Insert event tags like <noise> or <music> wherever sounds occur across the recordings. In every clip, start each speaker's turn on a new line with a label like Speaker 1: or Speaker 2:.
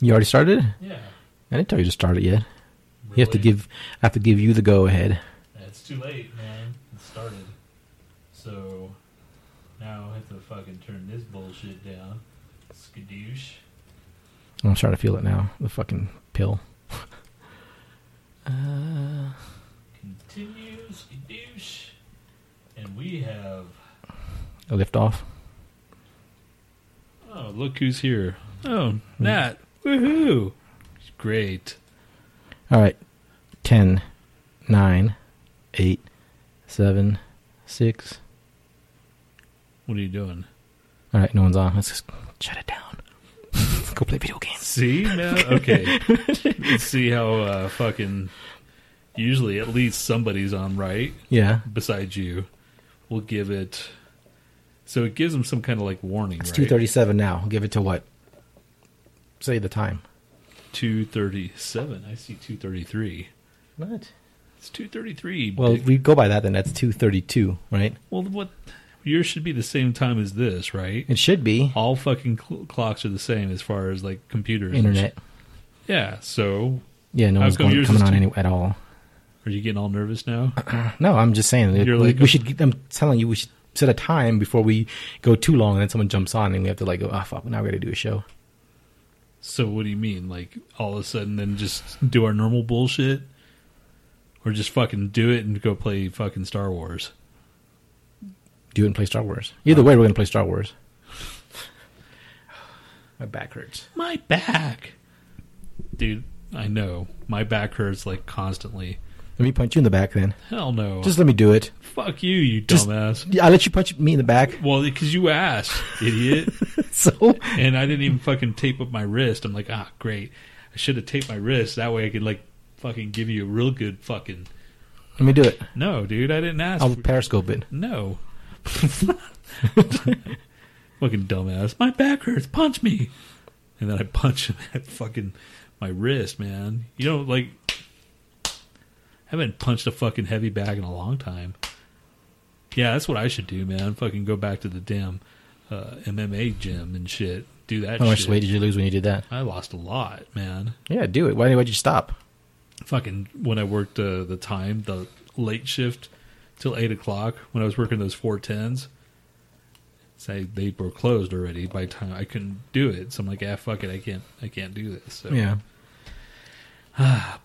Speaker 1: You already started? it?
Speaker 2: Yeah.
Speaker 1: I didn't tell you to start it yet. You have to give. I have to give you the go ahead.
Speaker 2: It's too late, man. It started. So now I have to fucking turn this bullshit down. Skadoosh.
Speaker 1: I'm starting to feel it now. The fucking pill. uh,
Speaker 2: Continue. Skadoosh. And we have.
Speaker 1: a lift off.
Speaker 2: Oh, look who's here. Oh, Nat. Woohoo. Great.
Speaker 1: All right. Ten, nine, eight, seven, six.
Speaker 2: What are you doing?
Speaker 1: All right. No one's on. Let's just shut it down. <laughs> go play video games.
Speaker 2: See now, okay. See how uh, fucking usually at least somebody's on right
Speaker 1: Yeah.
Speaker 2: besides you. We'll give it. So it gives them some kind of like warning.
Speaker 1: It's
Speaker 2: right?
Speaker 1: two thirty-seven now. Give it to what? Say the time.
Speaker 2: Two thirty-seven. I see two thirty-three.
Speaker 1: What?
Speaker 2: It's two thirty-three.
Speaker 1: Well,
Speaker 2: Well,
Speaker 1: we go by that, then that's two thirty-two, right?
Speaker 2: well, what? Yours should be the same time as this, right?
Speaker 1: It should be
Speaker 2: All fucking cl- clocks are the same as far as like computers. and
Speaker 1: internet.
Speaker 2: shit. Yeah. So
Speaker 1: Yeah, no
Speaker 2: How
Speaker 1: one's
Speaker 2: come
Speaker 1: going,
Speaker 2: yours
Speaker 1: coming
Speaker 2: is
Speaker 1: on
Speaker 2: two-
Speaker 1: any at all.
Speaker 2: are you getting all nervous now?
Speaker 1: No, I'm just saying. that
Speaker 2: You're
Speaker 1: we,
Speaker 2: like
Speaker 1: we
Speaker 2: a-
Speaker 1: should. I'm telling you, we should set a time before we go too long, and then someone jumps on, and we have to like go. Ah, fuck! Now we got to do a show.
Speaker 2: So what do you mean? Like all of a sudden then just do our normal bullshit? Or just fucking do it and go play fucking Star Wars?
Speaker 1: Do it and play Star Wars. Either
Speaker 2: Oh.
Speaker 1: way, we're gonna play Star Wars. <sighs> My back hurts.
Speaker 2: My back. Dude, I know. My back hurts like constantly.
Speaker 1: Let me punch you in the back, then.
Speaker 2: Hell no.
Speaker 1: Just let me do it.
Speaker 2: fuck you, you
Speaker 1: just-
Speaker 2: dumbass.
Speaker 1: Yeah, I let you punch me in
Speaker 2: <laughs>
Speaker 1: the back.
Speaker 2: Well, because you asked,
Speaker 1: <laughs>
Speaker 2: idiot.
Speaker 1: So
Speaker 2: and I didn't even fucking tape up my wrist. I'm like, ah, great. I should have taped my wrist. That way I could, like, fucking give you a real good fucking.
Speaker 1: let me do it.
Speaker 2: No, dude, I didn't ask.
Speaker 1: I'll
Speaker 2: for-
Speaker 1: periscope it.
Speaker 2: <laughs> No. fucking dumbass. My back hurts. Punch me. And then I punch him at fucking my wrist, man. You know, like, I haven't punched a fucking heavy bag in a long time. Yeah, that's what I should do, man. Fucking go back to the damn uh, MMA gym and shit. Do that
Speaker 1: How much
Speaker 2: shit.
Speaker 1: weight Oh, did you lose when you did that?
Speaker 2: I lost a lot, man.
Speaker 1: Yeah, do it. Why why'd you stop?
Speaker 2: Fucking when I worked uh, the time, the late shift till 8 o'clock, when I was working those 410s, say they were closed already by the time I couldn't do it. So I'm like, ah, fuck it. I can't, I can't do this. So,
Speaker 1: Yeah.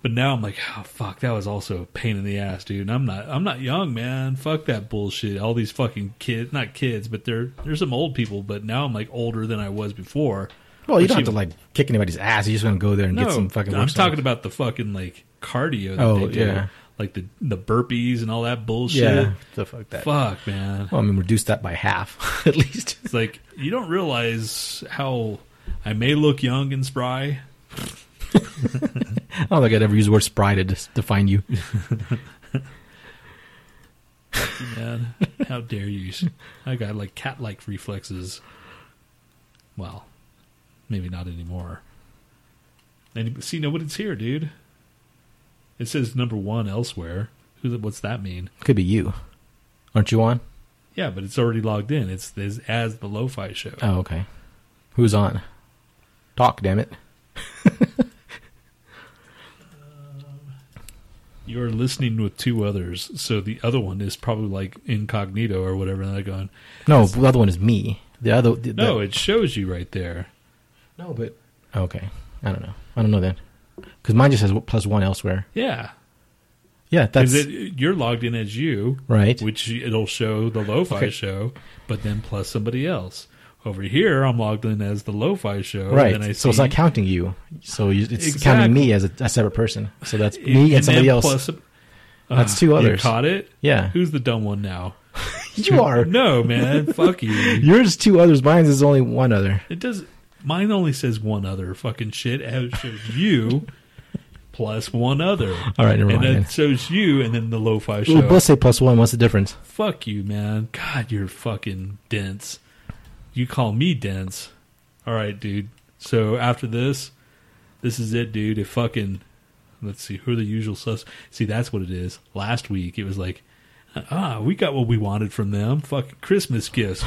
Speaker 2: But now I'm like, oh, fuck, that was also a pain in the ass, dude. And I'm not, I'm not young, man. Fuck that bullshit. All these fucking kids, not kids, but they're, there's some old people, but now I'm like older than I was before.
Speaker 1: Well, you
Speaker 2: Which
Speaker 1: don't have to
Speaker 2: even-
Speaker 1: like kick anybody's ass. You just want to go there and get some fucking.
Speaker 2: I'm
Speaker 1: work
Speaker 2: talking
Speaker 1: done.
Speaker 2: about the fucking like cardio. That
Speaker 1: Oh,
Speaker 2: they do.
Speaker 1: yeah.
Speaker 2: like the the burpees and all that bullshit.
Speaker 1: yeah. The fuck that.
Speaker 2: Fuck, man.
Speaker 1: Well, I mean, reduce that by half <laughs> at least.
Speaker 2: It's like you don't realize how I may look young and spry.
Speaker 1: I don't think I'd ever use the word spry to dis- define you.
Speaker 2: Man, how dare you? I got like cat like reflexes. Well, maybe not anymore. And see, nobody's here, dude. It says number one elsewhere. Who? the- What's that mean?
Speaker 1: Could be you. Aren't you on?
Speaker 2: Yeah, but it's already logged in. It's, it's as the Lo-Fi Show.
Speaker 1: Oh, okay. Who's on? Talk, damn it.
Speaker 2: You're listening with two others, so the other one is probably like incognito or whatever. And they're going,
Speaker 1: No, the other one is me. The other. The,
Speaker 2: no,
Speaker 1: the-
Speaker 2: it shows you right there.
Speaker 1: no, but. Okay. I don't know. I don't know then. Because mine just has w- plus one elsewhere.
Speaker 2: Yeah,
Speaker 1: Yeah, that's
Speaker 2: because you're logged in as you,
Speaker 1: right.
Speaker 2: which it'll show the Lo-Fi
Speaker 1: Okay.
Speaker 2: Show, but then plus somebody else. Over here, I'm logged in as the Lo-Fi Show,
Speaker 1: right.
Speaker 2: And I
Speaker 1: so it's
Speaker 2: see-
Speaker 1: not counting you. So you, it's
Speaker 2: Exactly.
Speaker 1: counting me as a, a separate person. So that's me and,
Speaker 2: then
Speaker 1: somebody else.
Speaker 2: Plus, uh,
Speaker 1: That's two
Speaker 2: You
Speaker 1: others.
Speaker 2: caught it.
Speaker 1: Yeah.
Speaker 2: Who's the dumb one now?
Speaker 1: <laughs> You
Speaker 2: <laughs>
Speaker 1: are.
Speaker 2: No, man. fuck you.
Speaker 1: Yours two others. Mine's is only one other.
Speaker 2: It does. Mine only says one other fucking shit. and It shows
Speaker 1: <laughs>
Speaker 2: you plus one other.
Speaker 1: All right, never
Speaker 2: and
Speaker 1: mind.
Speaker 2: then
Speaker 1: then.
Speaker 2: it shows you, and then the lo-fi show.
Speaker 1: Well, let's say plus one. What's the difference?
Speaker 2: Fuck you, man. God, you're fucking dense. You call me dense. All right, dude. So after this, this is it, dude. If fucking, let's see, who are the usual sus? See, that's what it is. Last week, it was like, Ah, we got what we wanted from them. Fucking Christmas
Speaker 1: <laughs>
Speaker 2: gifts.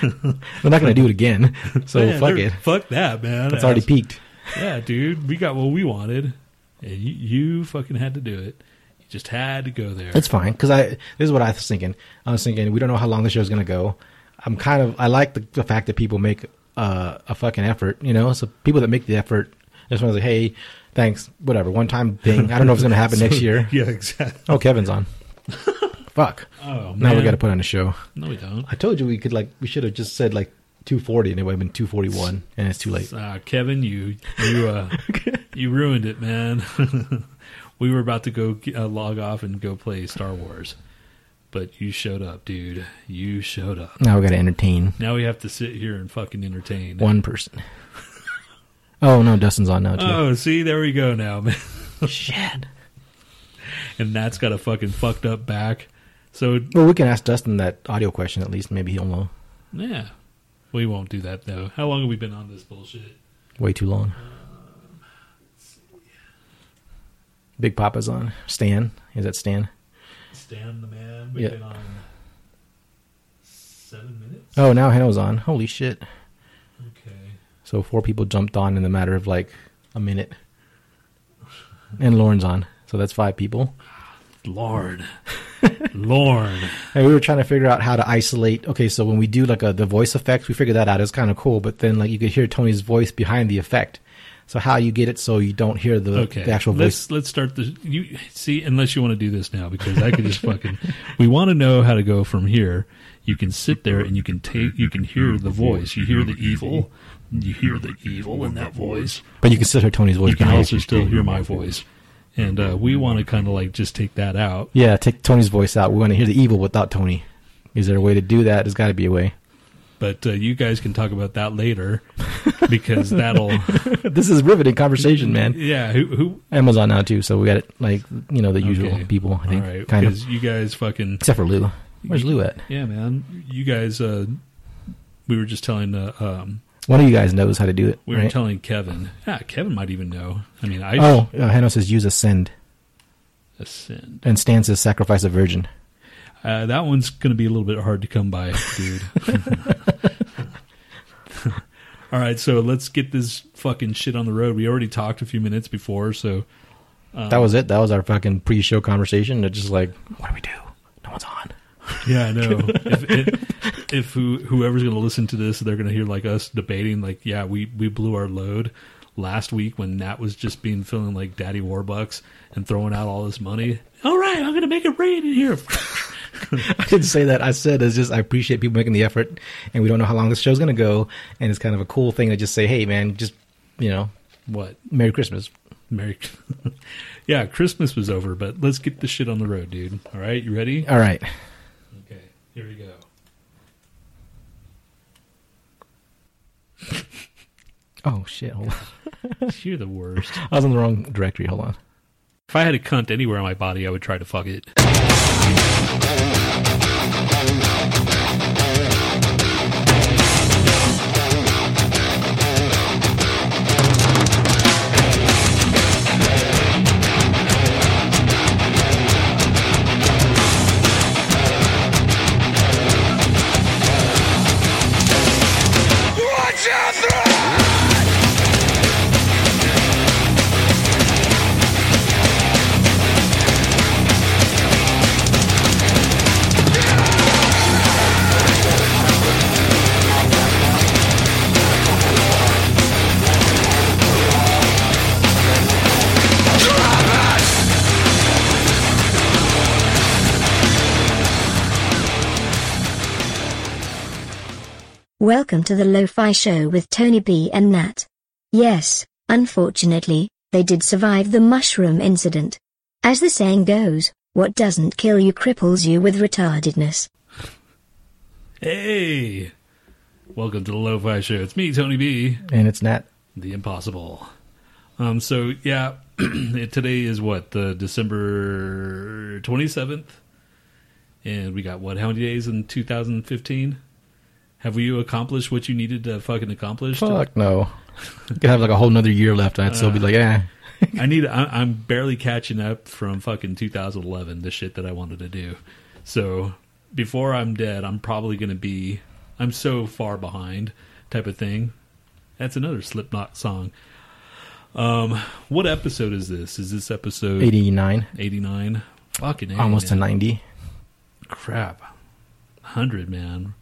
Speaker 1: They're not going to do
Speaker 2: <laughs>
Speaker 1: it again. So
Speaker 2: Man,
Speaker 1: fuck
Speaker 2: they're-
Speaker 1: it.
Speaker 2: Fuck that, man.
Speaker 1: It's already
Speaker 2: That's-
Speaker 1: peaked.
Speaker 2: Yeah, dude, we got what we wanted, and you, you fucking had to do it. You just had to go there.
Speaker 1: That's fine because I. This is what I was thinking. I was thinking we don't know how long the show's going to go. I'm kind of. I like the, the fact that people make uh, a fucking effort. You know, so people that make the effort just want to say, "Hey, thanks, whatever." One time thing. I don't know if it's going to
Speaker 2: <laughs>
Speaker 1: happen next year.
Speaker 2: <laughs> yeah, exactly.
Speaker 1: Oh,
Speaker 2: <laughs>
Speaker 1: Kevin's on. Fuck.
Speaker 2: Oh man,
Speaker 1: Now we got to put on a show.
Speaker 2: No, we don't.
Speaker 1: I told you we could like. We should have just said like 240, and it would have been 241, and it's too late.
Speaker 2: Uh, Kevin, you you uh, you ruined it, man. <laughs> we were about to go uh, log off and go play Star Wars, but you showed up, dude. You showed up.
Speaker 1: Now we got to entertain
Speaker 2: Now we have to sit here and fucking entertain.
Speaker 1: one
Speaker 2: <laughs>
Speaker 1: person. Oh no, Dustin's on now too.
Speaker 2: Oh, see, there we go now, <laughs> man.
Speaker 1: shit.
Speaker 2: And that's got a fucking fucked up back. So
Speaker 1: Well, we can ask Dustin that audio question at least. Maybe he'll know.
Speaker 2: yeah, we won't do that though. How long have we been on this bullshit?
Speaker 1: Way too long. Big Papa's on. Stan. Is that Stan?
Speaker 2: Stan the man. We've
Speaker 1: Yeah.
Speaker 2: been on seven minutes.
Speaker 1: Oh, now Hanno's on. Holy shit.
Speaker 2: Okay.
Speaker 1: So four people jumped on in the matter of like a minute. And Lauren's on. So that's five people.
Speaker 2: <laughs> Lord. Lord.
Speaker 1: And we were trying to figure out how to isolate. Okay, so when we do like a, the voice effects, we figured that out. It's kind of cool, but then like you could hear Tony's voice behind the effect. So how you get it so you don't hear the,
Speaker 2: Okay.
Speaker 1: the actual
Speaker 2: let's
Speaker 1: voice?
Speaker 2: let's start the you see unless you want to do this now because I could just fucking <laughs> we want to know how to go from here. You can sit there and you can take you can hear the voice. You hear the evil. You hear the evil in that voice.
Speaker 1: But you can still hear Tony's voice.
Speaker 2: You can
Speaker 1: behind
Speaker 2: also still hear my voice. And uh, we want to kind of like just take that out.
Speaker 1: Yeah, take Tony's voice out. We want to hear the evil without Tony. Is there a way to do that? There's got to be a way.
Speaker 2: But uh, you guys can talk about that
Speaker 1: <laughs>
Speaker 2: later because that'll
Speaker 1: this is riveting conversation, man.
Speaker 2: yeah. Who, who
Speaker 1: <laughs> Amazon now too, so we got it like you know the usual
Speaker 2: Okay.
Speaker 1: people. I think
Speaker 2: All right,
Speaker 1: kind
Speaker 2: because
Speaker 1: of
Speaker 2: you guys fucking
Speaker 1: except for Lou. Where's Lou at?
Speaker 2: yeah, man. You guys, uh, we were just telling uh, um,
Speaker 1: One of you guys knows how to do it,
Speaker 2: we were
Speaker 1: right?
Speaker 2: telling Kevin. Yeah, Kevin might even know. I mean, I
Speaker 1: oh, uh, Hanno says use ascend,
Speaker 2: ascend.
Speaker 1: and Stan says sacrifice a virgin.
Speaker 2: Uh, that one's going to be a little bit hard to come by, dude. <laughs> All right, so let's get this fucking shit on the road. We already talked a few minutes before, so
Speaker 1: that was it. That was our fucking pre-show conversation. It's just like, what do we do? No one's on. <laughs>
Speaker 2: Yeah, I know. if if, if who, whoever's going to listen to this, they're going to hear like us debating, like, yeah, we, we blew our load last week when Nat was just being feeling like Daddy Warbucks and throwing out all this money. All right, I'm going to make it rain in here. <laughs>
Speaker 1: I didn't say that. I said it's just I appreciate people making the effort, and we don't know how long this show's gonna go, and it's kind of a cool thing to just say, hey man, just you know,
Speaker 2: what?
Speaker 1: Merry Christmas.
Speaker 2: Merry. <laughs> yeah, Christmas was over, but let's get the shit on the road, dude. All right, you ready?
Speaker 1: All right.
Speaker 2: Okay, here we go.
Speaker 1: Oh shit! Hold on.
Speaker 2: <laughs> You're the worst.
Speaker 1: I was in the wrong directory. Hold on.
Speaker 2: If I had a cunt anywhere on my body, I would try to fuck it.
Speaker 3: Welcome to the Lo-Fi Show with Tony B and Nat. Yes, unfortunately, they did survive the mushroom incident. As the saying goes, what doesn't kill you cripples you with retardedness.
Speaker 2: Hey, welcome to the Lo-Fi Show. It's me, Tony B.
Speaker 1: And it's Nat.
Speaker 2: The impossible. Um. So yeah, <clears throat> today is what the December twenty seventh, and we got what? How many days in two thousand fifteen? Have you accomplished what you needed to fucking accomplish?
Speaker 1: Fuck no. Could have like eh. a whole nother year left. and I'd still be like, yeah.
Speaker 2: <laughs> I need. I, I'm barely catching up from fucking 2011. The shit that I wanted to do. So before I'm dead, I'm probably going to be. I'm so far behind, type of thing. That's another Slipknot song. Um, what episode is this? Is this episode
Speaker 1: 89,
Speaker 2: 89? Fucking A,
Speaker 1: almost to
Speaker 2: man.
Speaker 1: 90.
Speaker 2: crap. 100, man.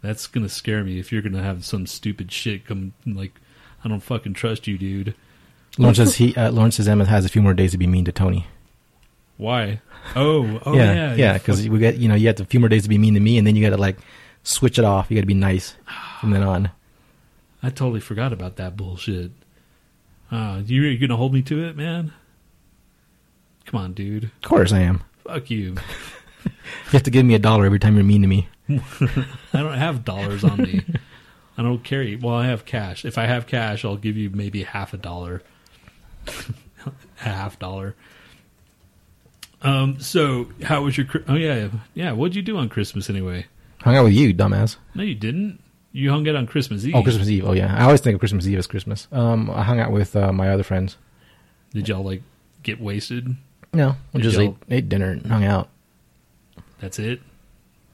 Speaker 2: That's going to scare me if you're going to have some stupid shit come like I don't fucking trust you, dude.
Speaker 1: Lawrence says he uh, Lawrence says Emma has a few more days to be mean to Tony.
Speaker 2: Why? Oh, oh yeah.
Speaker 1: yeah,
Speaker 2: you
Speaker 1: yeah, because we got you know you have a few more days to be mean to me, and then you got to like switch it off. You got to be nice from then on.
Speaker 2: I totally forgot about that bullshit. Uh, you, you're gonna hold me to it, man? Come on, dude.
Speaker 1: Of course, I am.
Speaker 2: Fuck you.
Speaker 1: You have to give me a dollar every time you're mean to me.
Speaker 2: I don't have dollars on me. I don't carry. Well, I have cash. If I have cash, I'll give you maybe half a dollar. <laughs> a half dollar. Um. So, how was your? Chri- Oh yeah, yeah. What'd you do on Christmas anyway?
Speaker 1: Hung out with you, dumbass.
Speaker 2: No, you didn't. You hung out on Christmas Eve.
Speaker 1: Oh, Christmas Eve. Oh yeah, I always think of Christmas Eve as Christmas. Um, I hung out with uh, my other friends.
Speaker 2: Did y'all like get wasted?
Speaker 1: No, we
Speaker 2: Did
Speaker 1: just ate,
Speaker 2: y'all-
Speaker 1: ate dinner and hung out.
Speaker 2: That's it.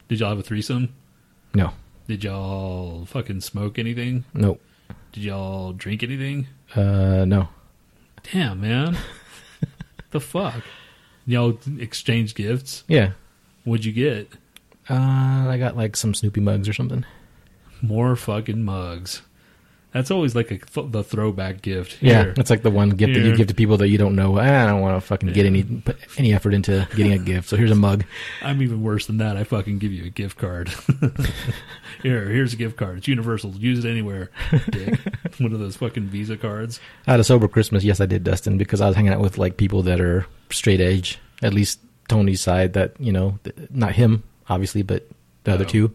Speaker 2: Did y'all have a threesome?
Speaker 1: No,
Speaker 2: Did y'all fucking smoke anything?
Speaker 1: no,
Speaker 2: Did y'all drink anything?
Speaker 1: uh, no.
Speaker 2: Damn,
Speaker 1: <laughs>
Speaker 2: man. the fuck? Y'all exchange gifts?
Speaker 1: Yeah,
Speaker 2: What'd you get?
Speaker 1: uh, I got like some Snoopy mugs or something.
Speaker 2: More fucking mugs. That's always like a th- the throwback gift.
Speaker 1: Yeah,
Speaker 2: Here.
Speaker 1: that's like the one gift that
Speaker 2: Here.
Speaker 1: you give to people that you don't know. "Ah, I don't want to fucking get any put any effort into getting a gift. So here's a mug.
Speaker 2: I'm even worse than that. I fucking give you a gift card. <laughs> Here, here's a gift card. It's universal. Use it anywhere.
Speaker 1: <laughs>
Speaker 2: Dick. One of those fucking Visa cards.
Speaker 1: I had a sober Christmas. Yes, I did, Dustin, because I was hanging out with like people that are straight edge. At least Tony's side. That you know, th- not him obviously, but the other
Speaker 2: Oh.
Speaker 1: two.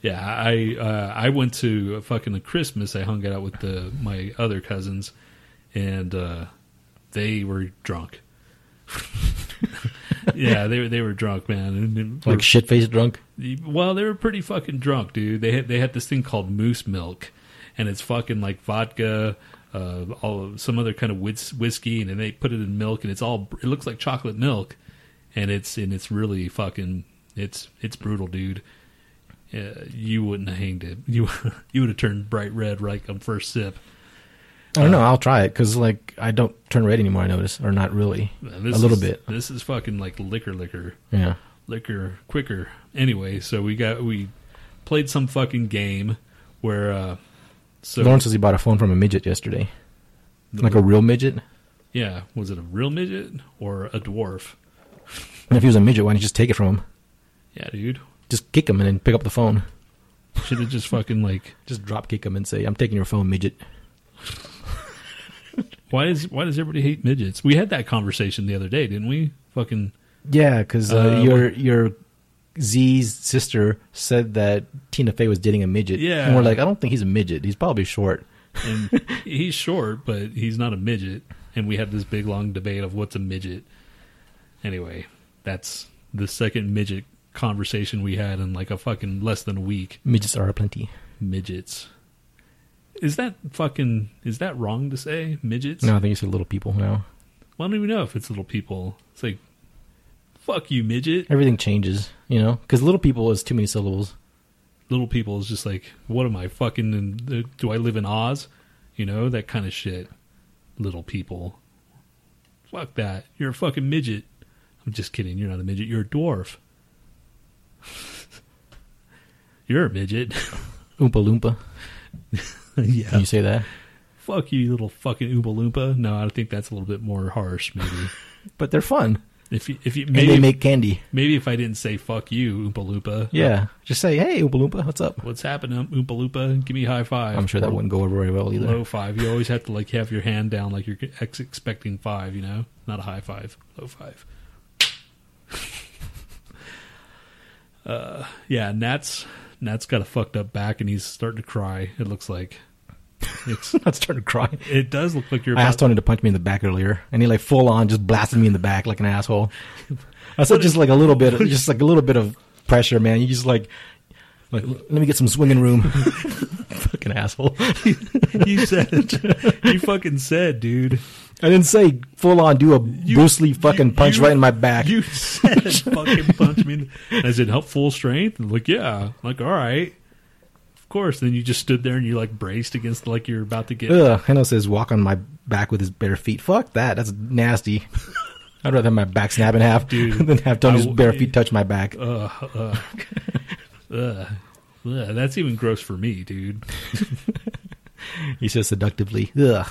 Speaker 2: Yeah, I uh, I went to a fucking Christmas. I hung out with the my other cousins, and uh, they were drunk. <laughs> yeah, they were they were drunk, man. And, and
Speaker 1: Like shit faced drunk.
Speaker 2: well, they were pretty fucking drunk, dude. They had they had this thing called moose milk, and it's fucking like vodka, uh, all some other kind of whis- whiskey, and then they put it in milk, and it's all it looks like chocolate milk, and it's and it's really fucking it's it's brutal, dude. Uh, you wouldn't have hanged it. You <laughs> you would have turned bright red right on first sip.
Speaker 1: I
Speaker 2: Oh.
Speaker 1: don't know. I'll try it because like I don't turn red anymore. I notice, or not really.
Speaker 2: Uh,
Speaker 1: a little
Speaker 2: is-
Speaker 1: bit.
Speaker 2: This is fucking like liquor, liquor.
Speaker 1: Yeah.
Speaker 2: liquor quicker. Anyway, so we got we played some fucking game where uh so
Speaker 1: Lawrence says he bought a phone from a midget yesterday, like a real midget.
Speaker 2: yeah, was it a real midget or a dwarf?
Speaker 1: And if he was a midget, why didn't you just take it from him?
Speaker 2: Yeah, dude.
Speaker 1: Just kick him and then pick up the phone.
Speaker 2: Should have just fucking like
Speaker 1: Just drop kick him and say, "I'm taking your phone, midget."
Speaker 2: why is why does everybody hate midgets? We had that conversation the other day, didn't we? Fucking
Speaker 1: Yeah, because
Speaker 2: uh,
Speaker 1: uh,
Speaker 2: Uh,
Speaker 1: your your Z's sister said that Tina Fey was dating a midget.
Speaker 2: Yeah.
Speaker 1: and we're like, I don't think he's a midget. He's probably short.
Speaker 2: and he's short, but he's not a midget. And we had this big long debate of what's a midget. Anyway, that's the second midget conversation we had in like a fucking less than a week.
Speaker 1: Midgets are plenty.
Speaker 2: midgets. Is that fucking is that wrong to say midgets?
Speaker 1: No, I think you said little people now.
Speaker 2: Well, I don't even know if it's little people. It's like, fuck you, midget.
Speaker 1: Everything changes, you know, because little people is too many syllables.
Speaker 2: Little people is just like, what am I fucking? In, do I live in Oz? You know that kind of shit. Little people. Fuck that. You're a fucking midget. I'm just kidding. You're not a midget. You're a dwarf. <laughs> you're a midget. <laughs>
Speaker 1: Oompa Loompa.
Speaker 2: yeah.
Speaker 1: Can you say that?
Speaker 2: Fuck you, little fucking Oompa Loompa. No, I think that's a little bit more harsh, maybe.
Speaker 1: But they're fun.
Speaker 2: If you, if you
Speaker 1: and
Speaker 2: maybe
Speaker 1: they make candy.
Speaker 2: maybe if I didn't say fuck you, Oompa Loompa,
Speaker 1: Yeah. Just say, hey, Oompa Loompa, what's up?
Speaker 2: what's happening, Oompa Loompa? Give me a high five.
Speaker 1: I'm sure that
Speaker 2: Or
Speaker 1: wouldn't go over very well either.
Speaker 2: Low five. You always have to like have your hand down, like you're ex- expecting five. You know, not a high five, low five. <laughs> uh, yeah, Nat's Nat's got a fucked up back, and he's starting to cry. It looks like it's,
Speaker 1: I started crying.
Speaker 2: it does look like you're.
Speaker 1: <laughs> I
Speaker 2: about-
Speaker 1: asked Tony to punch me in the back earlier, and he like full on just blasted me in the back like
Speaker 2: <laughs>
Speaker 1: an <laughs> asshole. I said just like a little bit, just like a little bit of pressure, man. You just like Like, let me get some
Speaker 2: <laughs>
Speaker 1: swinging room. fucking asshole.
Speaker 2: you said <laughs> it. You fucking said, dude.
Speaker 1: I didn't say full on do a Bruce Lee fucking
Speaker 2: you-
Speaker 1: punch
Speaker 2: you-
Speaker 1: right in my back. <laughs>
Speaker 2: You said fucking punch me. in the- I said help full strength. And like, yeah. I'm like, all right. Of course. Then you just stood there and you like braced against like you're about to get
Speaker 1: Ugh, Hendo says walk on my back with his bare feet. Fuck that.
Speaker 2: <laughs>
Speaker 1: That's nasty. I'd rather have my back snap in half
Speaker 2: Dude,
Speaker 1: <laughs> than have Tony's
Speaker 2: I-
Speaker 1: bare feet touch my back.
Speaker 2: <laughs> uh, uh, uh, uh, that's even gross for me, dude.
Speaker 1: He says seductively. Ugh.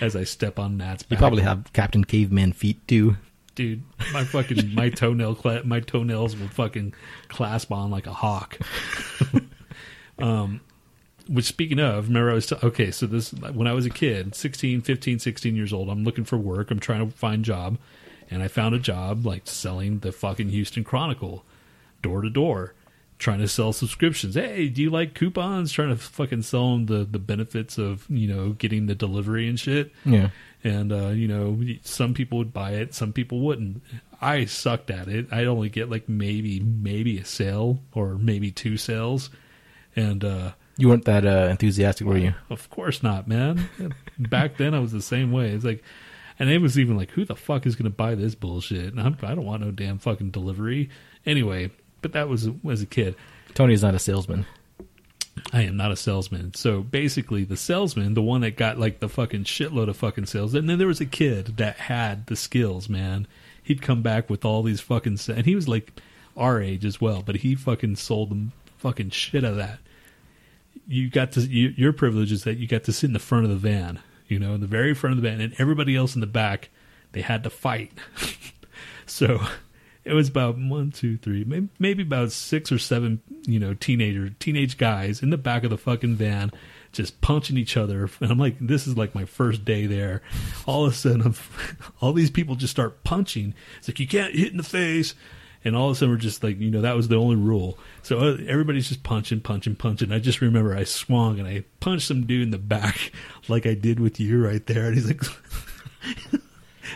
Speaker 2: As I step on Nat's
Speaker 1: You
Speaker 2: back,
Speaker 1: probably have Captain Caveman feet too.
Speaker 2: dude. My fucking my toenail cla- my toenails will fucking clasp on like a hawk. <laughs> um, which speaking of, remember I was t- okay. So this when I was a kid, 16, 15, 16 years old. I'm looking for work. I'm trying to find a job, and I found a job like selling the fucking Houston Chronicle, door to door, trying to sell subscriptions. Hey, do you like coupons? Trying to fucking sell them the the benefits of you know getting the delivery and shit
Speaker 1: Yeah.
Speaker 2: and uh, you know some people would buy it some people wouldn't i sucked at it i'd only get like maybe maybe a sale or maybe two sales and uh
Speaker 1: You weren't that uh, enthusiastic, were you?
Speaker 2: of course not man back then i was the same way it's like and it was even like who the fuck is gonna buy this bullshit and I'm, i don't want no damn fucking delivery anyway but that was as a kid
Speaker 1: Tony's not a salesman.
Speaker 2: I am not a salesman. So basically, the salesman, the one that got like the fucking shitload of fucking sales, and then there was a kid that had the skills, man. He'd come back with all these fucking, sa- and he was like our age as well, but he fucking sold them fucking shit out of that. You got to you, your privilege is that you got to sit in the front of the van, you know, in the very front of the van, and everybody else in the back, they had to fight. So <laughs> it was about one, two, three, maybe, maybe about six or seven, you know, teenager, teenage guys in the back of the fucking van, just punching each other. <laughs> And I'm like, this is like my first day there. All of a sudden, I'm, <laughs> all these people just start punching. It's like you can't hit in the face. And all of a sudden, we're just like, you know, that was the only rule. So uh, everybody's just punching, punching, punching. I just remember I swung and I punched some dude in the back, <laughs> like I did with you right there. And he's like,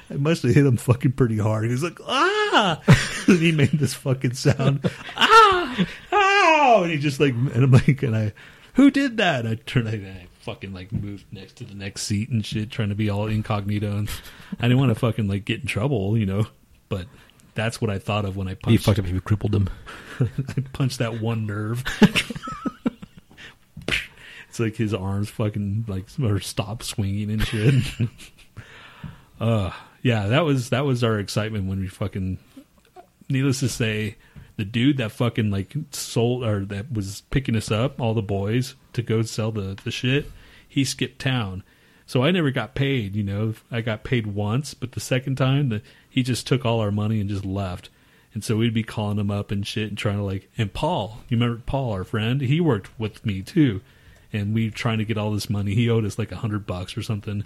Speaker 2: I must have hit him fucking pretty hard. He was like, ah! <laughs> and he made this fucking sound, ah! Ow! And he just like, and I'm like, and I, who did that? And I turned, and I fucking like moved next to the next seat and shit, trying to be all incognito. And I didn't want to fucking like get in trouble, you know? But that's what I thought of when I
Speaker 1: He
Speaker 2: punched,
Speaker 1: fucked up if you crippled him.
Speaker 2: <laughs> I punched that one nerve. <laughs> it's like his arms fucking like or stop swinging and shit. <laughs> uh, yeah, that was that was our excitement when we fucking. Needless to say, the dude that fucking like sold or that was picking us up, all the boys to go sell the the shit, he skipped town. So I never got paid, you know. I got paid once, but the second time, the, he just took all our money and just left. And so we'd be calling him up and shit and trying to like and Paul, you remember Paul, our friend, he worked with me too. And we were trying to get all this money. He owed us like a hundred bucks or something.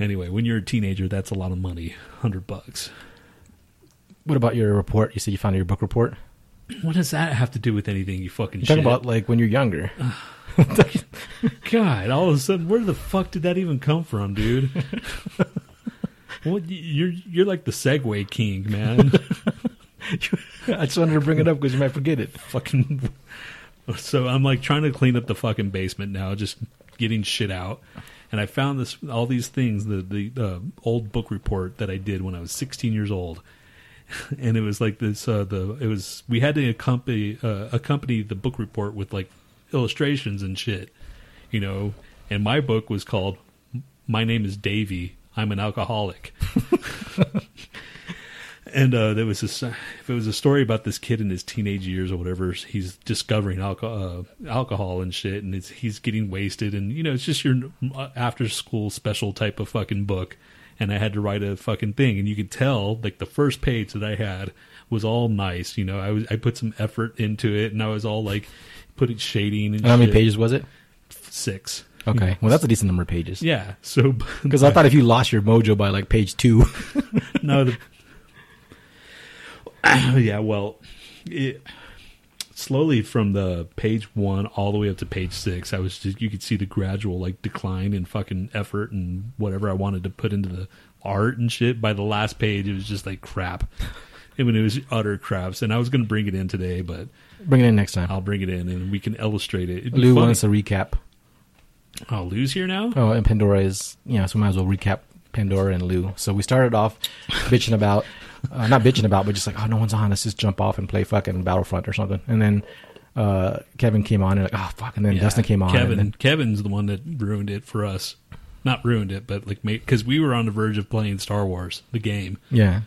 Speaker 2: Anyway, when you're a teenager, that's a lot of money. Hundred bucks.
Speaker 1: What about your report? You said you found your book report.
Speaker 2: What does that have to do with anything, you fucking
Speaker 1: You're
Speaker 2: shit?
Speaker 1: talking about like when you're <laughs> younger.
Speaker 2: God, all of a sudden, where the fuck did that even come from, dude? <laughs> well, y- you're you're like the Segway king, man.
Speaker 1: I just wanted to bring it up because you might forget it.
Speaker 2: fucking <laughs> so i'm like trying to clean up the fucking basement now just getting shit out and i found this all these things the the uh, old book report that i did when i was 16 years old <laughs> and it was like this uh, the it was we had to accompany uh, accompany the book report with like illustrations and shit you know and my book was called my name is davy i'm an alcoholic and uh, there was this if it was a story about this kid in his teenage years or whatever he's discovering alcohol uh, alcohol and shit and it's, he's getting wasted and you know it's just your uh, after school special type of fucking book and i had to write a fucking thing and you could tell like the first page that i had was all nice you know i was i put some effort into it and i was all like putting shading and
Speaker 1: How many
Speaker 2: shit.
Speaker 1: pages was it?
Speaker 2: six
Speaker 1: Okay, well that's a decent number of pages.
Speaker 2: yeah so <laughs>
Speaker 1: Because I thought if you lost your mojo by like page two, <laughs>
Speaker 2: no. The, <laughs> yeah, well, it, slowly from the page one all the way up to page six, I was just you could see the gradual like decline in fucking effort and whatever I wanted to put into the art and shit. By the last page, it was just like crap. I mean, it was utter craps, and I was going to bring it in today, but
Speaker 1: Bring it in next time.
Speaker 2: I'll bring it in and we can illustrate it. It'd be
Speaker 1: Lou
Speaker 2: funny.
Speaker 1: wants a recap.
Speaker 2: Oh, Lou's here now.
Speaker 1: Oh, and Pandora is you know, so we might as well recap Pandora and Lou. So we started off <laughs> bitching about, uh, not bitching about, but just like, oh, no one's on. Let's just jump off and play fucking Battlefront or something. And then uh, Kevin came on and like, oh fuck. And then
Speaker 2: Yeah.
Speaker 1: Dustin came on. and
Speaker 2: Kevin,
Speaker 1: then-
Speaker 2: Kevin's the one that ruined it for us. Not ruined it, but like because we were on the verge of playing Star Wars, the game.
Speaker 1: yeah.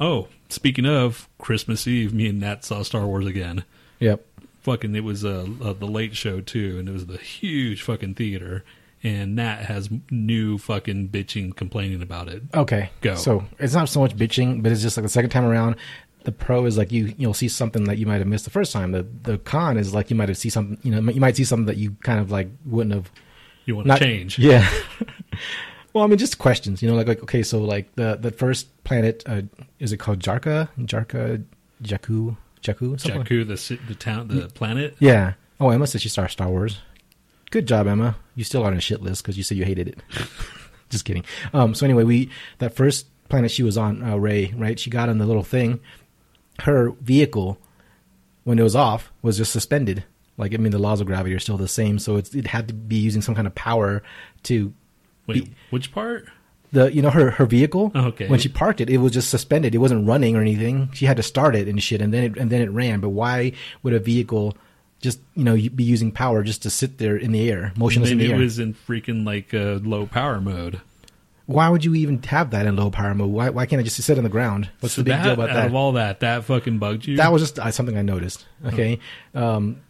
Speaker 2: Oh, speaking of Christmas Eve, me and Nat saw Star Wars again.
Speaker 1: Yep.
Speaker 2: Fucking, it was uh, uh, the Late Show too, and it was the huge fucking theater. And Nat has new fucking bitching, complaining about it.
Speaker 1: Okay.
Speaker 2: Go.
Speaker 1: So it's not so much bitching, but it's just like the second time around. The pro is like you you'll see something that you might have missed the first time. The the con is like you might have see something you know you might see something that you kind of like wouldn't have
Speaker 2: You want to
Speaker 1: not
Speaker 2: change?
Speaker 1: Yeah. well, I mean, just questions. You know, like like okay, so like the the first planet uh, is it called Jarka? Jarka, Jakku, Jakku, something. like-
Speaker 2: Jakku, the ci- the town, the planet.
Speaker 1: Yeah. Oh, Emma said she started Star Wars. Good job, Emma. You still are on a shit list because you said you hated it. <laughs> Just kidding. Um, so anyway, we that first planet she was on, uh, Ray, right? She got on the little thing. Her vehicle, when it was off, was just suspended. Like I mean, the laws of gravity are still the same, so it's, it had to be using some kind of power to
Speaker 2: Wait, which part?
Speaker 1: the you know her her vehicle
Speaker 2: Okay.
Speaker 1: when she parked it it was just suspended it wasn't running or anything she had to start it and shit and then it and then it ran but why would a vehicle just you know be using power just to sit there in the air motionless in
Speaker 2: Maybe
Speaker 1: the
Speaker 2: it
Speaker 1: air
Speaker 2: was in freaking like uh, low power mode.
Speaker 1: why would you even have that in low power mode why why can't it just sit on the ground what's
Speaker 2: So
Speaker 1: the big
Speaker 2: that,
Speaker 1: deal about
Speaker 2: out
Speaker 1: that
Speaker 2: of all that, that fucking bugged you.
Speaker 1: that was just uh, something I noticed. Okay. Um,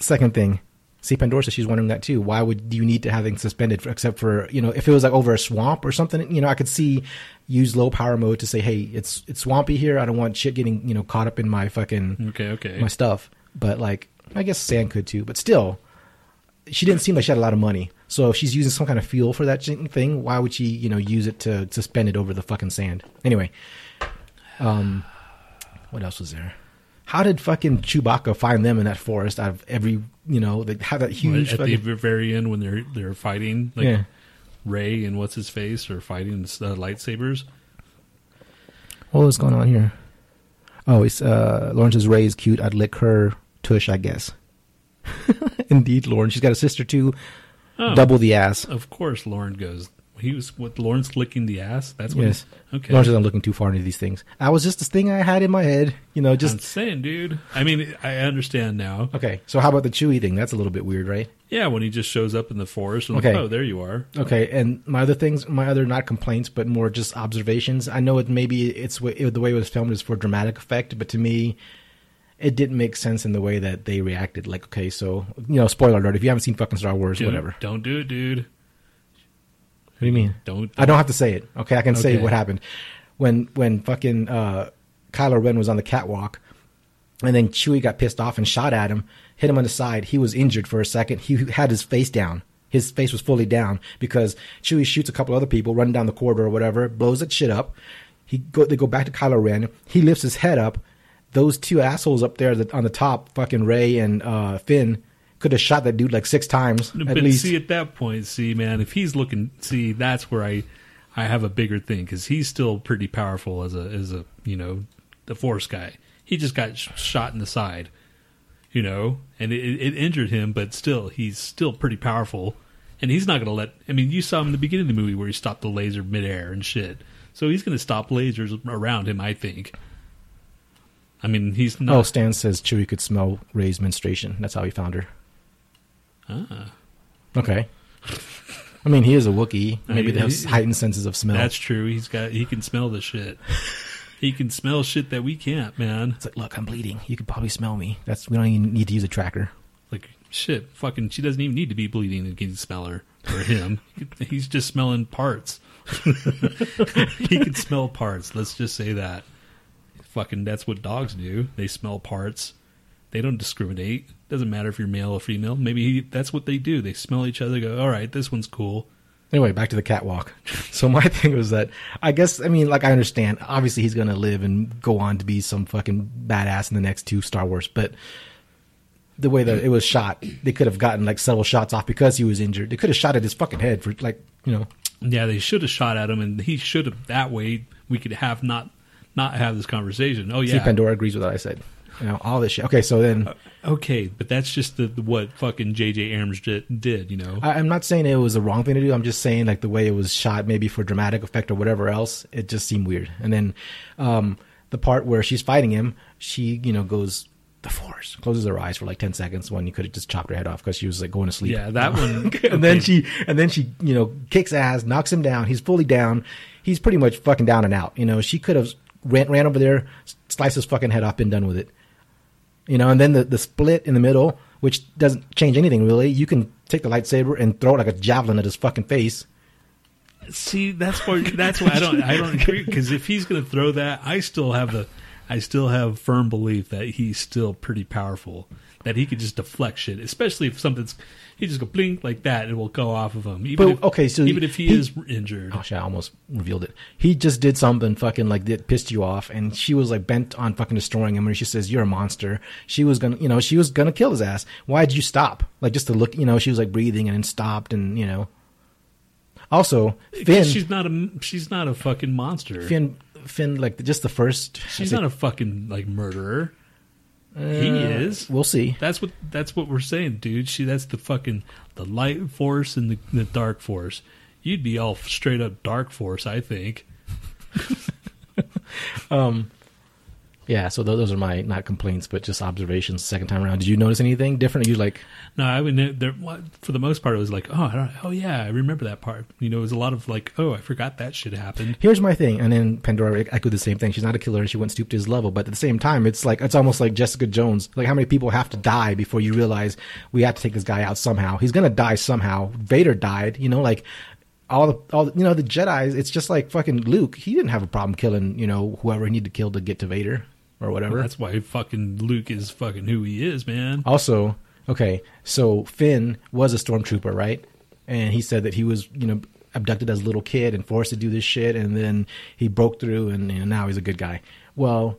Speaker 1: second thing, see Pandora, says she's wondering that too. Why would you need to have things suspended for, except for you know if it was like over a swamp or something? You know, I could see use low power mode to say, hey, it's it's swampy here. I don't want shit getting you know caught up in my fucking
Speaker 2: okay. Okay.
Speaker 1: my stuff. But like, I guess sand could too. But still, she didn't seem like she had a lot of money. So if she's using some kind of fuel for that sh- thing, why would she, you know, use it to suspend it over the fucking sand? Anyway, um, what else was there? How did fucking Chewbacca find them in that forest out of every, you know, they have that huge
Speaker 2: at
Speaker 1: fucking,
Speaker 2: the very end when they're they're fighting, like
Speaker 1: Yeah.
Speaker 2: Ray and what's his face are fighting uh, lightsabers.
Speaker 1: what was going on here? Oh, it's, uh, Lawrence's Ray is cute. I'd lick her tush, I guess. <laughs> Indeed, Lauren. She's got a sister too.
Speaker 2: Oh.
Speaker 1: Double the ass.
Speaker 2: Of course, Lauren goes. He was what Lauren's licking the ass. That's what.
Speaker 1: Yes.
Speaker 2: he's- Okay.
Speaker 1: Lauren says I'm looking too far into these things. That was just this thing I had in my head, you know, just
Speaker 2: I'm saying, dude. I mean, I understand now.
Speaker 1: Okay, so how about the Chewy thing? That's a little bit weird, right?
Speaker 2: Yeah, when he just shows up in the forest, and
Speaker 1: Okay.
Speaker 2: like, oh, there you are.
Speaker 1: Okay, and my other things, my other not complaints, but more just observations. I know it maybe it's wa- it, the way it was filmed is for dramatic effect, but to me, it didn't make sense in the way that they reacted. Like, okay, so you know, spoiler alert: if you haven't seen fucking Star Wars,
Speaker 2: Dude,
Speaker 1: whatever. What
Speaker 2: Don't do it, dude.
Speaker 1: do you mean?
Speaker 2: Don't.
Speaker 1: I don't have to say it. Okay, I can say
Speaker 2: Okay.
Speaker 1: what happened when when fucking uh, Kylo Ren was on the catwalk, and then Chewie got pissed off and shot at him, hit him on the side. He was injured for a second. He had his face down. His face was fully down because Chewie shoots a couple other people running down the corridor or whatever, blows that shit up. He go they go back to Kylo Ren. He lifts his head up. Those two assholes up there that on the top, fucking Ray and uh, Finn, could have shot that dude like six times at
Speaker 2: but
Speaker 1: least.
Speaker 2: see, at that point, see, man, if he's looking, see, that's where I, I have a bigger thing because he's still pretty powerful as a as a you know, the force guy. He just got sh- shot in the side, you know, and it, it injured him, but still, he's still pretty powerful, and he's not gonna let. I mean, you saw him in the beginning of the movie where he stopped the laser midair and shit. So he's gonna stop lasers around him, I think. I mean, he's not.
Speaker 1: Oh, Stan says Chewie could smell Ray's menstruation. That's how he found her. Oh.
Speaker 2: Ah.
Speaker 1: Okay. I mean, he is a Wookiee.
Speaker 2: Uh,
Speaker 1: Maybe
Speaker 2: he-
Speaker 1: they have
Speaker 2: he-
Speaker 1: heightened senses of smell.
Speaker 2: That's true. He's got. He can smell the shit. he can smell shit that we can't, man.
Speaker 1: It's like, look, I'm bleeding. You could probably smell me. That's we don't even need to use a tracker.
Speaker 2: Like shit. Fucking. She doesn't even need to be bleeding and can smell her or him. <laughs> He's just smelling parts. <laughs> he can smell parts. Let's just say that. Fucking. That's what dogs do. They smell parts. They don't discriminate. Doesn't matter if you're male or female. Maybe he, that's what they do. They smell each other. Go. All right. This one's cool.
Speaker 1: Anyway, back to the catwalk. So my thing was that I guess I mean like I understand. Obviously, he's gonna live and go on to be some fucking badass in the next two Star Wars. But the way that it was shot, they could have gotten like several shots off because he was injured. They could have shot at his fucking head for like you know
Speaker 2: Yeah, they should have shot at him, and he should have. That way, we could have not not have this conversation. Oh
Speaker 1: See,
Speaker 2: yeah,
Speaker 1: Pandora agrees with what I said. You know, all this shit. Okay, so then
Speaker 2: okay, but that's just the, the- what fucking J.J. Abrams did, did, you know?
Speaker 1: I, I'm not saying it was the wrong thing to do. I'm just saying like the way it was shot, maybe for dramatic effect or whatever else, it just seemed weird. And then um, the part where she's fighting him, she you know goes the force, closes her eyes for like ten seconds. One you could have just chopped her head off because she was like going to sleep.
Speaker 2: yeah, that
Speaker 1: <laughs>
Speaker 2: one.
Speaker 1: and then
Speaker 2: okay.
Speaker 1: she and then she you know kicks ass, knocks him down. He's fully down. He's pretty much fucking down and out. You know, she could have ran, ran over there, s- sliced his fucking head off, and done with it. You know, and then the, the split in the middle, which doesn't change anything really. You can take the lightsaber and throw it like a javelin at his fucking face.
Speaker 2: See, that's <laughs> why that's why I don't I don't agree because if he's going to throw that, I still have the I still have firm belief that he's still pretty powerful. That he could just deflect shit, especially if something's he just go blink like that, it will go off of him. Even
Speaker 1: But,
Speaker 2: if,
Speaker 1: okay, so
Speaker 2: even if he,
Speaker 1: he-
Speaker 2: is injured,
Speaker 1: Oh shit! I almost revealed it. He just did something fucking like that pissed you off, and she was like bent on fucking destroying him. And she says, "You're a monster." She was gonna, you know, she was gonna kill his ass. Why'd you stop? Like just to look, you know, she was like breathing and then stopped, and you know. Also, Finn,
Speaker 2: she's not a she's not a fucking monster.
Speaker 1: Finn, Finn, like just the first.
Speaker 2: she's not a fucking like murderer. he is.
Speaker 1: uh, We'll see.
Speaker 2: That's what that's what we're saying, dude. She that's the fucking the light force and the, the dark force. You'd be all straight up dark force, I think.
Speaker 1: Yeah. So tho- those are my not complaints, but just observations. Second time around, did you notice anything different? Are you like,
Speaker 2: No, I would. ne- There, what- for the most part, it was like, oh, I don't, oh yeah, I remember that part. You know, it was a lot of like, oh, I forgot that shit happened.
Speaker 1: here's my thing and then pandora echoed the same thing she's not a killer and she wouldn't stoop to his level but at the same time it's like it's almost like jessica jones like how many people have to die before you realize we have to take this guy out somehow he's gonna die somehow vader died you know like all the all the, you know the jedis it's just like fucking luke he didn't have a problem killing you know whoever he needed to kill to get to vader or whatever
Speaker 2: That's why fucking Luke is fucking who he is, man.
Speaker 1: also, okay, so Finn was a stormtrooper, right? And he said that he was, you know, abducted as a little kid and forced to do this shit, and then he broke through, and you know, now he's a good guy. Well,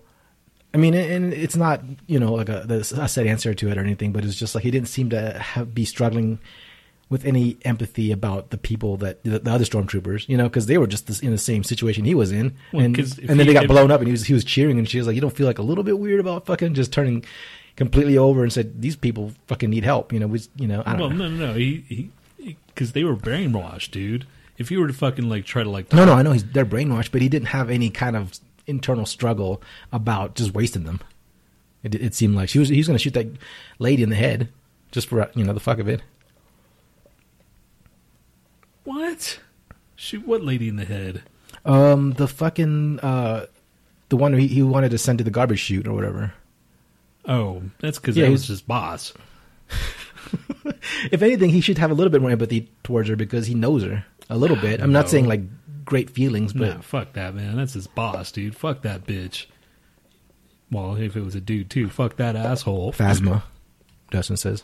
Speaker 1: I mean, and it's not, you know, like a, the- a set answer to it or anything, but it's just like he didn't seem to have, be struggling with any empathy about the people that the, the other stormtroopers, you know, because they were just this, in the same situation he was in,
Speaker 2: Well,
Speaker 1: and,
Speaker 2: 'cause if
Speaker 1: and then
Speaker 2: he-
Speaker 1: they got
Speaker 2: if-
Speaker 1: blown blown up and he was he was cheering and she was like, You don't feel like a little bit weird about fucking just turning completely over and said, These people fucking need help, you know, we you know, I don't
Speaker 2: Well, no,
Speaker 1: know.
Speaker 2: no, no, he because they were brainwashed, dude. If you were to fucking like try to like,
Speaker 1: No, no, I know he's they're brainwashed, but he didn't have any kind of internal struggle about just wasting them. It, it seemed like she was he's gonna shoot that lady in the head just for you know the fuck of it.
Speaker 2: what? Shoot, what lady in the head?
Speaker 1: Um the fucking uh the one he, he wanted to send to the garbage chute or whatever.
Speaker 2: Oh, that's because
Speaker 1: Yeah,
Speaker 2: that
Speaker 1: he
Speaker 2: was
Speaker 1: was-
Speaker 2: his boss.
Speaker 1: if anything, he should have a little bit more empathy towards her because he knows her a little bit. I'm
Speaker 2: No.
Speaker 1: not saying like great feelings, but
Speaker 2: No, fuck that, man. That's his boss, dude. Fuck that bitch. Well, if it was a dude too, fuck that asshole.
Speaker 1: Phasma, Dustin says.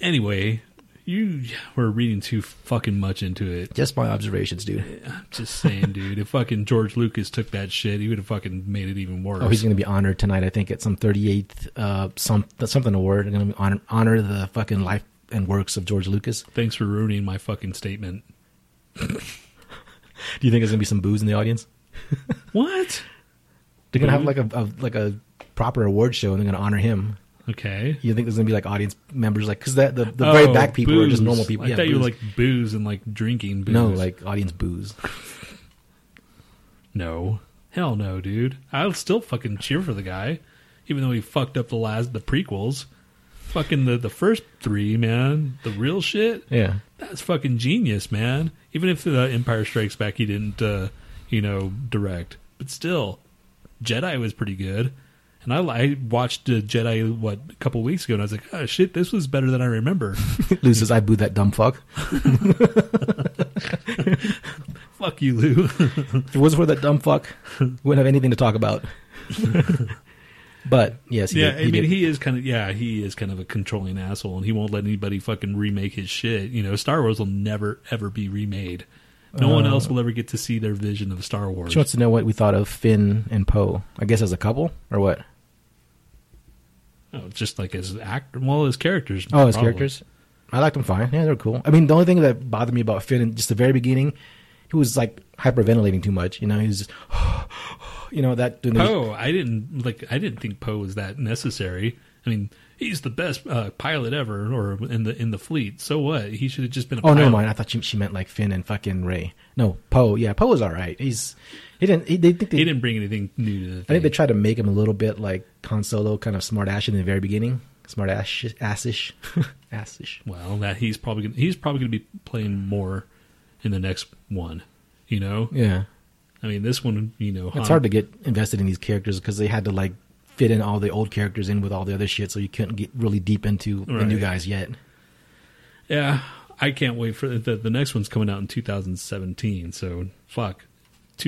Speaker 2: Anyway, you were reading too fucking much into it.
Speaker 1: Just my observations, dude.
Speaker 2: I'm just saying, dude. If fucking George Lucas took that shit, he would have fucking made it even worse.
Speaker 1: Oh, he's going to be honored tonight, I think, at some 38th uh, some, something award. They're going to honor, honor the fucking life and works of George Lucas.
Speaker 2: Thanks for ruining my fucking statement.
Speaker 1: Do you think there's going to be some booze in the audience?
Speaker 2: What?
Speaker 1: They're going to have like a, a like a proper award show, and they're going to honor him.
Speaker 2: Okay.
Speaker 1: You think there's going to be like audience members, like because the the, the very
Speaker 2: Oh,
Speaker 1: back people are
Speaker 2: booze.
Speaker 1: just normal people.
Speaker 2: I thought you were
Speaker 1: booze.
Speaker 2: like booze and like drinking booze.
Speaker 1: no, like audience booze.
Speaker 2: No. Hell no, dude. I'll still fucking cheer for the guy, even though he fucked up the last the prequels. Fucking the the first three, man. The real shit.
Speaker 1: <laughs> Yeah,
Speaker 2: That's fucking genius, man. Even if the Empire Strikes Back, he didn't, uh, you know, direct, but still, Jedi was pretty good. And I, I watched uh, Jedi what a couple weeks ago, and I was like, oh shit, this was better than I remember. <laughs>
Speaker 1: Lou says I booed that dumb fuck.
Speaker 2: Fuck you, Lou.
Speaker 1: If it wasn't for that
Speaker 2: <laughs>
Speaker 1: dumb fuck, we wouldn't have anything to talk about. but yes, he
Speaker 2: yeah,
Speaker 1: did-
Speaker 2: I mean,
Speaker 1: did.
Speaker 2: he is kind of yeah, he is kind of a controlling asshole, and he won't let anybody fucking remake his shit. You know, Star Wars will never ever be remade. No
Speaker 1: Uh,
Speaker 2: one else will ever get to see their vision of Star Wars.
Speaker 1: She wants to know what we thought of Finn and Poe. I guess as a couple or what?
Speaker 2: Oh, just like as actor, well, his characters.
Speaker 1: Oh, as
Speaker 2: probably.
Speaker 1: characters. I liked them fine. Yeah, they're cool. I mean, the only thing that bothered me about Finn in just the very beginning, he was like hyperventilating too much. You know, he was just <sighs> you know that. Doing those-
Speaker 2: Poe, I didn't like. I didn't think Poe was that necessary. I mean, he's the best uh, pilot ever, or in the in the fleet. So what? He should have just been. A
Speaker 1: Oh,
Speaker 2: pilot.
Speaker 1: never mind. I thought she, she meant like Finn and fucking Ray. No, Poe. Yeah, Poe was all right. He's he didn't. He, they think they,
Speaker 2: He didn't bring anything new to the
Speaker 1: I
Speaker 2: thing.
Speaker 1: think they tried to make him a little bit like Han Solo, kind of smart ash in the very beginning. Smart ash, <laughs> assish, assish.
Speaker 2: well, that he's probably gonna, he's probably going to be playing more in the next one. You know,
Speaker 1: Yeah,
Speaker 2: I mean, this one, you know,
Speaker 1: it's hard to get invested in these characters because they had to like fit in all the old characters in with all the other shit, so you couldn't get really deep into the new
Speaker 2: Right.
Speaker 1: guys yet.
Speaker 2: Yeah, I can't wait for the the next one's coming out in 2017. So fuck,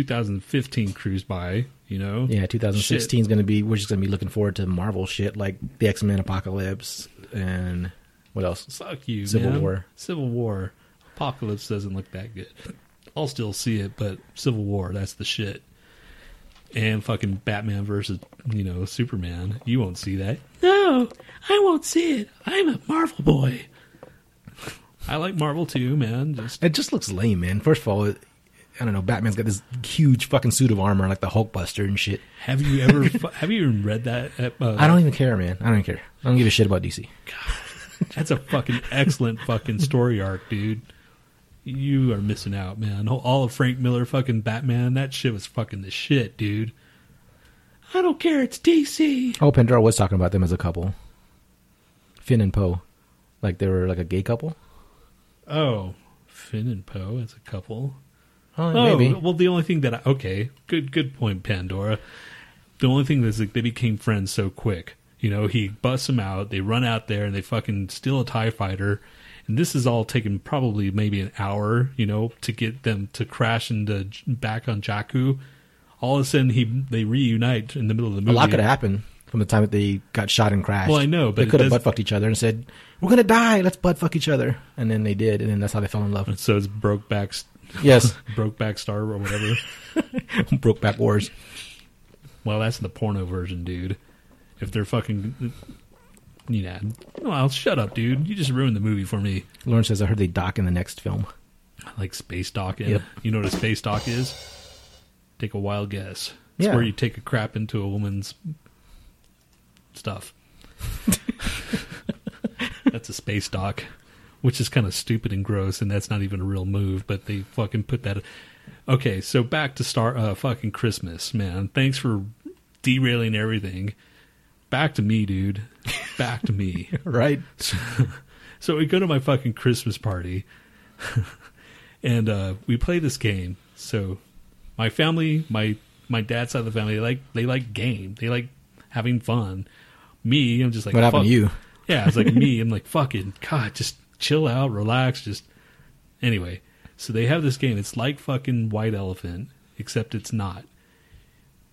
Speaker 2: 2015 cruise by. You know,
Speaker 1: Yeah, 2016 is going to be. We're just going to be looking forward to Marvel shit like the X Men Apocalypse and what else?
Speaker 2: Fuck you,
Speaker 1: Civil
Speaker 2: man.
Speaker 1: War.
Speaker 2: Civil War. Apocalypse doesn't look that good. I'll still see it, but Civil War, that's the shit. And fucking Batman versus, you know, Superman. You won't see that. No, I won't see it. I'm a Marvel boy. I like Marvel too, man. Just
Speaker 1: It just looks lame, man. First of all, it, I don't know. Batman's got this huge fucking suit of armor, like the Hulkbuster and shit.
Speaker 2: have you ever fu- <laughs> have you even read that? Uh,
Speaker 1: I don't even care, man. I don't care. I don't give a shit about DC.
Speaker 2: That's a fucking excellent fucking story arc, dude. You are missing out, man. All of Frank Miller fucking Batman, that shit was fucking the shit, dude. I don't care, it's DC.
Speaker 1: Oh, Pandora was talking about them as a couple, Finn and Poe, like they were like a gay couple.
Speaker 2: Oh, Finn and Poe as a couple.
Speaker 1: Oh,
Speaker 2: Oh,
Speaker 1: maybe.
Speaker 2: well, the only thing that I, okay, good good point, Pandora. The only thing is like they became friends so quick. You know, he busts them out. They run out there and they fucking steal a Tie Fighter. And this is all taking probably maybe an hour. You know, to get them to crash into J- back on Jakku. All of a sudden, he they reunite in the middle of the movie.
Speaker 1: A lot could have happened from the time that they got shot and crashed.
Speaker 2: Well, I know, but
Speaker 1: they
Speaker 2: it
Speaker 1: could have
Speaker 2: does-
Speaker 1: butt fucked each other and said, "We're gonna die. Let's butt fuck each other," and then they did, and then that's how they fell
Speaker 2: <laughs>
Speaker 1: in love.
Speaker 2: So it's broke back, <laughs>
Speaker 1: yes,
Speaker 2: broke back star or whatever.
Speaker 1: broke back wars.
Speaker 2: Well, that's the porno version, dude. If they're fucking, you know, well, shut up, dude. You just ruined the movie for me.
Speaker 1: Lauren says, "I heard they dock in the next film."
Speaker 2: I like space dock. In.
Speaker 1: Yep.
Speaker 2: You know what a space dock is? Take a wild guess. It's
Speaker 1: Yeah.
Speaker 2: where you take a crap into a woman's
Speaker 1: <laughs>
Speaker 2: stuff. that's a space dock, which is kind of stupid and gross, and that's not even a real move. But they fucking put that. Okay, so back to Star uh, fucking Christmas, man. Thanks for derailing everything. Back to me, dude. Back to me.
Speaker 1: Right?
Speaker 2: So we go to my fucking Christmas party, <laughs> and uh, we play this game. So my family, my my dad's side of the family, they like they like game. They like having fun. Me, I'm just like
Speaker 1: What happened
Speaker 2: fuck-
Speaker 1: to you?
Speaker 2: <laughs> Yeah, it's
Speaker 1: <laughs>
Speaker 2: like me. I'm like fucking God. Just chill out, relax. Just anyway. So they have this game. It's like fucking White Elephant, except it's not.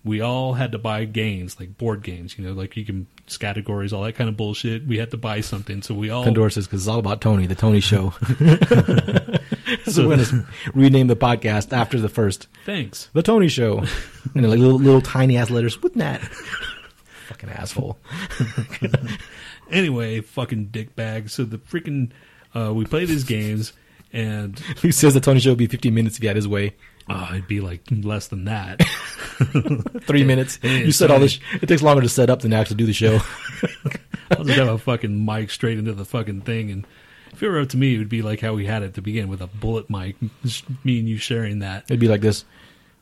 Speaker 2: We all had to buy games, like board games, you know, like you can categories, all that kind of bullshit. We had to buy something, so we all
Speaker 1: Pandora says, "Because it's all about Tony, the
Speaker 2: <laughs>
Speaker 1: Tony Show." <laughs> so
Speaker 2: So-
Speaker 1: we're gonna rename the podcast after the first,
Speaker 2: Thanks.
Speaker 1: the Tony Show, and like little, little tiny ass letters with that. <laughs> Fucking asshole. <laughs>
Speaker 2: Anyway, fucking dickbag. So the freaking uh, we play these games, and
Speaker 1: He says the Tony Show would be 15 minutes if he had his way.
Speaker 2: uh, it'd be like less than that.
Speaker 1: Three minutes.
Speaker 2: hey,
Speaker 1: you said all this. It takes longer to set up than to actually do the show.
Speaker 2: I'll just have a fucking mic straight into the fucking thing, and if it were up to me, it would be like how we had it to begin with a bullet mic. Just me and you sharing that.
Speaker 1: It'd be like this.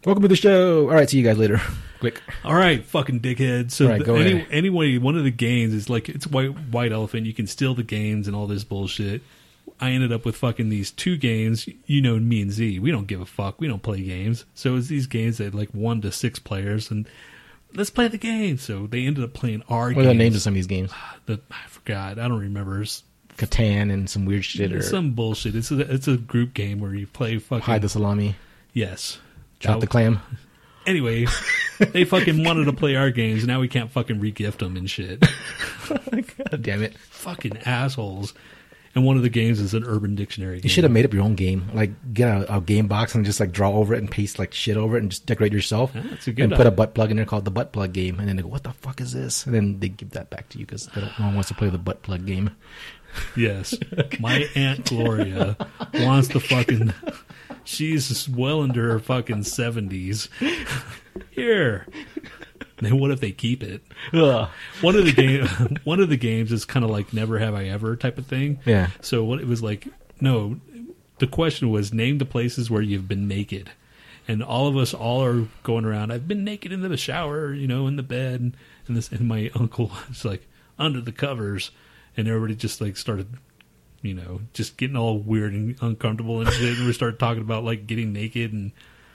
Speaker 1: Welcome to the show. All right, see you guys later. Quick.
Speaker 2: All right, fucking dickhead. So
Speaker 1: All right,
Speaker 2: the-
Speaker 1: go
Speaker 2: any,
Speaker 1: ahead.
Speaker 2: anyway, one of the games is like it's white white elephant. You can steal the games and all this bullshit. I ended up with fucking these two games. You know me and Z. We don't give a fuck. We don't play games. So it's these games that like one to six players and let's play the game. So they ended up playing our
Speaker 1: What are
Speaker 2: games. Ah,
Speaker 1: the names of some of these games?
Speaker 2: The- I forgot. I don't remember. It's
Speaker 1: Catan and some weird shit or
Speaker 2: some bullshit. It's a, it's a group game where you play fucking
Speaker 1: hide the salami,
Speaker 2: yes.
Speaker 1: chop the clam.
Speaker 2: Anyway, they fucking wanted to play our games. and Now we can't fucking regift them and shit. <laughs>
Speaker 1: God damn it!
Speaker 2: fucking assholes. And one of the games is an Urban Dictionary.
Speaker 1: You should have made up your own game. Like get a, a game box and just like draw over it and paste like shit over it and just decorate yourself.
Speaker 2: that's a good
Speaker 1: and put a
Speaker 2: idea.
Speaker 1: butt plug in there called the butt plug game. And then they go, "What the fuck is this?" And then they give that back to you because no one wants to play the butt plug game.
Speaker 2: Yes, my aunt Gloria wants the fucking She's well into her fucking 70s. <laughs> Here. Then what if they keep it?
Speaker 1: Ugh.
Speaker 2: one of the game <laughs> one of the games is kind of like never have I ever type of thing.
Speaker 1: Yeah.
Speaker 2: So what it was like no the question was name the places where you've been naked. And all of us all are going around I've been naked in the shower, you know, in the bed and this and my <laughs> uncle was like under the covers and everybody just like started you know, just getting all weird and uncomfortable and shit and we started talking about like getting naked and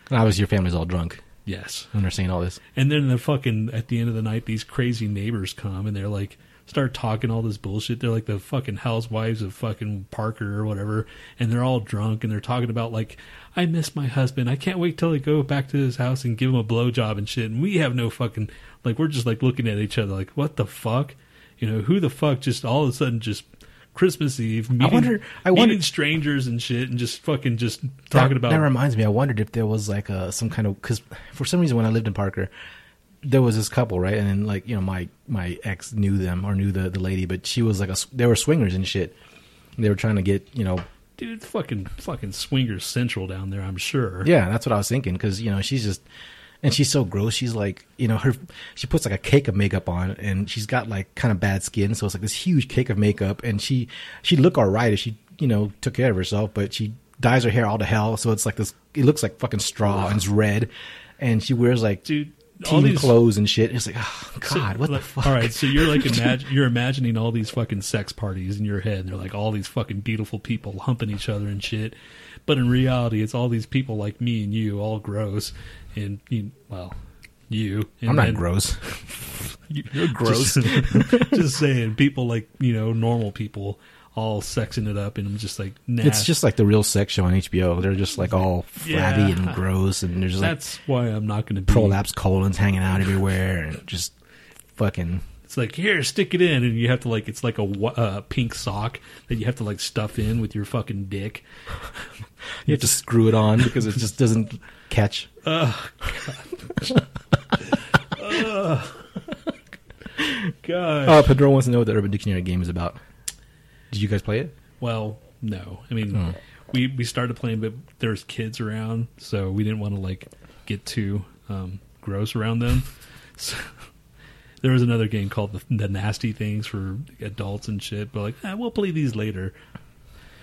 Speaker 1: And obviously, your family's all drunk
Speaker 2: yes.
Speaker 1: when they're seeing all this.
Speaker 2: And then the fucking at the end of the night, these crazy neighbors come and they're like start talking all this bullshit. They're like the fucking housewives of fucking Parker or whatever, and they're all drunk and they're talking about like I miss my husband. I can't wait till I go back to his house and give him a blowjob and shit. And we have no fucking like we're just like looking at each other like what the fuck, you know who the fuck just all of a sudden just. Christmas Eve, meeting,
Speaker 1: wonder- I
Speaker 2: meeting
Speaker 1: wonder-
Speaker 2: strangers and shit, and just fucking just talking
Speaker 1: that,
Speaker 2: about
Speaker 1: that reminds me. I wondered if there was like a, some kind of because for some reason when I lived in Parker, there was this couple right, and then like you know my my ex knew them or knew the the lady, but she was like a s- they were swingers and shit. They were trying to get you know
Speaker 2: dude, fucking fucking swingers central down there. I'm sure.
Speaker 1: Yeah, that's what I was thinking because you know she's just, and she's so gross. She's like you know her, she puts like a cake of makeup on, and she's got like kind of bad skin, so it's like this huge cake of makeup, and she she'd look all right if she you know took care of herself, but she dyes her hair all to hell, so it's like this. It looks like fucking straw and it's red, and she wears like
Speaker 2: Dude, all
Speaker 1: teen
Speaker 2: these-
Speaker 1: clothes and shit. And it's like oh god, what
Speaker 2: like,
Speaker 1: the fuck?
Speaker 2: All right, so you're
Speaker 1: <laughs>
Speaker 2: like imagine you're imagining all these fucking sex parties in your head. And they're like all these fucking beautiful people humping each other and shit. But in reality, it's all these people like me and you, all gross, and you, well, you. And
Speaker 1: I'm not
Speaker 2: then-
Speaker 1: gross.
Speaker 2: You, are gross. Just, <laughs>
Speaker 1: <laughs>
Speaker 2: just saying, people like you know normal people all sexing it up, and I'm just like, nah.
Speaker 1: It's just like the real sex show on HBO. They're just like all flabby
Speaker 2: Yeah.
Speaker 1: and gross, and there's like
Speaker 2: that's why I'm not going to be.
Speaker 1: prolapse colons hanging out everywhere and just fucking
Speaker 2: It's like here, stick it in, and you have to like it's like a wa- uh, pink sock that you have to like stuff in with your fucking dick.
Speaker 1: you have to screw it on because it just doesn't <laughs> catch
Speaker 2: God.
Speaker 1: uh pedro wants to know what the urban dictionary game is about did you guys play it
Speaker 2: Well, no. I mean, we we started playing, but there's kids around, so we didn't want to like get too um, gross around them. <laughs> So there was another game called the, the Nasty Things for adults and shit. But like, ah, we'll play these later.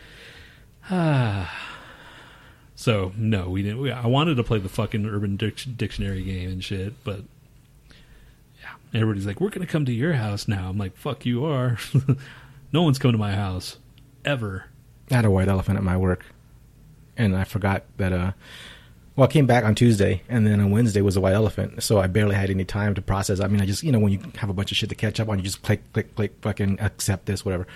Speaker 2: <sighs> Ah. So no, we didn't. We, I wanted to play the fucking Urban Dic- Dictionary game and shit, but yeah, everybody's like, "We're gonna come to your house now." I'm like, "Fuck, you are." <laughs> no one's coming to my house ever.
Speaker 1: i had a white elephant at my work and i forgot that uh well i came back on tuesday and then on wednesday was a white elephant so i barely had any time to process i mean i just you know when you have a bunch of shit to catch up on you just click click click fucking accept this whatever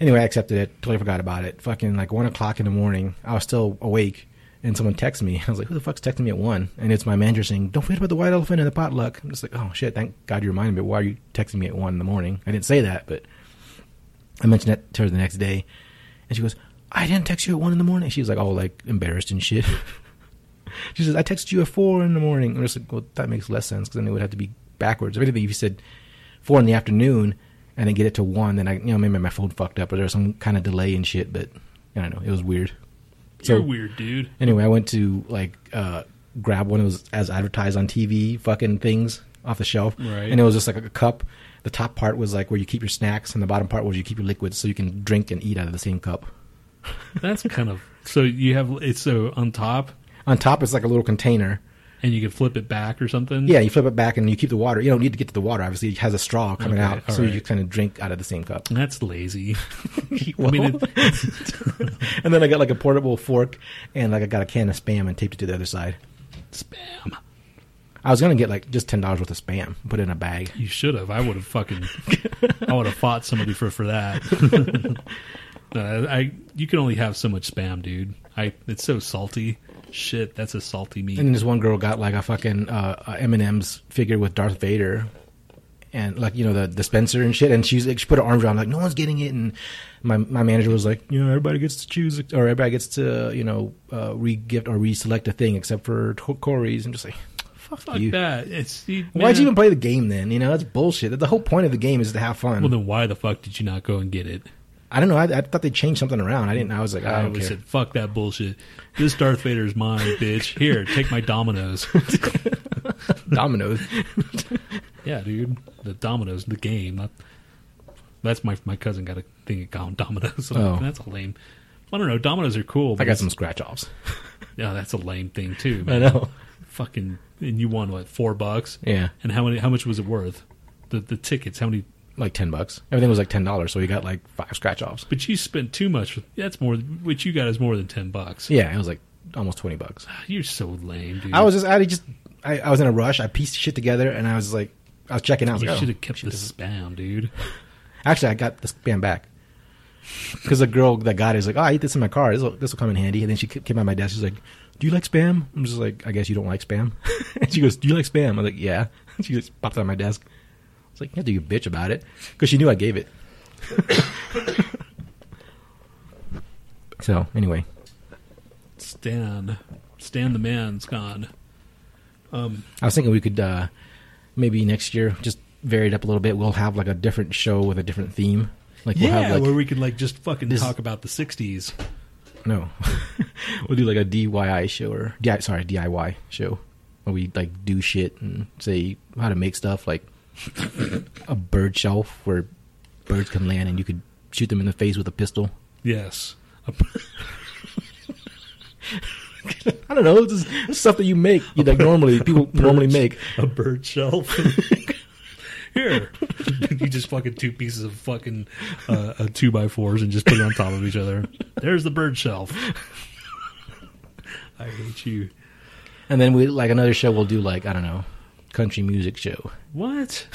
Speaker 1: anyway i accepted it totally forgot about it fucking like one o'clock in the morning i was still awake and someone texts me. <laughs> I was like, "Who the fuck's texting me at one?" And it's my manager saying, "Don't forget about the white elephant and the potluck." I'm just like, "Oh shit! Thank God you reminded me. Why are you texting me at one in the morning?" I didn't say that, but I mentioned that to her the next day, and she goes, "I didn't text you at one in the morning." She was like, "Oh, like embarrassed and shit." <laughs> she says, "I texted you at four in the morning." I'm just like, "Well, that makes less sense because then it would have to be backwards." If anything, if you said four in the afternoon and then get it to one, then I, you know, maybe my phone fucked up or there was some kind of delay and shit. But I don't know. It was weird.
Speaker 2: You're
Speaker 1: So-
Speaker 2: weird, dude.
Speaker 1: Anyway, I went to like uh, grab one of those as advertised on TV fucking things off the shelf,
Speaker 2: Right.
Speaker 1: and it was just like a cup. The top part was like where you keep your snacks, and the bottom part was you keep your liquids, so you can drink and eat out of the same cup.
Speaker 2: That's kind of so you have it's so on top,
Speaker 1: On top is like a little container.
Speaker 2: and you can flip it back or something.
Speaker 1: Yeah, you flip it back and you keep the water. You don't need to get to the water. Obviously, it has a straw coming
Speaker 2: Okay,
Speaker 1: out,
Speaker 2: all
Speaker 1: so you
Speaker 2: right.
Speaker 1: kind of drink out of the same cup.
Speaker 2: That's lazy. <laughs> I mean, it,
Speaker 1: and then I got like a portable fork, and like I got a can of spam and taped it to the other side.
Speaker 2: spam.
Speaker 1: I was gonna get like just ten dollars worth of spam, and put it in a bag.
Speaker 2: You should have. I would have fucking. I would have fought somebody for for that. <laughs> No, I you can only have so much spam, dude. I it's so salty. Shit, that's a salty meat.
Speaker 1: And this one girl got like a fucking uh, M and M's figure with Darth Vader, and like you know the dispenser and shit. And she's like, she put her arms around like no one's getting it. And my my manager was like, you know, everybody gets to choose or everybody gets to you know uh, re-gift or re-select a thing except for T- Corey's. I'm just like, fuck,
Speaker 2: Fuck
Speaker 1: you.
Speaker 2: that. It's you,
Speaker 1: Why'd
Speaker 2: man.
Speaker 1: you even play the game then? You know that's bullshit. The whole point of the game is to have fun.
Speaker 2: Well, then why the fuck did you not go and get it?
Speaker 1: I don't know. I, I thought they changed something around. I didn't. I was like, I
Speaker 2: I
Speaker 1: don't
Speaker 2: always
Speaker 1: care.
Speaker 2: said, "Fuck that bullshit. This Darth Vader's mine, bitch. Here, take my
Speaker 1: <laughs>
Speaker 2: dominoes."
Speaker 1: Dominoes.
Speaker 2: yeah, dude, the dominoes, the game. Not, that's my my cousin got a thing called dominoes. <laughs> So
Speaker 1: Oh.
Speaker 2: That's a lame. I don't know. Dominoes are cool.
Speaker 1: <laughs> I
Speaker 2: but
Speaker 1: got some scratch offs.
Speaker 2: Yeah, that's a lame thing too.
Speaker 1: I <laughs>
Speaker 2: Man.
Speaker 1: know.
Speaker 2: Fucking, and you won what four bucks?
Speaker 1: Yeah,
Speaker 2: And how many? How much was it worth? The the tickets. How many?
Speaker 1: like ten bucks. Everything was like ten dollars, so we got like five scratch offs.
Speaker 2: But you spent too much. That's more. Which you got is more than ten bucks.
Speaker 1: Yeah, it was like almost twenty bucks.
Speaker 2: You're so lame, dude.
Speaker 1: I was just, I just, I, I was in a rush. I pieced shit together, and I was like, I was checking out. I was
Speaker 2: You
Speaker 1: like, oh,
Speaker 2: should have kept the
Speaker 1: shit, this is-
Speaker 2: spam, dude.
Speaker 1: Actually, I got the spam back because the girl that got it is like, oh, I eat this in my car. This will, this will come in handy. And then she came by my desk. She's like, Do you like spam? I'm just like, I guess you don't like spam. <laughs> and she goes, Do you like spam? I'm like, Yeah. <laughs> She just popped on my desk. I was like, Yeah, do you bitch about it? Because she knew I gave it. <laughs> so anyway,
Speaker 2: Stan, Stan the man's gone.
Speaker 1: I was thinking we could uh, maybe next year just vary it up a little bit. We'll have like a different show with a different theme. Like we'll
Speaker 2: Yeah,
Speaker 1: have
Speaker 2: where
Speaker 1: like
Speaker 2: we could like just fucking
Speaker 1: This-
Speaker 2: talk about the '60s.
Speaker 1: no, <laughs> we'll do like a DIY show or DI, sorry DIY show where we like do shit and say how to make stuff like <laughs> a bird shelf where birds can land and you could shoot them in the face with a pistol.
Speaker 2: Yes,
Speaker 1: I don't know, just stuff that you make you
Speaker 2: <laughs>
Speaker 1: like normally people normally make.
Speaker 2: a bird shelf. <laughs> Here, <laughs> you just fucking two pieces of fucking uh, uh, two by fours and just put it on top of each other. There's the bird <laughs> shelf. I hate you.
Speaker 1: And then we like another show we'll do like I don't know country music show.
Speaker 2: What?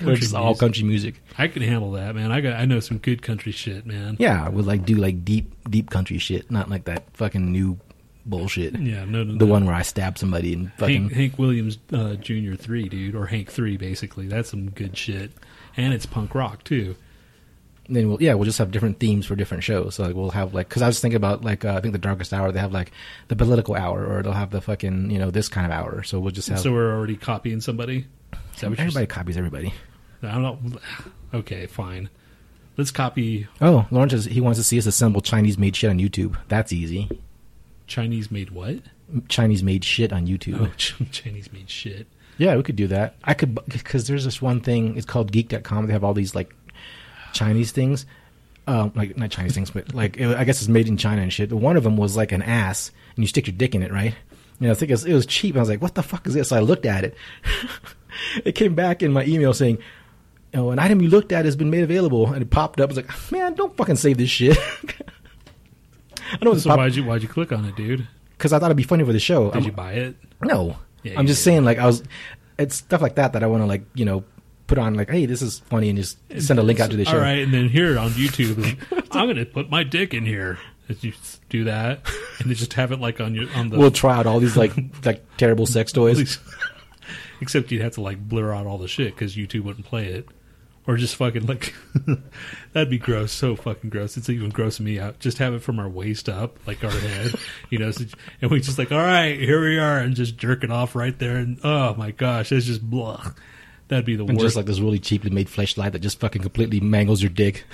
Speaker 1: Where it's just all
Speaker 2: music.
Speaker 1: country music.
Speaker 2: I can handle that, man. I got. I know some good country shit, man.
Speaker 1: Yeah, would like do like deep, deep country shit, not like that fucking new bullshit.
Speaker 2: Yeah, no, no,
Speaker 1: The
Speaker 2: no.
Speaker 1: one where I stab somebody and fucking.
Speaker 2: Hank, Hank Williams uh, Jr. three, dude, or Hank three, basically. That's some good shit, and it's punk rock too.
Speaker 1: Then we'll yeah, we'll just have different themes for different shows. So like we'll have like because I was thinking about like uh, I think the darkest hour they have like the political hour or they'll have the fucking you know this kind of hour. So we'll just have
Speaker 2: So we're already copying somebody. Is that what you're
Speaker 1: everybody copies everybody.
Speaker 2: saying? I don't. Okay, fine. Let's copy
Speaker 1: Oh, Lawrence is, he wants to see us assemble Chinese made shit on YouTube. That's easy.
Speaker 2: Chinese made
Speaker 1: <laughs>
Speaker 2: what?
Speaker 1: Chinese made shit on YouTube.
Speaker 2: Oh, Ch- Chinese made shit.
Speaker 1: Yeah, we could do that. I could because there's this one thing. It's called Geek.com. They have all these like Chinese things, um, like not Chinese things, but like it, I guess it's made in China and shit. But one of them was like an ass, and you stick your dick in it, right? And I think it was, it was cheap. And I was like, "What the fuck is this?" So I looked at it. <laughs> it came back in my email saying, "Oh, an item you looked at has been made available," and it popped up. I was like, "Man, don't fucking save this shit." <laughs> I know it's
Speaker 2: So why'd you why'd you click on it, dude?
Speaker 1: because I thought it'd be funny for the show.
Speaker 2: Did
Speaker 1: I'm-
Speaker 2: you buy it?
Speaker 1: no,
Speaker 2: Yeah,
Speaker 1: I'm
Speaker 2: you
Speaker 1: just
Speaker 2: did.
Speaker 1: saying like I was. It's stuff like that that I want to like you know put on like hey this is funny and just send a link out to the show.
Speaker 2: All right, and then here on
Speaker 1: <laughs>
Speaker 2: YouTube, I'm gonna put my dick in here. Did you s- do that, and then just have it like on your on the
Speaker 1: We'll try out all
Speaker 2: <laughs>
Speaker 1: these like like terrible sex toys.
Speaker 2: Except you'd have to like blur out all the shit because YouTube wouldn't play it, or just fucking like <laughs> that'd be gross, so fucking gross. It's even grossing me out. Just have it from our waist up, like our head, <laughs> you know. So, and we just like, all right, here we are, and just jerking off right there. And oh my gosh, it's just blah. That'd be the
Speaker 1: And
Speaker 2: worst.
Speaker 1: just like this really cheaply made flashlight that just fucking completely mangles your dick.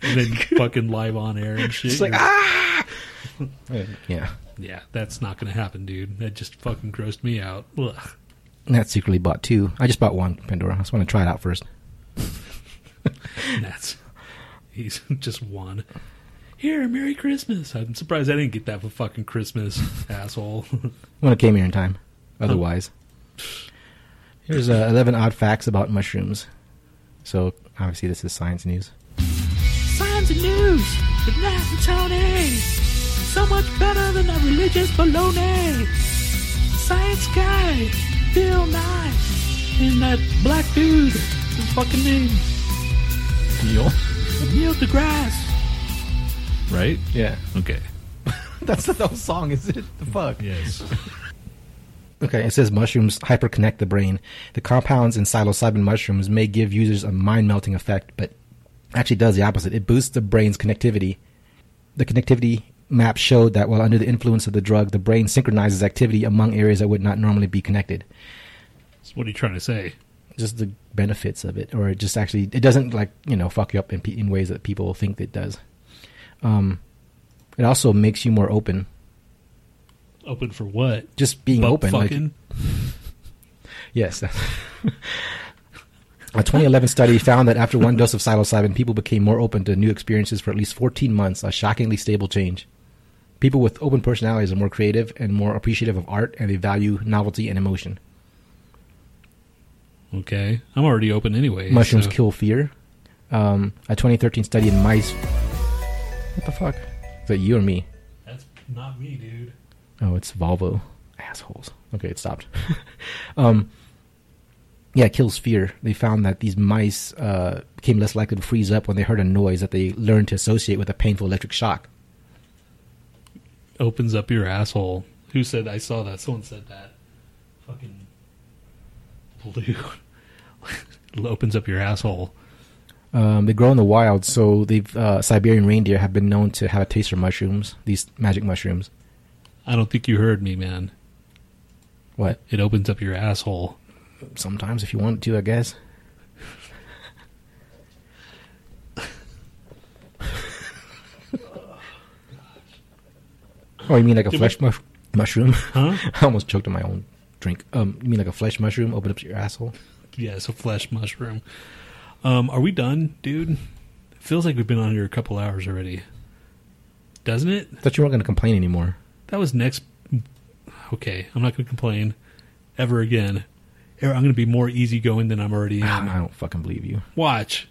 Speaker 2: and
Speaker 1: <laughs>
Speaker 2: then fucking live on air and shit.
Speaker 1: It's like
Speaker 2: You're-
Speaker 1: ah. Yeah,
Speaker 2: Yeah, that's not gonna happen, dude. That just fucking grossed me out. Ugh.
Speaker 1: And that secretly bought two. I just bought one Pandora. I just want to try it out first.
Speaker 2: That's he's <laughs> just one. Here, Merry Christmas. I'm surprised I didn't get that for fucking Christmas, <laughs> asshole.
Speaker 1: When it came here in time.
Speaker 2: <sighs>
Speaker 1: Otherwise, here's uh, 11 odd facts about mushrooms. So obviously this is science news.
Speaker 4: Signs and news with Matt and Tony. eh? So much better than that religious baloney. Science guy, Bill Nye, and that black dude, his fucking name,
Speaker 1: Neil.
Speaker 4: Neil deGrasse.
Speaker 2: right?
Speaker 1: Yeah,
Speaker 2: Okay.
Speaker 1: <laughs> that's the whole song, is it? The fuck.
Speaker 2: Yes.
Speaker 1: Okay, it says mushrooms hyperconnect the brain. The compounds in psilocybin mushrooms may give users a mind melting effect, but actually does the opposite. It boosts the brain's connectivity. The connectivity map showed that while under the influence of the drug, the brain synchronizes activity among areas that would not normally be connected.
Speaker 2: So what are you trying to say?
Speaker 1: just the benefits of it, or it just actually it doesn't like you know fuck you up in, pe- in ways that people think it does. Um, it also makes you more open.
Speaker 2: Open for what?
Speaker 1: Just being
Speaker 2: Butt
Speaker 1: open, like-
Speaker 2: fucking.
Speaker 1: Yes. <laughs> A 2011 study found that after one dose of psilocybin, people became more open to new experiences for at least 14 months, a shockingly stable change. People with open personalities are more creative and more appreciative of art, and they value novelty and emotion.
Speaker 2: okay, I'm already open anyway.
Speaker 1: Mushrooms
Speaker 2: so-
Speaker 1: kill fear. Um, a 2013 study in mice. What the fuck? Is that you or me?
Speaker 2: That's not me, dude.
Speaker 1: Oh, it's Volvo. Assholes. Okay, it stopped. <laughs> um, yeah, it kills fear. They found that these mice uh, became less likely to freeze up when they heard a noise that they learned to associate with a painful electric shock.
Speaker 2: Opens up your asshole. Who said I saw that? Someone said that. Fucking blue. <laughs> opens up your asshole.
Speaker 1: Um, they grow in the wild, so they've uh, Siberian reindeer have been known to have a taste for mushrooms, these magic mushrooms.
Speaker 2: I don't think you heard me, man.
Speaker 1: What?
Speaker 2: It opens up your asshole.
Speaker 1: Sometimes, if you want to, I guess. <laughs> oh, you mean like a
Speaker 2: Did
Speaker 1: flesh mush- mushroom?
Speaker 2: Huh?
Speaker 1: <laughs> I almost choked on my own drink. Um, you mean like a flesh mushroom open up to your asshole?
Speaker 2: Yeah, it's a flesh mushroom. Um, are we done, dude? It feels like we've been on here a couple hours already. Doesn't it?
Speaker 1: Thought you weren't going to complain anymore.
Speaker 2: That was next. Okay, I'm not going to complain ever again. I'm going to be more easygoing than I'm already
Speaker 1: Ah,
Speaker 2: am.
Speaker 1: I don't fucking believe you.
Speaker 2: Watch.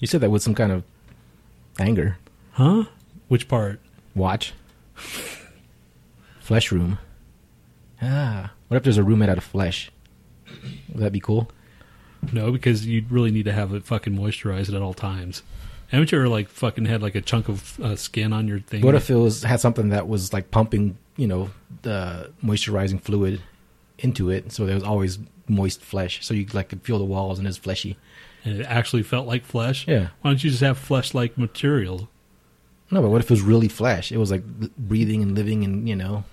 Speaker 1: You said that with some kind of anger.
Speaker 2: Huh? Which part?
Speaker 1: Watch. Flesh room. Ah, what if there's a room made out of flesh? Would that be cool?
Speaker 2: No, because you really need to have it fucking moisturized at all times. Haven't you ever, like, fucking had, like, a chunk of uh, skin on your thing?
Speaker 1: What if it was had something that was like pumping, you know, the moisturizing fluid into it, so there was always moist flesh, so you like could feel the walls and it's fleshy.
Speaker 2: and it actually felt like flesh?
Speaker 1: Yeah.
Speaker 2: Why don't you just have flesh-like material?
Speaker 1: No, but what if it was really flesh? It was like l- breathing and living, and you know,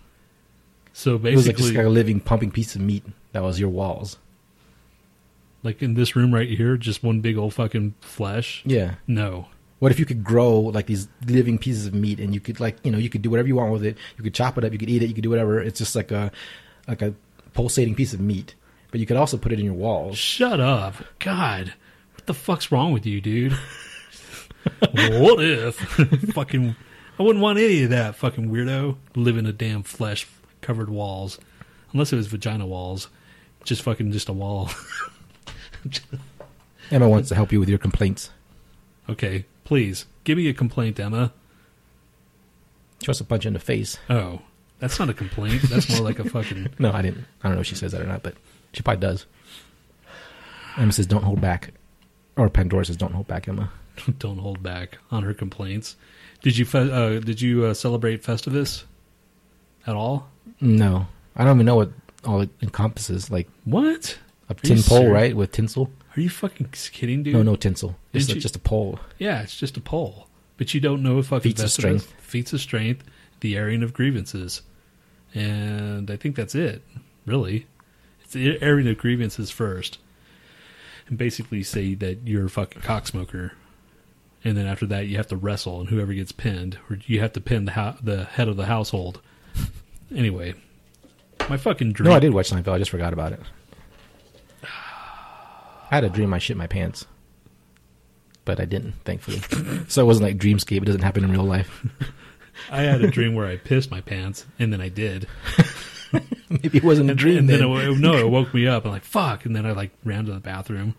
Speaker 2: So
Speaker 1: it was like just
Speaker 2: basically,
Speaker 1: like a living, pumping piece of meat that was your walls.
Speaker 2: like in this room right here, just one big old fucking flesh.
Speaker 1: Yeah.
Speaker 2: No,
Speaker 1: What if you could grow like these living pieces of meat, and you could like you know you could do whatever you want with it. You could chop it up, you could eat it, you could do whatever. It's just like a like a pulsating piece of meat. But you could also put it in your walls.
Speaker 2: shut up, God, what the fuck's wrong with you, dude? <laughs> what if <laughs> fucking? I wouldn't want any of that fucking weirdo living a damn flesh covered walls, unless it was vagina walls, just fucking just a wall. <laughs>
Speaker 1: Emma wants to help you with your complaints.
Speaker 2: okay, please give me a complaint, Emma.
Speaker 1: She wants to punch you in the face.
Speaker 2: Oh, that's not a complaint. That's more like a fucking. <laughs>
Speaker 1: No, I didn't. I don't know if she says that or not, but she probably does. Emma says, "Don't hold back," or Pandora says, "Don't hold back, Emma."
Speaker 2: don't hold back on her complaints. Did you fe- uh, did you uh, celebrate Festivus at all?
Speaker 1: No, I don't even know what all it encompasses. Like
Speaker 2: What?
Speaker 1: a
Speaker 2: you
Speaker 1: tin pole,
Speaker 2: serious?
Speaker 1: right? With tinsel?
Speaker 2: Are you fucking kidding, dude?
Speaker 1: No, no tinsel. It's
Speaker 2: Did you-
Speaker 1: just a pole.
Speaker 2: Yeah, it's just a poll, but you don't know if fucking
Speaker 1: Feats of
Speaker 2: Festivus-
Speaker 1: strength.
Speaker 2: feats of strength, the airing of grievances, and I think that's it. Really, it's the airing of grievances first, and basically say that you're a fucking cocksmoker. And then after that, you have to wrestle, and whoever gets pinned, or you have to pin the ho- the head of the household. <laughs> Anyway, my fucking dream.
Speaker 1: No, I did watch Seinfeld. I just forgot about it. I had a dream I shit my pants, but I didn't, <laughs> thankfully. so it wasn't like Dreamscape. It doesn't happen in real life. <laughs>
Speaker 2: I had a dream where I pissed my pants, and then I did.
Speaker 1: Maybe it wasn't a dream.
Speaker 2: and
Speaker 1: then,
Speaker 2: then, it, no, it woke me up. I'm like, fuck. And then I like ran to the bathroom.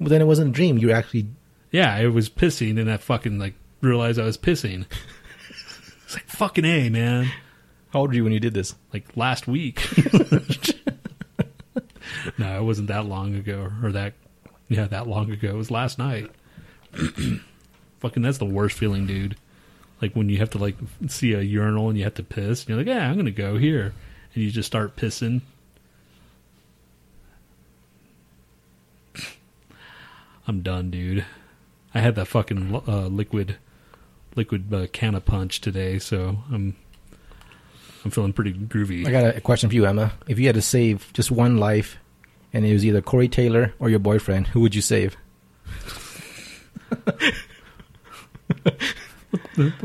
Speaker 1: Well, then it wasn't a dream. You were actually
Speaker 2: Yeah, I was pissing, and I fucking like realized I was pissing. it's like fucking a man.
Speaker 1: how old were you when you did this?
Speaker 2: Like last week. no, it wasn't that long ago, or that yeah, that long ago. It was last night. <clears throat> fucking, that's the worst feeling, dude. Like when you have to like see a urinal and you have to piss, and you're like, yeah, I'm gonna go here, and you just start pissing. <clears throat> I'm done, dude. I had that fucking li- uh, liquid liquid uh, can of punch today, so I'm I'm feeling pretty groovy.
Speaker 1: I got a question for you, Emma. If you had to save just one life and it was either Corey Taylor or your boyfriend. Who would you save? I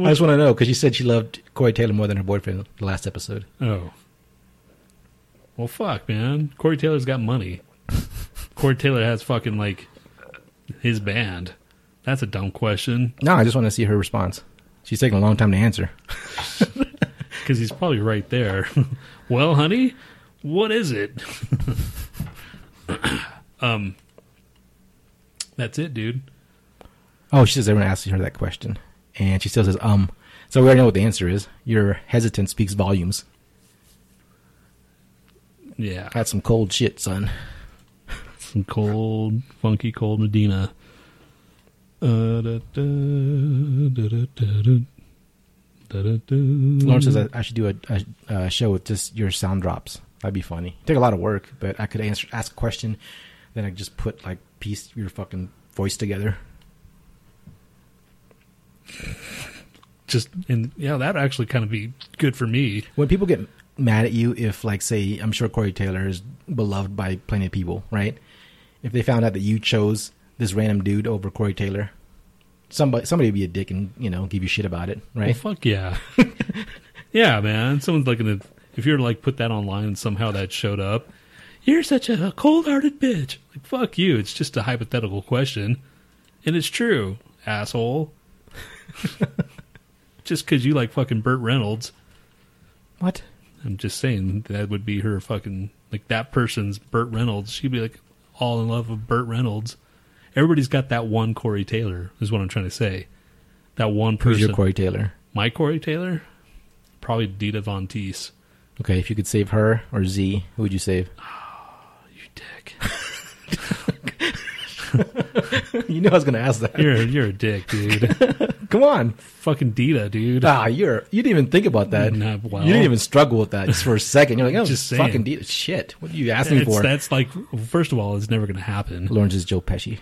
Speaker 1: just want to know because you said she loved Corey Taylor more than her boyfriend the last episode.
Speaker 2: Oh. Well, fuck, man. Corey Taylor's got money. Corey Taylor has fucking, like, his band. That's a dumb question
Speaker 1: No, I just want to see her response. She's taking a long time to answer.
Speaker 2: because he's probably right there. <laughs> well, honey, what is it? um, that's it, dude.
Speaker 1: Oh, she says everyone asking her that question, and she still says um. So we already know what the answer is. Your hesitant speaks volumes.
Speaker 2: Yeah,
Speaker 1: That's some cold shit, son.
Speaker 2: some cold, funky, cold Medina. Uh, da, da, da, da, da, da. Da, da, da.
Speaker 1: Lauren says I, I should do a, a, a show with just your sound drops. That'd be funny. Take a lot of work, but I could answer ask a question, then I could just put like piece your fucking voice together.
Speaker 2: just and yeah, that actually kind of be good for me.
Speaker 1: When people get mad at you, if like say I'm sure Corey Taylor is beloved by plenty of people, right? If they found out that you chose this random dude over Corey Taylor, somebody somebody would be a dick and you know give you shit about it,
Speaker 2: Well,
Speaker 1: right?
Speaker 2: fuck yeah, <laughs> yeah, man. Someone's like, gonna, if you're like put that online and somehow that showed up, you're such a cold-hearted bitch. Like, fuck you. It's just a hypothetical question, and it's true, asshole. <laughs> just because you like fucking Burt Reynolds,
Speaker 1: What?
Speaker 2: I'm just saying that would be her fucking like that person's Burt Reynolds. She'd be like all in love with Burt Reynolds. Everybody's got that one Corey Taylor is what I'm trying to say. That one
Speaker 1: Who's
Speaker 2: person,
Speaker 1: your Corey Taylor?
Speaker 2: my Corey Taylor, probably Dita Von Teese.
Speaker 1: Okay, if you could save her or Z, who would you save? <laughs>
Speaker 2: You dick.
Speaker 1: you know I was gonna ask
Speaker 2: <laughs>
Speaker 1: that.
Speaker 2: You're you're a dick,
Speaker 1: <laughs>
Speaker 2: dude.
Speaker 1: Come on.
Speaker 2: fucking Dita, dude.
Speaker 1: Ah, you're you didn't even think about that.
Speaker 2: Nah, well.
Speaker 1: you didn't even struggle with that just for a second. You're like, oh,
Speaker 2: Just
Speaker 1: just
Speaker 2: saying.
Speaker 1: fucking de- shit. What are you asking me
Speaker 2: That's,
Speaker 1: for?
Speaker 2: that's like first of all, it's never gonna happen.
Speaker 1: Lawrence is Joe Pesci.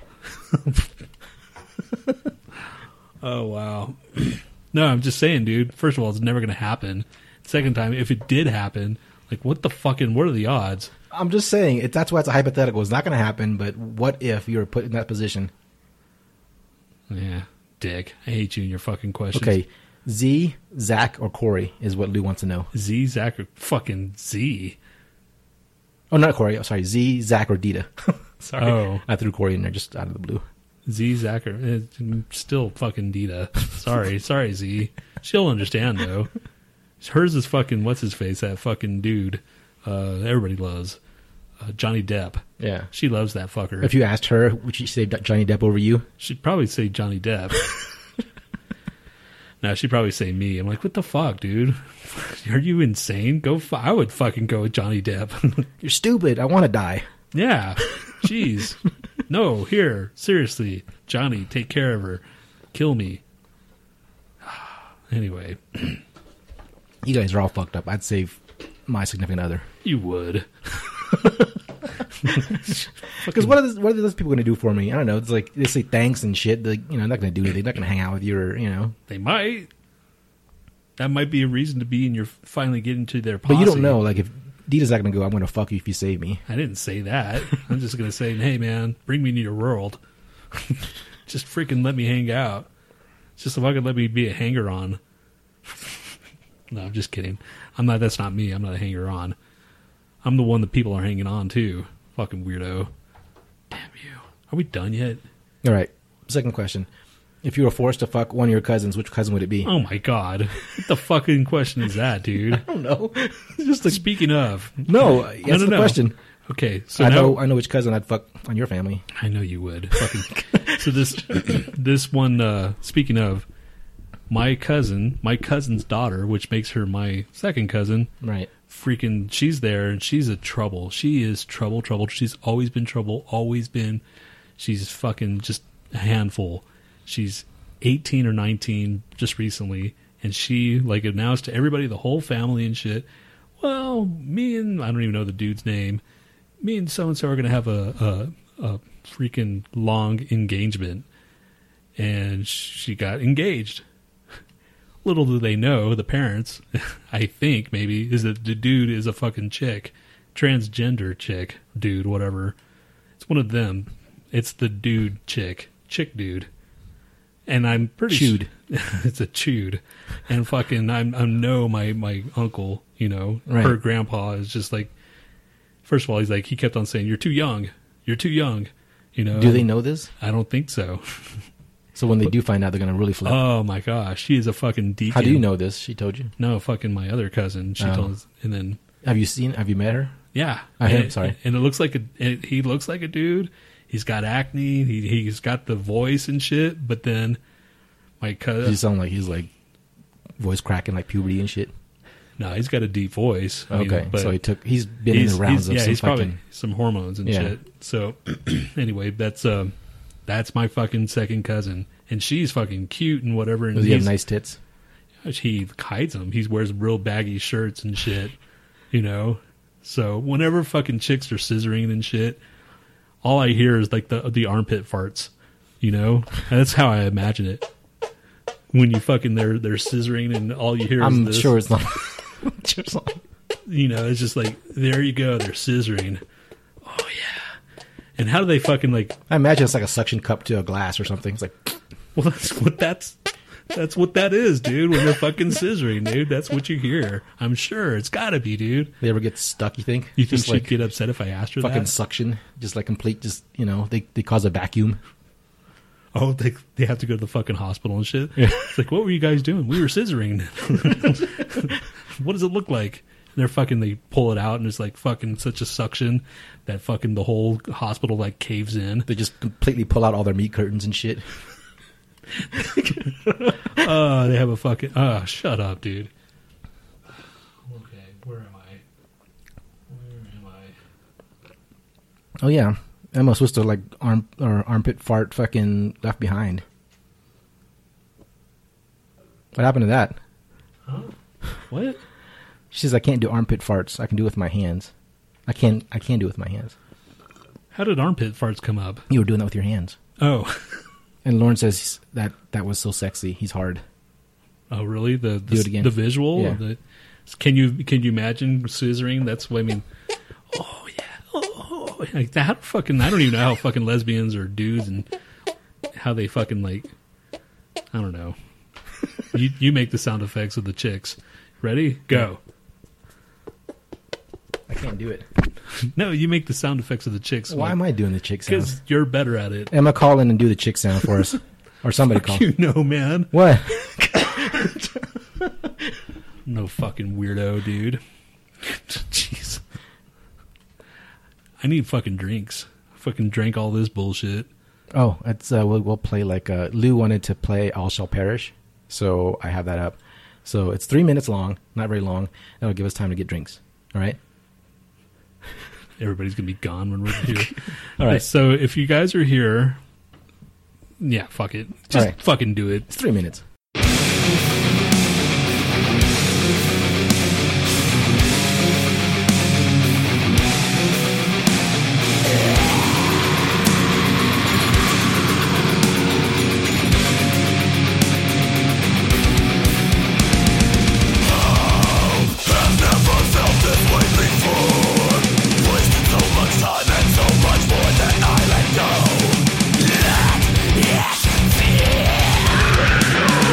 Speaker 2: Oh wow. <clears throat> no, I'm just saying, dude. First of all, it's never gonna happen. Second time, if it did happen, like what the fucking what are the odds?
Speaker 1: I'm just saying it, that's why it's a hypothetical. It's not going to happen. But what if you're put in that position?
Speaker 2: Yeah, dick. I hate you and your fucking questions.
Speaker 1: Okay, Z, Zach, or Corey is what Lou wants to know.
Speaker 2: Z Zach or fucking Z.
Speaker 1: Oh, not Corey. I'm sorry, Z, Zach, or Dita. sorry,
Speaker 2: Oh.
Speaker 1: I threw Corey in there just out of the blue.
Speaker 2: Z Zach or eh, still fucking Dita.
Speaker 1: <laughs>
Speaker 2: Sorry, sorry Z. She'll understand though. Hers is fucking what's his face that fucking dude. Uh, everybody loves uh, Johnny Depp.
Speaker 1: Yeah.
Speaker 2: She loves that fucker.
Speaker 1: If you asked her, would she save Johnny Depp over you?
Speaker 2: She'd probably say Johnny
Speaker 1: <laughs>
Speaker 2: Depp. no, she'd probably say me. I'm like, what the fuck, dude? <laughs> Are you insane? Go. Fu- I would fucking go with Johnny Depp. <laughs>
Speaker 1: You're stupid. I want to die.
Speaker 2: yeah.
Speaker 1: <laughs>
Speaker 2: Jeez. No, here. Seriously, Johnny, take care of her. Kill me. <sighs> anyway,
Speaker 1: You guys are all fucked up. I'd save my significant other.
Speaker 2: you would.
Speaker 1: Because what are those, what are those people going to do for me? I don't know. It's like they say thanks and shit. They're like, you know, not going to do anything. Not going to hang out with you or you know.
Speaker 2: They might. That might be a reason to be in your finally getting to their
Speaker 1: But
Speaker 2: posse.
Speaker 1: you don't know. Like if Dita's not going to go, I'm going to fuck you if you save me.
Speaker 2: I didn't say that. I'm just gonna say, hey man, bring me into your world. <laughs> just freaking let me hang out. Just if I could let me be a hanger on. no, I'm just kidding. I'm not. That's not me. I'm not a hanger on. I'm the one that people are hanging on to. Fucking weirdo. Damn you. Are we done yet?
Speaker 1: All right. Second question: If you were forced to fuck one of your cousins, which cousin would it be?
Speaker 2: Oh my god. What the fucking question is that, dude? <laughs>
Speaker 1: <laughs> I don't know. <laughs>
Speaker 2: just speaking of.
Speaker 1: No, uh, that's the question.
Speaker 2: Okay, so
Speaker 1: I
Speaker 2: now,
Speaker 1: know. I know which cousin I'd fuck on your family.
Speaker 2: I know you would. Fucking. <laughs> so this <clears throat> this one. Uh, speaking of my cousin, my cousin's daughter, which makes her my second cousin.
Speaker 1: Right.
Speaker 2: Freaking, she's there and she's a trouble. She is trouble, trouble. She's always been trouble. Always been. She's fucking just a handful. She's eighteen or nineteen just recently, and she like announced to everybody, the whole family and shit. Well, me and I don't even know the dude's name me and so and so are going to have a, a a freaking long engagement, and she got engaged. <laughs> Little do they know, the parents, I think maybe, is that the dude is a fucking chick, transgender chick, dude, whatever. It's one of them. It's the dude chick, chick dude. And I'm pretty
Speaker 1: Chewed.
Speaker 2: s- <laughs> it's a chewed. And fucking I'm I know my my uncle, you know,
Speaker 1: Right.
Speaker 2: her grandpa is just like first of all, he's like he kept on saying, You're too young. You're too young. You know
Speaker 1: Do they know this?
Speaker 2: I don't think so. <laughs>
Speaker 1: So when they do find out, they're gonna really flip.
Speaker 2: Oh my gosh. She is a fucking deacon.
Speaker 1: How do you know this? She told you.
Speaker 2: No, fucking my other cousin. She
Speaker 1: Oh.
Speaker 2: told us and then
Speaker 1: Have you seen? Have you met her?
Speaker 2: Yeah,
Speaker 1: I am
Speaker 2: And-
Speaker 1: sorry.
Speaker 2: And it looks like a and he looks like a dude. He's got acne. He he's got the voice and shit. But then my
Speaker 1: Does he
Speaker 2: cousin,
Speaker 1: sound like he's like voice cracking, like puberty and shit?
Speaker 2: no, he's got a deep voice. I mean,
Speaker 1: Okay,
Speaker 2: but
Speaker 1: so he took. He's been in
Speaker 2: he's-
Speaker 1: the
Speaker 2: he's-
Speaker 1: rounds of
Speaker 2: yeah,
Speaker 1: some
Speaker 2: he's
Speaker 1: fucking.
Speaker 2: probably some hormones and
Speaker 1: Yeah.
Speaker 2: shit. So <clears throat> anyway, that's um that's my fucking second cousin, and she's fucking cute and whatever. And
Speaker 1: does he have
Speaker 2: he's-
Speaker 1: nice tits?
Speaker 2: Gosh, he hides them. He wears real baggy shirts and shit, you know. So whenever fucking chicks are scissoring and shit, all I hear is like the the armpit farts, you know. That's how I imagine it. When you fucking they're they're scissoring and all you hear
Speaker 1: I'm
Speaker 2: is this,
Speaker 1: sure it's not. I'm sure it's not-
Speaker 2: you know, it's just like there you go, they're scissoring. Oh yeah. And how do they fucking like? <laughs>
Speaker 1: I imagine it's like a suction cup to a glass or something. It's like
Speaker 2: Well, that's what that's that's what that is, dude. When they're fucking scissoring, dude, that's what you hear. I'm sure it's got to be, dude.
Speaker 1: they ever get stuck. You think?
Speaker 2: You think
Speaker 1: just
Speaker 2: she'd
Speaker 1: like
Speaker 2: get upset if I asked her
Speaker 1: fucking
Speaker 2: that?
Speaker 1: suction, just like complete. Just you know, they they cause a vacuum.
Speaker 2: Oh, they they have to go to the fucking hospital and shit.
Speaker 1: Yeah.
Speaker 2: It's like, what were you guys doing? We were scissoring. <laughs> what does it look like? And they're fucking. They pull it out, and it's like fucking such a suction that fucking the whole hospital like caves in.
Speaker 1: They just completely pull out all their meat curtains and shit.
Speaker 2: Uh, they have a fucking. Uh, shut up, dude. Okay, where am I? Where am I?
Speaker 1: Oh yeah, Emma's supposed to like arm or armpit fart fucking left behind. What happened to that?
Speaker 2: What?
Speaker 1: She says I can't do armpit farts. I can do it with my hands. I can I can do it with my hands.
Speaker 2: How did armpit farts come up?
Speaker 1: You were doing that with your hands.
Speaker 2: Oh, <laughs>
Speaker 1: And Lauren says that that was so sexy. He's hard.
Speaker 2: Oh, really? The the,
Speaker 1: Do it again.
Speaker 2: the visual.
Speaker 1: Yeah.
Speaker 2: The, can you can you imagine scissoring? That's what I mean. <laughs> Oh yeah. Oh, like that fucking. I don't even know how fucking lesbians or dudes and how they fucking like. I don't know. You you make the sound effects of the chicks. Ready? Go.
Speaker 1: I can't do it.
Speaker 2: No, you make the sound effects of the chicks.
Speaker 1: Why am I doing the chick sounds?
Speaker 2: Because you're better at
Speaker 1: <laughs>
Speaker 2: it.
Speaker 1: Emma, call in and do the chick sound
Speaker 2: <laughs>
Speaker 1: for us, or somebody call.
Speaker 2: You know, man.
Speaker 1: What?
Speaker 2: No fucking weirdo, dude. Jeez. I need fucking drinks. I fucking drank all this bullshit.
Speaker 1: Oh, it's uh, we'll, we'll play like uh, Lou wanted to play "All Shall Perish," so I have that up. So it's three minutes long, not very long. That'll give us time to get drinks. All right.
Speaker 2: Everybody's gonna be gone when we're here.
Speaker 1: All right.
Speaker 2: So if you guys are here, yeah, fuck it. Just
Speaker 1: right.
Speaker 2: fucking do it.
Speaker 1: It's three minutes.
Speaker 5: I've never felt this way before. Wasted so much time and so much more than I let go. That is fear.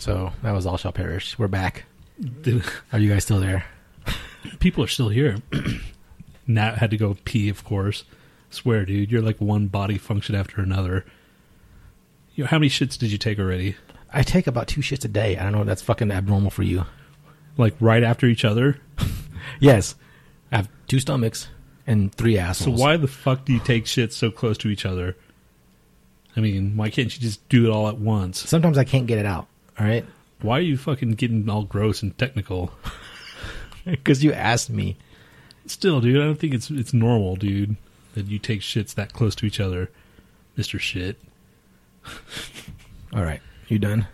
Speaker 1: So that was all shall perish. We're back.
Speaker 2: Dude,
Speaker 1: Are you guys still there?
Speaker 2: <laughs> people are still here. <clears throat> Nat had to go pee, of course. Swear, dude, you're like one body function after another. You know, how many shits did you take already?
Speaker 1: I take about two shits a day. I don't know. if That's fucking abnormal for you.
Speaker 2: Like right after each other?
Speaker 1: Yes, I have two stomachs and three
Speaker 2: So
Speaker 1: assholes.
Speaker 2: why the fuck do you take shits so close to each other? I mean, why can't you just do it all at once?
Speaker 1: Sometimes I can't get it out. All right, <laughs>
Speaker 2: Why are you fucking getting all gross and technical?
Speaker 1: because you asked me.
Speaker 2: Still, dude, I don't think it's it's normal, dude, that you take shits that close to each other, Mister Shit.
Speaker 1: All right, you done?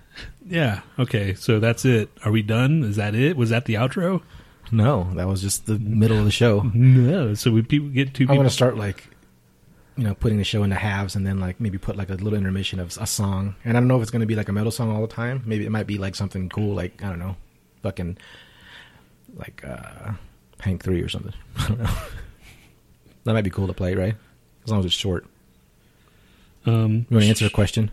Speaker 2: Yeah. Okay. So that's it. Are we done? Is that it? Was that the outro?
Speaker 1: No, that was just the middle of
Speaker 2: <laughs>
Speaker 1: the show.
Speaker 2: No. So we people get two
Speaker 1: I'm
Speaker 2: people.
Speaker 1: gonna start like, you know, putting the show into halves, and then like maybe put like a little intermission of a song. And I don't know if it's gonna be like a metal song all the time. Maybe it might be like something cool, like I don't know, fucking like uh Hank Three or something. <laughs> I don't know. that might be cool to play, right? As long as it's short.
Speaker 2: um.
Speaker 1: You want to answer a question?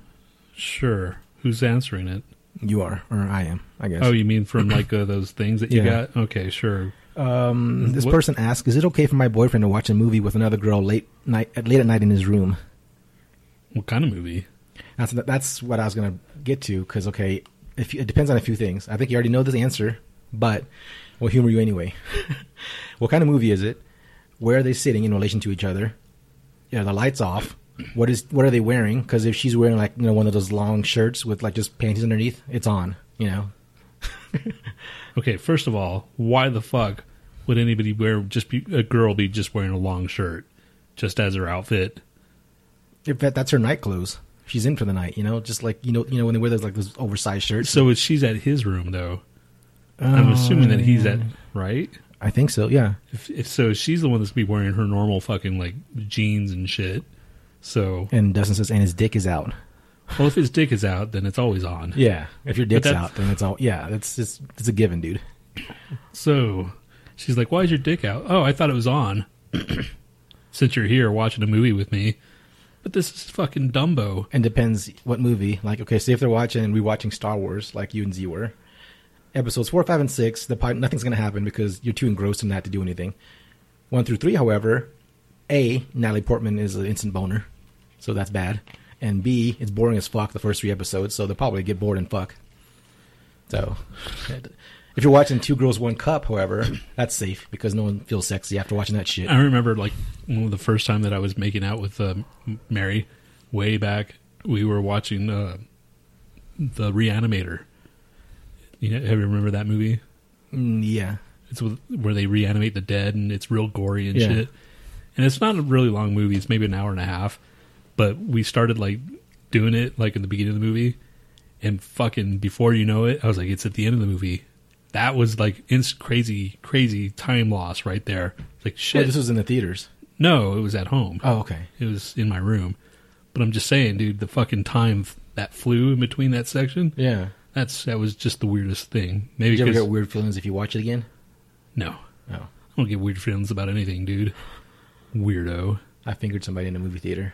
Speaker 2: Sure. Who's answering it?
Speaker 1: You are, or I am, I guess.
Speaker 2: Oh, you mean from like uh, those things that you
Speaker 1: Yeah.
Speaker 2: got? Okay. Sure.
Speaker 1: um, this
Speaker 2: What-
Speaker 1: person asks, "Is it okay for my boyfriend to watch a movie with another girl late night, at- late at night in his room?"
Speaker 2: What kind of movie?
Speaker 1: That's that's what I was gonna get to because okay, if you, it depends on a few things. I think you already know this answer, but we'll humor you anyway. <laughs> what kind of movie is it? Where are they sitting in relation to each other? Yeah, the lights off. What is what are they wearing? Because if she's wearing like you know one of those long shirts with like just panties underneath, it's on. You know,
Speaker 2: Okay. First of all, why the fuck would anybody wear just be, a girl be just wearing a long shirt just as her outfit?
Speaker 1: if that, that's her night clothes. She's in for the night. You know, just like you know you know when they wear those like those oversized shirts.
Speaker 2: So is she's at his room though?
Speaker 1: Oh,
Speaker 2: I'm assuming that he's at right.
Speaker 1: I think so. Yeah.
Speaker 2: If, if so, she's the one that's be wearing her normal fucking like jeans and shit. So,
Speaker 1: And Dustin says, and his dick is out.
Speaker 2: well, if his dick is out, then it's always on.
Speaker 1: Yeah. If your dick's
Speaker 2: that's-
Speaker 1: out, then it's all. Yeah, that's just it's a given, dude.
Speaker 2: So, she's like, "Why is your dick out?" Oh, I thought it was on. <clears throat> Since you're here watching a movie with me, but this is fucking Dumbo.
Speaker 1: and depends what movie. Like, okay, say if they're watching and rewatching Star Wars, like you and Z were, episodes four, five, and six, the pod, nothing's going to happen because you're too engrossed in that to do anything. One through three, however, A, Natalie Portman is an instant boner, so that's bad. And B, it's boring as fuck the first three episodes, so they'll probably get bored and fuck. So, if you're watching Two Girls, One Cup, however, that's safe because no one feels sexy after watching that shit.
Speaker 2: I remember like one of the first time that I was making out with um, Mary, way back. We were watching uh, the Reanimator. You know, have you remember that movie?
Speaker 1: Mm, yeah.
Speaker 2: It's with, where they reanimate the dead, and it's real gory and
Speaker 1: Yeah.
Speaker 2: shit. And it's not a really long movie; it's maybe an hour and a half. But we started like doing it like in the beginning of the movie, and fucking before you know it, I was like, "It's at the end of the movie." That was like ins- crazy, crazy time loss right there. It's like shit.
Speaker 1: Well, this was in the theaters.
Speaker 2: no, it was at home.
Speaker 1: Oh, okay.
Speaker 2: It was in my room. But I'm just saying, dude, the fucking time f- that flew in between that section,
Speaker 1: Yeah.
Speaker 2: that's that was just the weirdest thing. Maybe
Speaker 1: Did you ever
Speaker 2: because
Speaker 1: get weird feelings if you watch it again?
Speaker 2: no,
Speaker 1: No.
Speaker 2: I don't get weird feelings about anything, dude. Weirdo.
Speaker 1: I fingered somebody in a movie theater.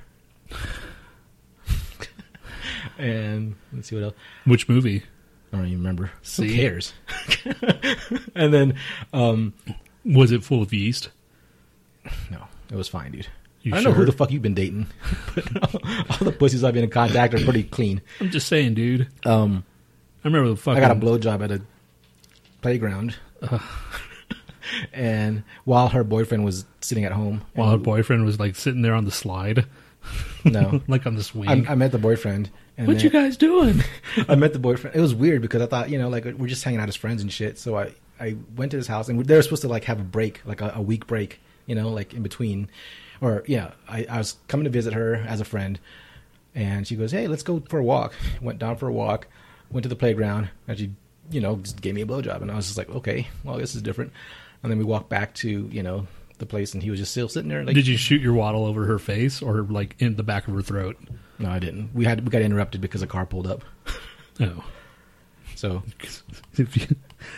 Speaker 1: and let's see what else.
Speaker 2: Which movie?
Speaker 1: I don't even remember.
Speaker 2: See?
Speaker 1: Who cares? <laughs> and then, um,
Speaker 2: Was it full of yeast?
Speaker 1: no, it was fine, dude.
Speaker 2: You
Speaker 1: I don't know who
Speaker 2: sure?
Speaker 1: the fuck you've been dating, <laughs> but all, all the pussies I've been in contact are pretty clean.
Speaker 2: I'm just saying, dude.
Speaker 1: Um,
Speaker 2: I remember the fucking.
Speaker 1: I got a blowjob at a playground, <laughs> and while her boyfriend was sitting at home,
Speaker 2: While her boyfriend was like sitting there on the slide,
Speaker 1: no,
Speaker 2: <laughs> like on the swing.
Speaker 1: I, I met the boyfriend. And
Speaker 2: what
Speaker 1: then-
Speaker 2: you guys doing?
Speaker 1: I met the boyfriend. It was weird because I thought, you know, like we're just hanging out as friends and shit. So I, I went to his house and they were supposed to like have a break, like a, a week break, you know, like in between. Or, yeah, I, I was coming to visit her as a friend. And she goes, hey, let's go for a walk. Went down for a walk, went to the playground. And she, you know, just gave me a blowjob. And I was just like, okay, well, this is different. And then we walked back to, you know, the place and he was just still sitting there. Like,
Speaker 2: Did you shoot your waddle over her face or like in the back of her throat?
Speaker 1: No, I didn't. We had, we got interrupted because a car pulled up.
Speaker 2: Oh.
Speaker 1: So
Speaker 2: If you,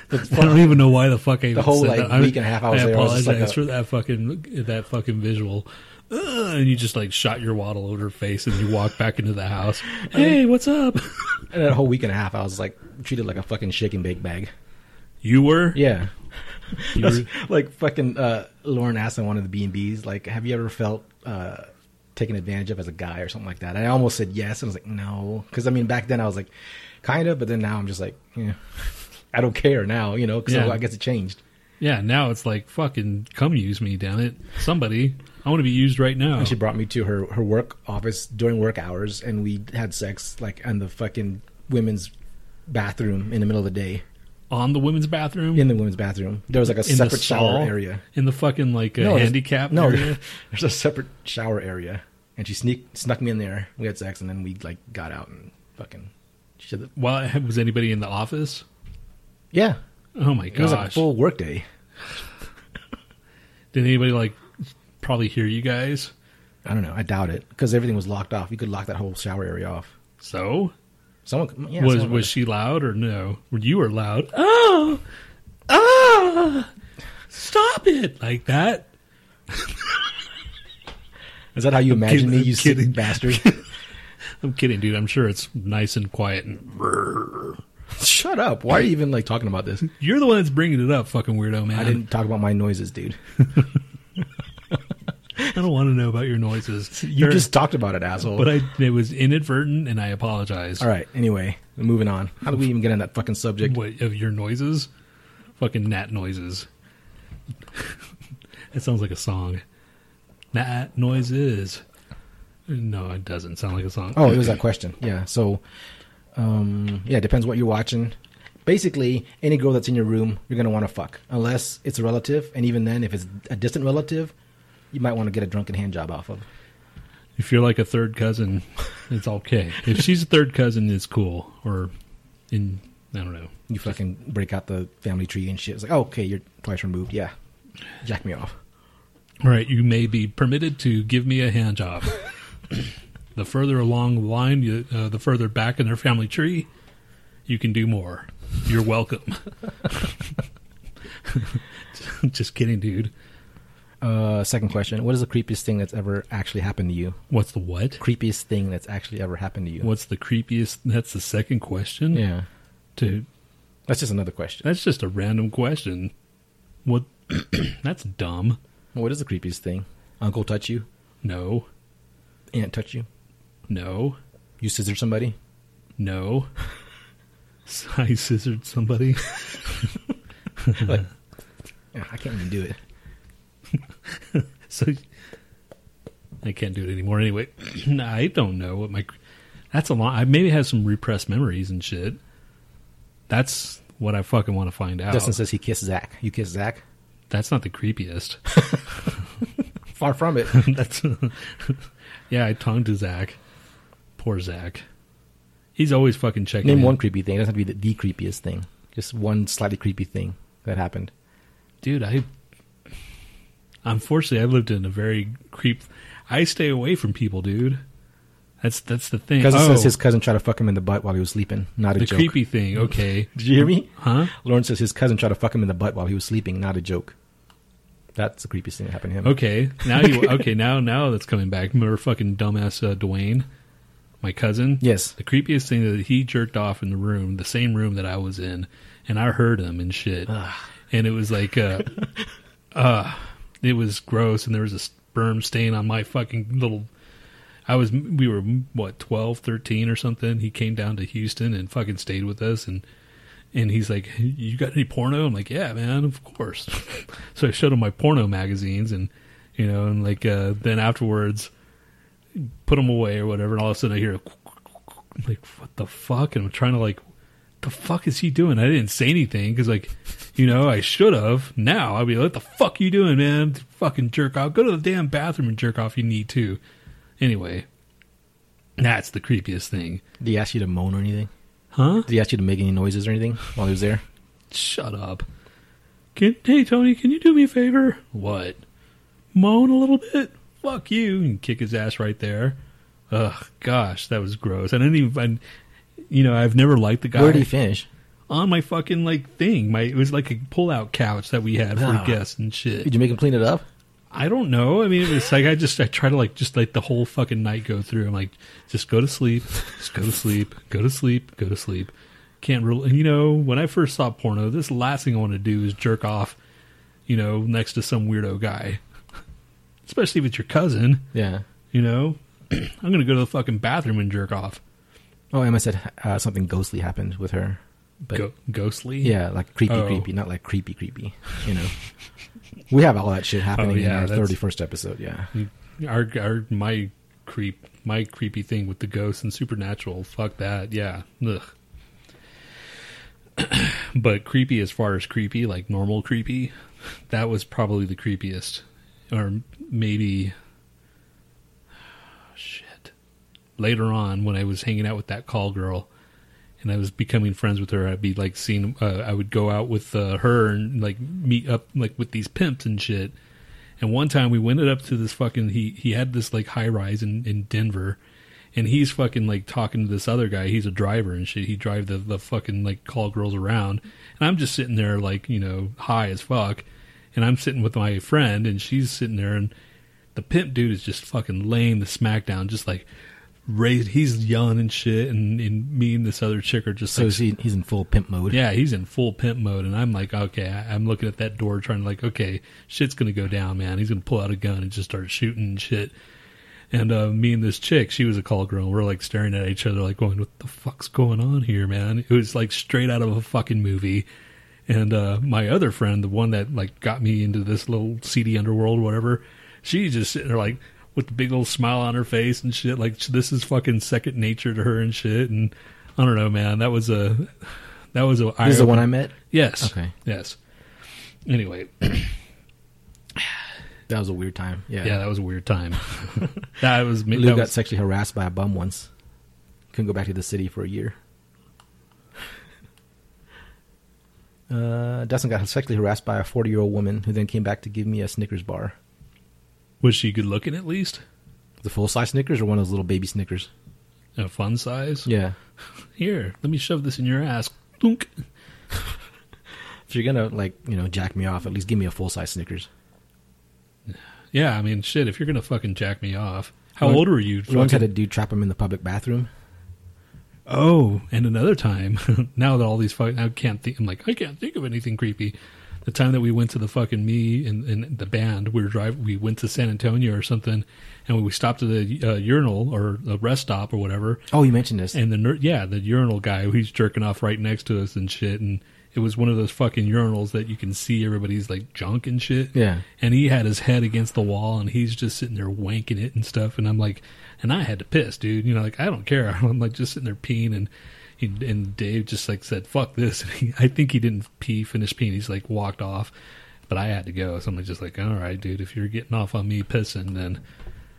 Speaker 2: <laughs> I don't even know why the fuck I even
Speaker 1: whole,
Speaker 2: said
Speaker 1: like,
Speaker 2: that. I-
Speaker 1: week and a half I was
Speaker 2: I
Speaker 1: there, I was
Speaker 2: apologize
Speaker 1: just like a-
Speaker 2: for that fucking that fucking visual. uh,
Speaker 1: <laughs>
Speaker 2: Ugh, and you just like shot your waddle over her face, and you walked back into the house. Hey, what's up?
Speaker 1: And that whole week and a half, I was like treated like a fucking chicken bake bag.
Speaker 2: You were?
Speaker 1: Yeah.
Speaker 2: You
Speaker 1: <laughs> That's
Speaker 2: were-
Speaker 1: like fucking uh, Lauren asked in one of the B and B's, like, have you ever felt uh, taken advantage of as a guy or something like that? And I almost said yes, and I was like, no, because I mean, back then I was like, kind of, but then now I'm just like, yeah, <laughs> I don't care now, you know, because
Speaker 2: Yeah.
Speaker 1: I guess it changed.
Speaker 2: Yeah, now it's like, fucking come use me, damn it. Somebody. I want to be used right now.
Speaker 1: And she brought me to her her work office during work hours, and we had sex like in the fucking women's bathroom in the middle of the day.
Speaker 2: On the women's bathroom?
Speaker 1: In the women's bathroom, there was like a
Speaker 2: in
Speaker 1: separate
Speaker 2: stall?
Speaker 1: shower area.
Speaker 2: In the fucking, like, uh,
Speaker 1: there's-
Speaker 2: handicap
Speaker 1: No,
Speaker 2: area?
Speaker 1: <laughs> there's a separate shower area, and she sneak snuck me in there. We had sex, and then we like got out and fucking. She said, that-
Speaker 2: Why, was anybody in the office?
Speaker 1: "Yeah,
Speaker 2: Oh my
Speaker 1: it was like a
Speaker 2: gosh.
Speaker 1: full workday."
Speaker 2: Did anybody, like, probably hear you guys?
Speaker 1: I don't know. I doubt it because everything was locked off. You could lock that whole shower area off.
Speaker 2: So?
Speaker 1: Someone yeah, Uh,
Speaker 2: was
Speaker 1: someone-
Speaker 2: was she loud or no? You were loud. Oh, ah! Stop it like that.
Speaker 1: <laughs> Is that how you imagine
Speaker 2: kidding,
Speaker 1: me?
Speaker 2: I'm
Speaker 1: You sick
Speaker 2: kidding.
Speaker 1: bastard! <laughs>
Speaker 2: I'm kidding, dude. I'm sure it's nice and quiet. And
Speaker 1: Shut up! Why are you even like talking about this?
Speaker 2: you're the one that's bringing it up, fucking weirdo man.
Speaker 1: I didn't talk about my noises, dude.
Speaker 2: I don't want to know about your
Speaker 1: <laughs>
Speaker 2: noises.
Speaker 1: You
Speaker 2: Or-
Speaker 1: just talked about it, asshole.
Speaker 2: But I, it was inadvertent, and I apologize.
Speaker 1: All right. Anyway, moving on. How did we even get on that fucking subject?
Speaker 2: What of your noises? Fucking gnat noises. <laughs> that sounds like a song. Gnat noises. No, it doesn't sound like a song.
Speaker 1: Oh, it was that question. Yeah. So, um, yeah, it depends what you're watching. Basically, any girl that's in your room, you're gonna want to fuck, unless it's a relative, and even then, if it's a distant relative, you might want to get a drunken hand job off of.
Speaker 2: If you're like a third cousin, it's okay. if she's a third cousin, it's cool. Or in I don't know.
Speaker 1: You fucking break out the family tree and shit. It's like, oh, okay, you're twice removed. Yeah, jack me off.
Speaker 2: All right, you may be permitted to give me a hand job. <coughs> the further along the line, you, uh, the further back in their family tree, you can do more. You're welcome. <laughs> Just kidding, dude.
Speaker 1: Uh, second question: What is the creepiest thing that's ever actually happened to you?
Speaker 2: What's the what?
Speaker 1: Creepiest thing that's actually ever happened to you?
Speaker 2: What's the creepiest? That's the second question.
Speaker 1: Yeah,
Speaker 2: Dude,
Speaker 1: that's just another question.
Speaker 2: that's just a random question. What? <coughs> that's dumb.
Speaker 1: What is the creepiest thing? Uncle touch you?
Speaker 2: No.
Speaker 1: Aunt touch you?
Speaker 2: No.
Speaker 1: You scissor somebody?
Speaker 2: No. <laughs> I scissored somebody. <laughs>
Speaker 1: Yeah, I can't even do it.
Speaker 2: So I can't do it anymore anyway. <clears throat> I don't know what my That's a lot. I maybe have some repressed memories and shit. That's what I fucking want to find out.
Speaker 1: Justin says he kissed Zach. You kissed Zach?
Speaker 2: That's not the creepiest. <laughs>
Speaker 1: Far from it.
Speaker 2: That's <laughs> Yeah, I tongued to Zach. Poor Zach. He's always fucking checking
Speaker 1: <laughs> Name
Speaker 2: in.
Speaker 1: one creepy thing. It doesn't have to be the, the creepiest thing. Just one slightly creepy thing that happened.
Speaker 2: dude i unfortunately i lived in a very creep i stay away from people dude that's that's the thing
Speaker 1: Cousin
Speaker 2: oh,
Speaker 1: says his cousin tried to fuck him in the butt while he was sleeping. Not a
Speaker 2: the
Speaker 1: joke.
Speaker 2: creepy thing okay
Speaker 1: Did you hear me?
Speaker 2: huh
Speaker 1: Lauren says his cousin tried to fuck him in the butt while he was sleeping. Not a joke. That's the creepiest thing that happened to him.
Speaker 2: okay now you okay now now that's coming back remember fucking dumbass uh, dwayne my cousin
Speaker 1: Yes.
Speaker 2: the creepiest thing that he jerked off in the room the same room that i was in and i heard him and shit and it was like uh uh it was gross and there was a sperm stain on my fucking little I was we were what 12, 13 or something. He came down to Houston and fucking stayed with us and and he's like, "You got any porno?" I'm like, "Yeah, man, of course." <laughs> so I showed him my porno magazines and you know, and like uh then afterwards put them away or whatever and all of a sudden I hear a <laughs> I'm like what the fuck and I'm trying to like the fuck is he doing? I didn't say anything because, like, you know, I should have. Now I'd be like, what the fuck you doing, man? Fucking jerk off. Go to the damn bathroom and jerk off. You need to. Anyway, that's the creepiest thing.
Speaker 1: Did he ask you to moan or anything?
Speaker 2: Huh?
Speaker 1: Did he ask you to make any noises or anything while he was there?
Speaker 2: Shut up. Can, hey, Tony, can you do me a favor? What? Moan a little bit? Fuck you. And kick his ass right there. Ugh, gosh, that was gross. I didn't even, I, you know, I've never liked the guy.
Speaker 1: Where did he finish?
Speaker 2: on my fucking like thing. My it was like a pull out couch that we had for
Speaker 1: Ah.
Speaker 2: guests and shit.
Speaker 1: Did you make him clean it up?
Speaker 2: I don't know. I mean, it was like I just I try to like just like the whole fucking night go through. I'm like, just go to sleep, just go to sleep, go to sleep, go to sleep. Can't rule. And you know, when I first saw porno, this last thing I want to do is jerk off. You know, next to some weirdo guy, especially if it's your cousin.
Speaker 1: Yeah.
Speaker 2: You know, <clears throat> I'm gonna go to the fucking bathroom and jerk off.
Speaker 1: Oh, Emma said uh, something ghostly happened with her. But
Speaker 2: Go- ghostly.
Speaker 1: yeah, like creepy,
Speaker 2: Oh.
Speaker 1: creepy, not like creepy, creepy. You know, we have all that shit happening
Speaker 2: Oh, yeah,
Speaker 1: in our
Speaker 2: that's-
Speaker 1: thirty-first episode. Yeah.
Speaker 2: Our, our my creep my creepy thing with the ghosts and supernatural. Fuck that. Yeah. Ugh. <clears throat> but creepy as far as creepy, like normal creepy, that was probably the creepiest, or maybe shit. Later on, when I was hanging out with that call girl. And I was becoming friends with her. I'd be like seeing. Uh, I would go out with uh, her and like meet up like with these pimps and shit. And one time we went it up to this fucking he he had this like high rise in, in Denver and he's fucking like talking to this other guy. He's a driver and shit. He drive the, the fucking like call girls around. And I'm just sitting there like, you know, high as fuck. And I'm sitting with my friend and she's sitting there and the pimp dude is just fucking laying the smackdown, just like raised he's yelling and shit and, and me and this other chick are just
Speaker 1: So
Speaker 2: like
Speaker 1: is he, he's in full pimp mode.
Speaker 2: yeah, he's in full pimp mode, and I'm like, okay, I- I'm looking at that door, trying to like, okay, shit's gonna go down, man. He's gonna pull out a gun and just start shooting and shit. And uh, me and this chick, she was a call girl. We're like staring at each other, like going, "What the fuck's going on here, man?" It was like straight out of a fucking movie. And uh, my other friend, the one that like got me into this little seedy underworld, whatever, she's just sitting there like with the big old smile on her face and shit. Like this is fucking second nature to her and shit. And I don't know, man. That was a that was a.
Speaker 1: This is the one I met.
Speaker 2: Yes.
Speaker 1: Okay.
Speaker 2: Yes. Anyway,
Speaker 1: That was a weird time. Yeah.
Speaker 2: yeah, that was a weird
Speaker 1: <laughs>
Speaker 2: time. that was me.
Speaker 1: Lou
Speaker 2: That
Speaker 1: got
Speaker 2: was,
Speaker 1: sexually harassed by a bum once. Couldn't go back to the city for a year. <laughs> Uh, Dustin got sexually harassed by a 40 year old woman who then came back to give me a Snickers bar.
Speaker 2: was she good looking at least?
Speaker 1: The full size Snickers or one of those little baby Snickers?
Speaker 2: A fun size.
Speaker 1: Yeah.
Speaker 2: Here, let me shove this in your ass. Thunk.
Speaker 1: If you're going to, like, you know, jack me off, at least give me a full size Snickers.
Speaker 2: Yeah, I mean, shit. If you're gonna fucking jack me off, how
Speaker 1: Well,
Speaker 2: old were you?
Speaker 1: You once had
Speaker 2: fucking-
Speaker 1: a dude trap him in the public bathroom.
Speaker 2: Oh, and another time. <laughs> now that all these fuck, I can't think. I'm like, I can't think of anything creepy. The time that we went to the fucking me and, and the band, we were driving. We went to San Antonio or something, and we stopped at the uh, urinal or a rest stop or whatever.
Speaker 1: Oh, you mentioned this.
Speaker 2: And the ner- yeah, the urinal guy, he's jerking off right next to us and shit. And it was one of those fucking urinals that you can see everybody's like junk and shit.
Speaker 1: Yeah.
Speaker 2: And he had his head against the wall and he's just sitting there wanking it and stuff. And I'm like, and I had to piss, dude. You know, like I don't care. <laughs> I'm like just sitting there peeing and. he- And Dave just like said, "Fuck this." <laughs> And he, I think he didn't pee, finish peeing. He's like walked off, but I had to go. So I'm just like, "All right, dude, if you're getting off on me pissing, then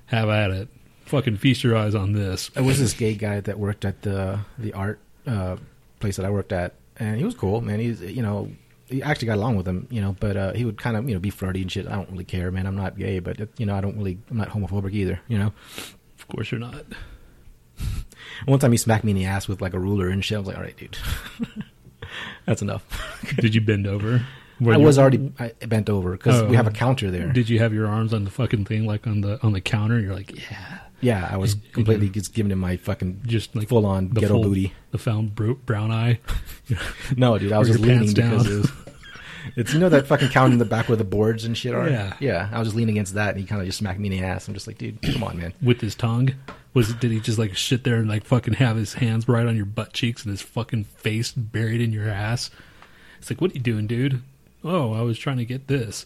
Speaker 2: have at it. Fucking feast your eyes on this."
Speaker 1: It was this gay guy that worked at the the art uh, place that I worked at, and he was cool, man. He's you know, he actually got along with him, you know, but uh, he would kind of you know be flirty and shit. I don't really care, man. I'm not gay, but uh, you know, I don't really, I'm not homophobic either, you know.
Speaker 2: Of course you're not.
Speaker 1: One time he smacked me in the ass with like a ruler and shit. I was like, all right, dude, <laughs> that's enough.
Speaker 2: Did you bend
Speaker 1: <laughs>
Speaker 2: over? Were
Speaker 1: I
Speaker 2: you-
Speaker 1: was already I bent over because
Speaker 2: Oh.
Speaker 1: we have a counter there.
Speaker 2: Did you have your arms on the fucking thing, like on the on the counter? And you're like, yeah,
Speaker 1: Yeah, I was completely just giving him my fucking
Speaker 2: just like
Speaker 1: full on
Speaker 2: the
Speaker 1: ghetto
Speaker 2: full-
Speaker 1: booty.
Speaker 2: the found bro- brown eye. <laughs>
Speaker 1: No, dude, I was
Speaker 2: Or
Speaker 1: just
Speaker 2: your pants
Speaker 1: leaning
Speaker 2: down.
Speaker 1: because
Speaker 2: <laughs>
Speaker 1: it was, it's you know that fucking counter in the back where the boards and shit are.
Speaker 2: Yeah.
Speaker 1: I was just leaning against that, and he kind of just smacked me in the ass. I'm just like, dude, come
Speaker 2: <laughs>
Speaker 1: on, man.
Speaker 2: With his tongue, was did he just like sit there and like fucking have his hands right on your butt cheeks and his fucking face buried in your ass? It's like, what are you doing, dude? Oh, I was trying to get this.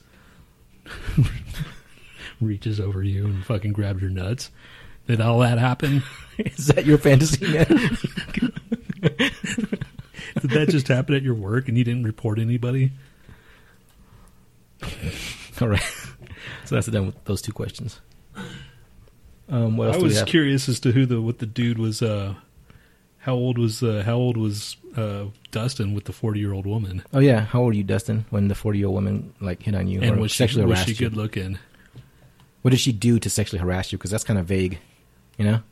Speaker 2: <laughs> Reaches over you and fucking grabs your nuts. Did all that happen?
Speaker 1: <laughs> Is that your fantasy,
Speaker 2: <laughs>
Speaker 1: man?
Speaker 2: Did that just happen at your work and you didn't report anybody?
Speaker 1: All right. So that's done with those two questions. Um, what else
Speaker 2: I
Speaker 1: do we
Speaker 2: was
Speaker 1: have?
Speaker 2: curious as to who the what the dude was. Uh, how old was uh, how old was uh, Dustin with the forty year old woman?
Speaker 1: Oh yeah, how old were you, Dustin, when the forty year old woman like hit on you
Speaker 2: And
Speaker 1: or
Speaker 2: was she,
Speaker 1: sexually
Speaker 2: was
Speaker 1: harassed
Speaker 2: she good
Speaker 1: you?
Speaker 2: looking?
Speaker 1: What did she do to sexually harass you? Because that's kind of vague, you know.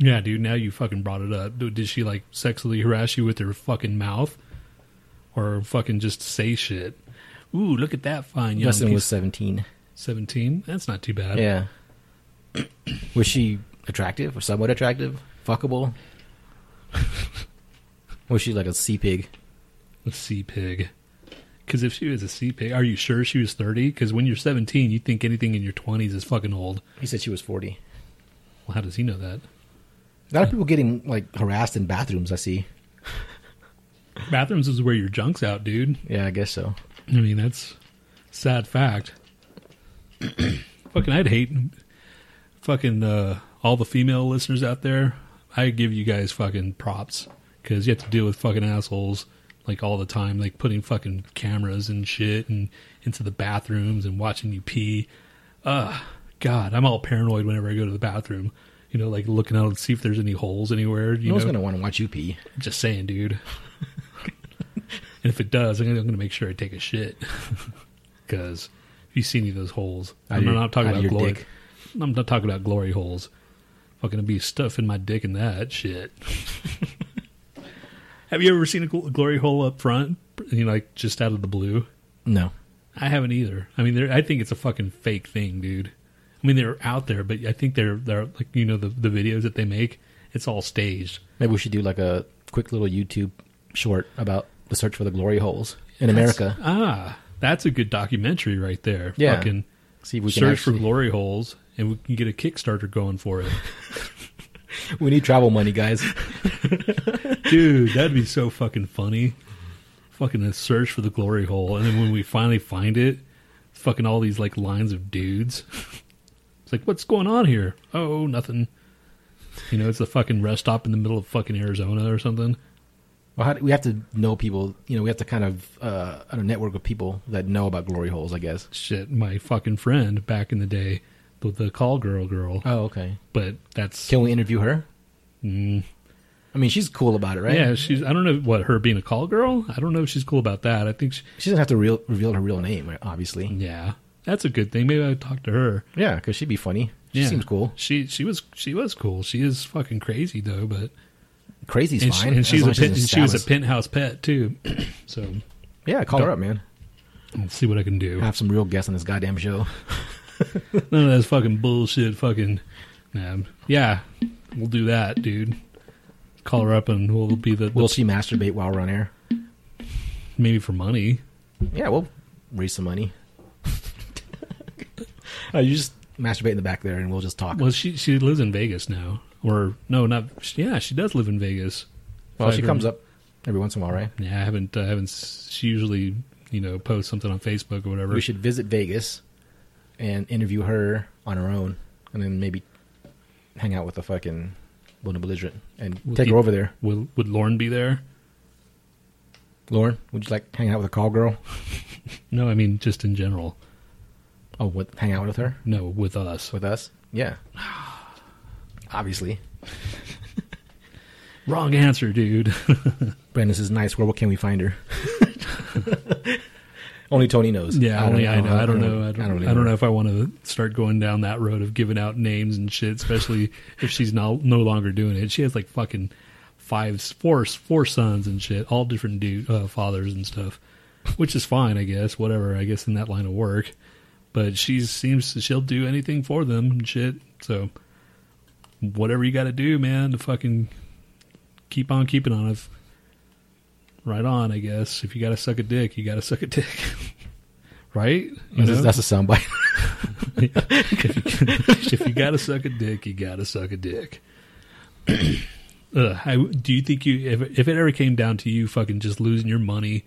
Speaker 2: Yeah, dude. Now you fucking brought it up. Dude, Did she like sexually harass you with her fucking mouth, or fucking just say shit? Ooh, look at that fine young
Speaker 1: Dustin was
Speaker 2: piece.
Speaker 1: seventeen.
Speaker 2: Seventeen. That's not too bad.
Speaker 1: Yeah. Was she attractive or somewhat attractive? Fuckable? <laughs> was she like a sea pig?
Speaker 2: A sea pig. Because if she was a sea pig, are you sure she was thirty? Because when you're seventeen, you think anything in your twenties is fucking old.
Speaker 1: He said she was 40.
Speaker 2: Well, how does he know that?
Speaker 1: A lot of people getting like harassed in bathrooms, I see.
Speaker 2: Bathrooms is where your junk's out, dude.
Speaker 1: Yeah, I guess so.
Speaker 2: I mean, that's sad fact. <clears throat> fucking, I'd hate fucking uh, all the female listeners out there. I give you guys fucking props because you have to deal with fucking assholes like all the time, like putting fucking cameras and shit and into the bathrooms and watching you pee. Ugh, God, I'm all paranoid whenever I go to the bathroom. You know, like looking out to see if there's any holes anywhere. You
Speaker 1: No one's
Speaker 2: know,
Speaker 1: going to want to watch you pee.
Speaker 2: I'm just saying, dude. <laughs> and if it does, I'm gonna, I'm gonna make sure I take a shit. <laughs> Because if you see any of those holes,
Speaker 1: Out of
Speaker 2: I'm
Speaker 1: your-
Speaker 2: not talking
Speaker 1: out of
Speaker 2: about
Speaker 1: your
Speaker 2: glory.
Speaker 1: dick.
Speaker 2: I'm not talking about glory holes. Fucking be stuffing my dick in that shit. <laughs> Have you ever seen a gl- glory hole up front? You know, like just out of the blue.
Speaker 1: No.
Speaker 2: I haven't either. I mean, they're- I think it's a fucking fake thing, dude. I mean, they're out there, but I think they're they're like you know the the videos that they make. It's all staged.
Speaker 1: Maybe we should do like a quick little YouTube short about the search for the glory holes in
Speaker 2: That's-
Speaker 1: America.
Speaker 2: Ah, that's a good documentary right there.
Speaker 1: Yeah.
Speaker 2: Fucking
Speaker 1: See if we can
Speaker 2: search for
Speaker 1: actually-
Speaker 2: glory holes and we can get a Kickstarter going for it.
Speaker 1: We need travel money, <laughs> guys.
Speaker 2: Dude, that'd be so fucking funny. Fucking a search for the glory hole. And then when we finally find it, fucking all these like lines of dudes. It's like, what's going on here? Oh, nothing. You know, it's a fucking rest stop in the middle of fucking Arizona or something.
Speaker 1: Well, how do, we have to know people. You know, we have to kind of uh, I don't know, network of people that know about glory holes. I guess.
Speaker 2: Shit, my fucking friend back in the day, the, the call girl girl.
Speaker 1: Oh, okay.
Speaker 2: But that's.
Speaker 1: Can we interview her?
Speaker 2: Mm,
Speaker 1: I mean, she's cool about it, right?
Speaker 2: Yeah, she's. I don't know what her being a call girl. I don't know if she's cool about that. I think. She,
Speaker 1: She doesn't have to real, reveal her real name, right, obviously.
Speaker 2: yeah, that's a good thing. Maybe I would talk to her.
Speaker 1: Yeah, because she'd be funny. She
Speaker 2: Yeah.
Speaker 1: seems cool.
Speaker 2: She she was she was cool. She is fucking crazy though, but
Speaker 1: Crazy's
Speaker 2: and, she,
Speaker 1: fine.
Speaker 2: and
Speaker 1: as
Speaker 2: she's a
Speaker 1: long as
Speaker 2: pit,
Speaker 1: doesn't
Speaker 2: and she was a
Speaker 1: stab us.
Speaker 2: penthouse pet too. <clears throat> so
Speaker 1: Yeah, call her up, man.
Speaker 2: let's see what I can do.
Speaker 1: Have some real guests on this goddamn show.
Speaker 2: None of that's fucking bullshit. Fucking nah. yeah, we'll do that, dude. Call her up and we'll be the, the
Speaker 1: Will she masturbate while we're on air?
Speaker 2: maybe for money.
Speaker 1: Yeah, we'll raise
Speaker 2: <laughs>
Speaker 1: some money. uh, you just masturbate in the back there, and we'll just talk.
Speaker 2: Well, she she lives in Vegas now, or no, not yeah, she does live in Vegas.
Speaker 1: Well, she
Speaker 2: Fiverr-
Speaker 1: comes up every once in a while, right?
Speaker 2: Yeah, I haven't. I haven't. s- She usually, you know, posts something on Facebook or whatever.
Speaker 1: We should visit Vegas and interview her on her own, and then maybe hang out with the fucking Luna Belligerent and
Speaker 2: We'll
Speaker 1: take
Speaker 2: keep-
Speaker 1: her over there.
Speaker 2: Would, would Lauren be there?
Speaker 1: Lauren, would you like to hang out with a call girl?
Speaker 2: No, I mean just in general.
Speaker 1: Oh, what? Hang out with her
Speaker 2: No, with us.
Speaker 1: with us? Yeah, <sighs> obviously.
Speaker 2: Wrong answer, dude. <laughs>
Speaker 1: Brandon, this is nice. Where? What can we find her? <laughs> only Tony knows.
Speaker 2: yeah, only I know. I don't know. I
Speaker 1: I
Speaker 2: don't.
Speaker 1: really
Speaker 2: I don't know if I want to start going down that road of giving out names and shit, especially <laughs> if she's now no longer doing it. She has like fucking five, four, four sons and shit, all different dude uh, fathers and stuff, which is fine, I guess. Whatever, I guess in that line of work. But she seems to- she'll do anything for them and shit. So whatever you got to do, man, to fucking keep on keeping on. If right on, I guess. If you got to suck a dick, you got to <laughs> suck a dick. right? You
Speaker 1: That's,
Speaker 2: know?
Speaker 1: that's a soundbite.
Speaker 2: <laughs> if you gotta suck a dick, you gotta suck a dick. <clears throat> Ugh, I, do you think you if if it ever came down to you fucking just losing your money,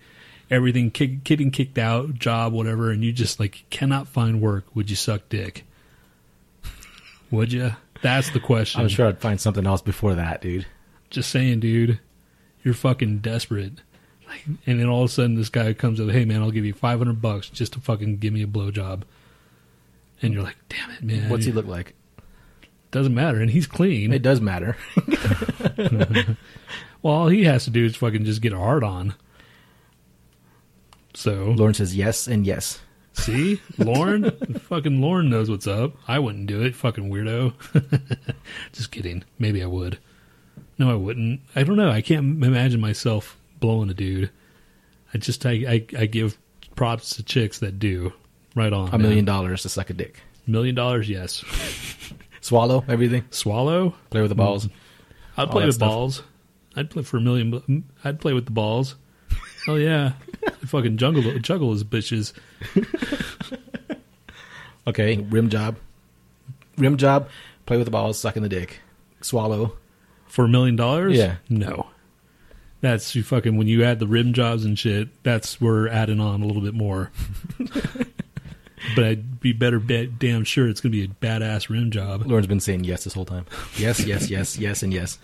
Speaker 2: everything kick, getting kicked out, job whatever, and you just like cannot find work, would you suck dick? Would you? That's the question.
Speaker 1: <laughs> I'm sure I'd find something else before that, dude.
Speaker 2: Just saying, dude, you're fucking desperate. Like, and then all of a sudden, this guy comes up, hey man, I'll give you five hundred bucks just to fucking give me a blowjob. And you're like, damn it, man.
Speaker 1: What's he look like?
Speaker 2: Doesn't matter, and he's clean.
Speaker 1: It does matter. <laughs>
Speaker 2: well, all he has to do is fucking just get a hard on. So
Speaker 1: Lauren says yes and yes.
Speaker 2: see, Lauren, <laughs> fucking Lauren knows what's up. I wouldn't do it, fucking weirdo. <laughs> just kidding. Maybe I would. No, I wouldn't. I don't know. I can't imagine myself blowing a dude. I just I I, I give props to chicks that do Right on.
Speaker 1: a million dollars to suck a dick.
Speaker 2: Million dollars, yes.
Speaker 1: Swallow everything.
Speaker 2: Swallow.
Speaker 1: Play with the balls.
Speaker 2: I'd
Speaker 1: All
Speaker 2: play
Speaker 1: that
Speaker 2: with
Speaker 1: stuff.
Speaker 2: balls. I'd play for a million. bu- I'd play with the balls. Oh yeah, <laughs> fucking jungle juggle his bitches.
Speaker 1: Okay, rim job. Rim job. Play with the balls. Suck in the dick. Swallow.
Speaker 2: For a million dollars?
Speaker 1: Yeah.
Speaker 2: No. That's you fucking when you add the rim jobs and shit, that's where we're adding on a little bit more. but I'd be better bet damn sure it's gonna be a badass rim
Speaker 1: <laughs>
Speaker 2: job.
Speaker 1: Lauren's been saying yes this whole time. Yes, yes, yes, yes, and yes.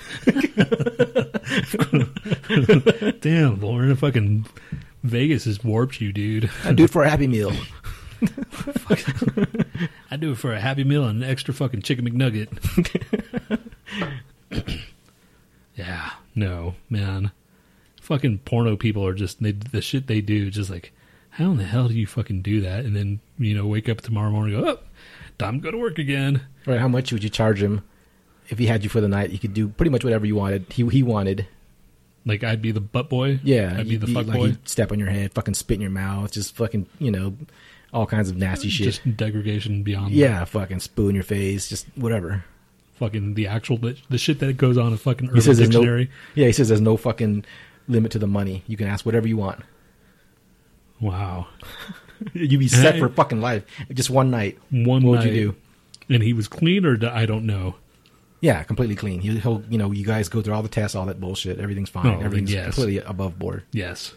Speaker 2: Damn, Lauren, if fucking Vegas has warped you, dude.
Speaker 1: I do it for a happy meal.
Speaker 2: I'd do it for a happy meal and an extra fucking chicken
Speaker 1: <laughs>
Speaker 2: McNugget. yeah, no, man. Fucking porno people are just they, the shit they do. Just like, how in the hell do you fucking do that? And then you know, wake up tomorrow morning, and go, oh, time to go to work again.
Speaker 1: Right? How much would you charge him if he had you for the night? You could do pretty much whatever you wanted. He he wanted.
Speaker 2: Like I'd be the butt boy.
Speaker 1: Yeah,
Speaker 2: I'd be the
Speaker 1: he-
Speaker 2: fuck
Speaker 1: like,
Speaker 2: boy.
Speaker 1: he'd Step on your head, fucking spit in your mouth, just fucking you know, all kinds of nasty shit.
Speaker 2: Just degradation beyond.
Speaker 1: yeah, fucking spoon in your face, just whatever.
Speaker 2: fucking the actual the, the shit that goes on a fucking
Speaker 1: He
Speaker 2: Urban
Speaker 1: says there's no.
Speaker 2: Dictionary.
Speaker 1: Yeah, he says there's no fucking limit to the money. You can ask whatever
Speaker 2: <laughs>
Speaker 1: you want.
Speaker 2: Wow.
Speaker 1: You'd be set
Speaker 2: I-
Speaker 1: for fucking life. Just one night.
Speaker 2: One
Speaker 1: What would
Speaker 2: night,
Speaker 1: you do?
Speaker 2: And he was clean, or d- I don't know.
Speaker 1: Yeah, completely clean. He'll, he'll, you know, you guys go through all the tests, all that bullshit. Everything's fine.
Speaker 2: Oh, then
Speaker 1: Everything's
Speaker 2: yes.
Speaker 1: completely above board.
Speaker 2: Yes.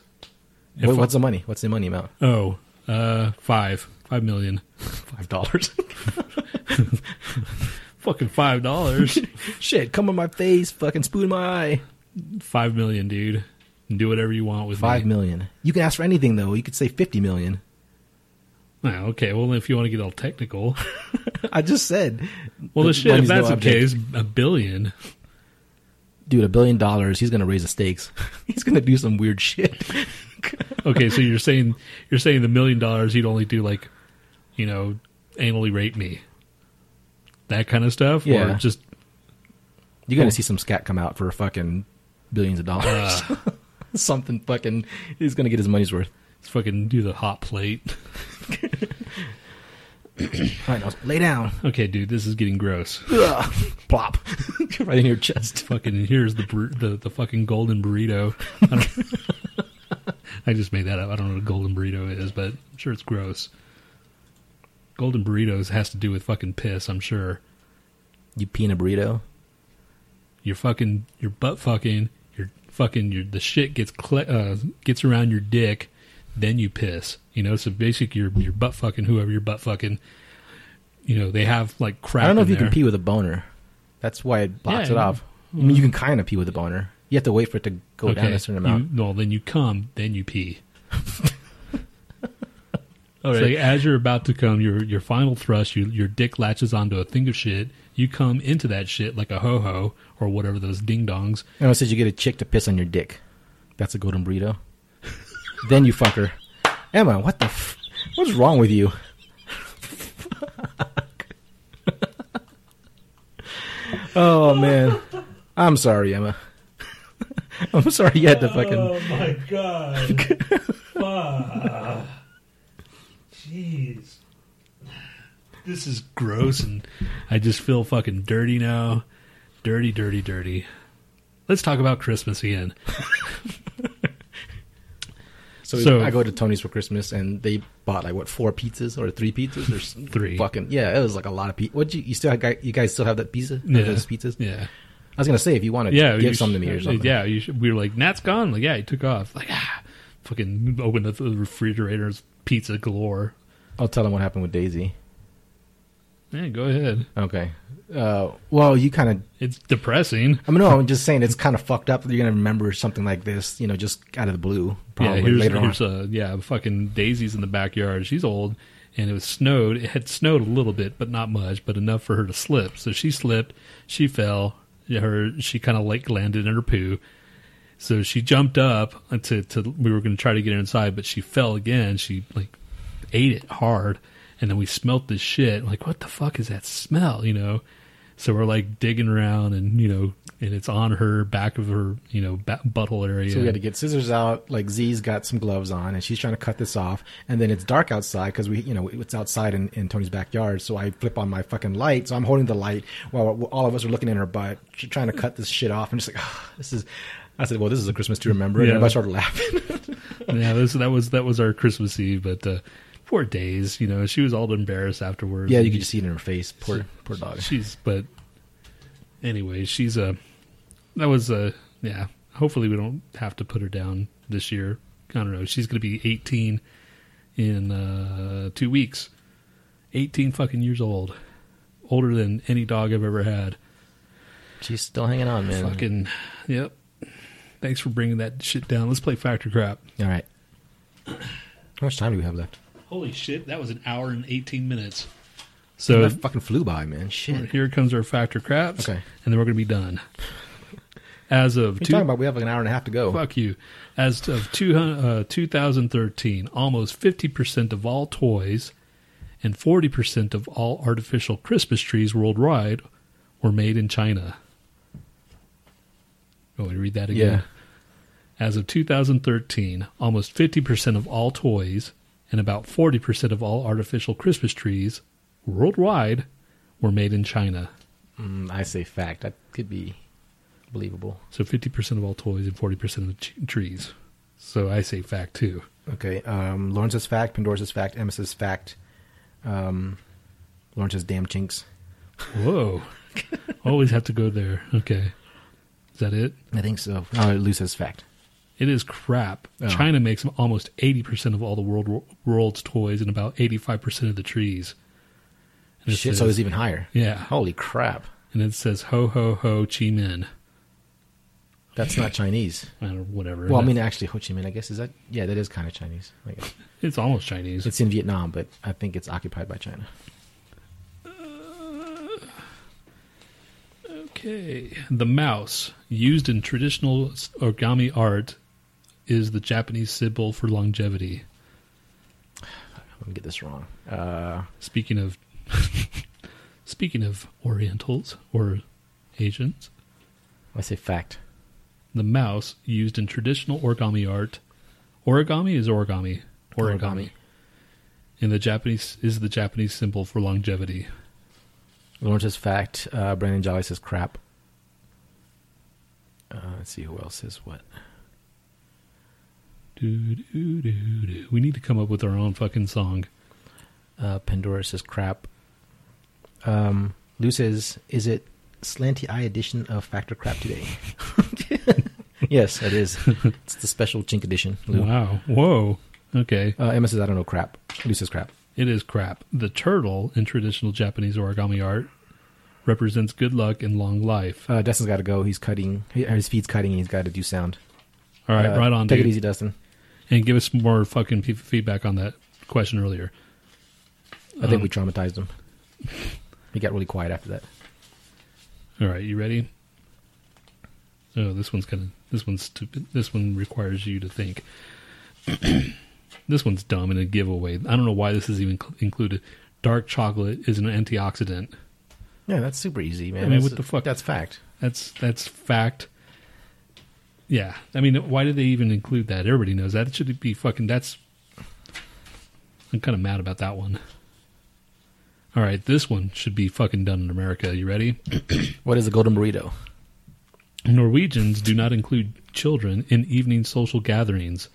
Speaker 1: What,
Speaker 2: If I-
Speaker 1: what's the money? What's the money amount?
Speaker 2: Oh, uh, five, five million. <laughs>
Speaker 1: Five dollars.
Speaker 2: Fucking five
Speaker 1: <laughs>
Speaker 2: dollars,
Speaker 1: <laughs> Shit, come on my face, fucking spoon my eye.
Speaker 2: five million, dude. Do whatever you want with
Speaker 1: Five
Speaker 2: me.
Speaker 1: million. You can ask for anything though. You could say fifty million. <laughs>
Speaker 2: Ah, okay, well if you want to get all technical,
Speaker 1: <laughs>
Speaker 2: <laughs>
Speaker 1: I just said.
Speaker 2: well the
Speaker 1: the
Speaker 2: shit. If
Speaker 1: money's no
Speaker 2: that's the
Speaker 1: object.
Speaker 2: case, a billion.
Speaker 1: Dude, a billion dollars. He's gonna raise the stakes. <laughs> he's gonna do some weird shit. <laughs>
Speaker 2: Okay, so you're saying you're saying the million dollars you'd only do like, you know, anally rape me, that kind of stuff, or
Speaker 1: Yeah.
Speaker 2: just
Speaker 1: You're gonna see some scat come out for fucking billions of dollars.
Speaker 2: Uh.
Speaker 1: <laughs> Something fucking. He's gonna get his money's worth.
Speaker 2: fucking do the hot plate. <laughs>
Speaker 1: All right, now lay down. <laughs>
Speaker 2: Okay, dude, this is getting gross.
Speaker 1: Ugh. Plop. <laughs> right in your chest.
Speaker 2: fucking here's the bur- the the fucking golden burrito. I, don't- <laughs> I just made that up. I don't know what a golden burrito is, but I'm sure it's gross. Golden burritos has to do with fucking piss. I'm sure
Speaker 1: You pee in a burrito.
Speaker 2: you're fucking your butt fucking your fucking your the shit gets cle- uh, gets around your dick, then you piss. You know, so basically your your butt fucking whoever you're butt fucking. You know they have like crap.
Speaker 1: I don't know if
Speaker 2: in
Speaker 1: you
Speaker 2: there.
Speaker 1: can pee with a boner. That's why it blocks
Speaker 2: Yeah,
Speaker 1: it off. I mean, you can kind of pee with a boner. You have to wait for it to go down a certain amount.
Speaker 2: You, well, then you come, then you
Speaker 1: <laughs>
Speaker 2: pee. All right. So as you're about to come, your your final thrust, you, your dick latches onto a thing of shit. You come into that shit like a ho ho or whatever those ding dongs.
Speaker 1: And it says you get a chick to piss on your dick. That's a golden burrito. <laughs> then you fuck her. Emma, what the f- What's wrong with you? <laughs> oh, man. I'm sorry, Emma. <laughs> I'm sorry you had to fucking.
Speaker 2: my <laughs> god! Jeez, this is gross, and I just feel fucking dirty now. Dirty, dirty, dirty. Let's talk about Christmas again.
Speaker 1: So,
Speaker 2: So-
Speaker 1: I go to Tony's for Christmas, and they bought like what four pizzas or three pizzas or something.
Speaker 2: <laughs> Three.
Speaker 1: Fucking yeah, it was like a lot of pizza. What you you still have, you guys still have that pizza?
Speaker 2: Yeah.
Speaker 1: Those pizzas.
Speaker 2: Yeah.
Speaker 1: I was gonna say if you want to
Speaker 2: yeah, you
Speaker 1: give some to
Speaker 2: sh-
Speaker 1: me or something.
Speaker 2: Yeah, you should, we were like, Nat's gone. Like, yeah, he took off. Like, ah, fucking opened up the refrigerator's pizza galore.
Speaker 1: I'll tell them what happened with Daisy.
Speaker 2: Yeah, go ahead.
Speaker 1: Okay. Uh, well, you kind of.
Speaker 2: It's depressing.
Speaker 1: I mean, no, I'm just saying it's kind of fucked up that you're gonna remember something like this, you know, just out of the blue. Probably
Speaker 2: yeah, here's,
Speaker 1: later
Speaker 2: here's
Speaker 1: on.
Speaker 2: a uh, yeah, fucking Daisy's in the backyard. She's old, and it was snowed. It had snowed a little bit, but not much, but enough for her to slip. So she slipped. She fell. Her she kind of like landed in her poo. So she jumped up to to we were going to try to get her inside, but she fell again. She like ate it hard, and then we smelt this shit. Like, what the fuck is that smell? You know. So we're like digging around, and you know, and it's on her back of her, you know, ba- butthole area.
Speaker 1: So we had to get scissors out. Like Z's got some gloves on, and she's trying to cut this off. And then it's dark outside because we, you know, it's outside in, in Tony's backyard. So I flip on my fucking light. So I'm holding the light while all of us are looking in her butt, tr- trying to cut this shit off. I'm just like, "Ah, this is. I said, well, this is a Christmas to remember. And
Speaker 2: Yeah.
Speaker 1: everybody started laughing. <laughs>
Speaker 2: yeah, this, that was that was our Christmas Eve, but uh, poor days. You know, she was all embarrassed afterwards.
Speaker 1: yeah, you
Speaker 2: And
Speaker 1: could just see it in her face. Poor, poor dog.
Speaker 2: She's but anyway, she's a that was a yeah. Hopefully, we don't have to put her down this year. I don't know. She's going to be 18 in uh, two weeks. 18 fucking years old. Older than any dog I've ever had.
Speaker 1: She's still hanging on, man.
Speaker 2: Fucking yep. Thanks for bringing that shit down. Let's play Factor Crap.
Speaker 1: All right. How much time do we have left?
Speaker 2: Holy shit, that was an hour and 18 minutes.
Speaker 1: I
Speaker 2: So
Speaker 1: fucking flew by, man. Shit. What are
Speaker 2: here comes our Factor Craps.
Speaker 1: Okay.
Speaker 2: And then we're going to be done. As of
Speaker 1: you
Speaker 2: two,
Speaker 1: talking about? We have like an hour and a half to go.
Speaker 2: Fuck you. As of two, hun- uh, 2013, almost 50% of all toys and 40% of all artificial Christmas trees worldwide were made in China. Oh, we read that again.
Speaker 1: Yeah.
Speaker 2: As of 2013, almost 50% of all toys and about 40% of all artificial Christmas trees worldwide were made in China.
Speaker 1: Mm, I say fact. That could be believable.
Speaker 2: So 50% of all toys and 40% of ch- trees. So I say fact too.
Speaker 1: Okay. Um, Lawrence is fact. Pandora's is fact. Emma says fact. Um, Lawrence says damn chinks. <laughs>
Speaker 2: Whoa. Always have to go there. Okay. Is that it?
Speaker 1: I think so. Uh, Lou says fact.
Speaker 2: It is crap.
Speaker 1: Oh.
Speaker 2: China makes almost 80% of all the world world's toys and about 85% of the trees. And it
Speaker 1: Shit.
Speaker 2: says,
Speaker 1: so it's even higher.
Speaker 2: Yeah.
Speaker 1: Holy crap.
Speaker 2: And it says ho ho ho Chi Minh.
Speaker 1: That's not Chinese.
Speaker 2: Or whatever.
Speaker 1: Well, I mean, actually, Ho Chi Minh, I guess, is that? Yeah, that is kind of Chinese. I guess.
Speaker 2: it's almost Chinese.
Speaker 1: It's in Vietnam, but I think it's occupied by China.
Speaker 2: Okay. The mouse, used in traditional origami art, is the Japanese symbol for longevity.
Speaker 1: I'm going to get this wrong. Uh,
Speaker 2: Speaking of <laughs> speaking of Orientals or Asians,
Speaker 1: I say fact.
Speaker 2: the mouse used in traditional origami art. Origami is origami. Origami.
Speaker 1: Origami.
Speaker 2: In the Japanese is the Japanese symbol for longevity.
Speaker 1: Lawrence says fact. Uh, Brandon Jolly says crap. Uh, let's see who else says what.
Speaker 2: Doo, doo, doo, doo. We need to come up with our own fucking song.
Speaker 1: Uh, Pandora says crap. Um, Lou says, is it slanty eye edition of Factor Crap today? <laughs> yes, it is. It's the special chink edition. Lou.
Speaker 2: Wow. Whoa. Okay.
Speaker 1: Uh, Emma says, I don't know crap. Lou says crap.
Speaker 2: It is crap. The turtle in traditional Japanese origami art represents good luck and long life.
Speaker 1: Uh, Dustin's got to go. He's cutting. he- His feed's cutting. He's got to do sound.
Speaker 2: All right,
Speaker 1: Uh,
Speaker 2: right on.
Speaker 1: Take
Speaker 2: dude.
Speaker 1: it easy, Dustin.
Speaker 2: and give us some more fucking pe- feedback on that question earlier.
Speaker 1: I think we traumatized him. He got really quiet after that.
Speaker 2: All right, you ready? Oh, this one's kind of this one's stupid. This one requires you to think. <clears throat> this one's dumb and a giveaway. I don't know why this is even cl- included. Dark chocolate is an antioxidant.
Speaker 1: Yeah, that's super easy, man.
Speaker 2: I mean,
Speaker 1: That's-
Speaker 2: what the fuck?
Speaker 1: That's fact.
Speaker 2: That's that's fact. Yeah, I mean, why did they even include that? Everybody knows that. It should be fucking. That's. I'm kind of mad about that one. All right, this one should be fucking done in America. You ready?
Speaker 1: What is a golden burrito?
Speaker 2: Norwegians do not include children in evening social gatherings,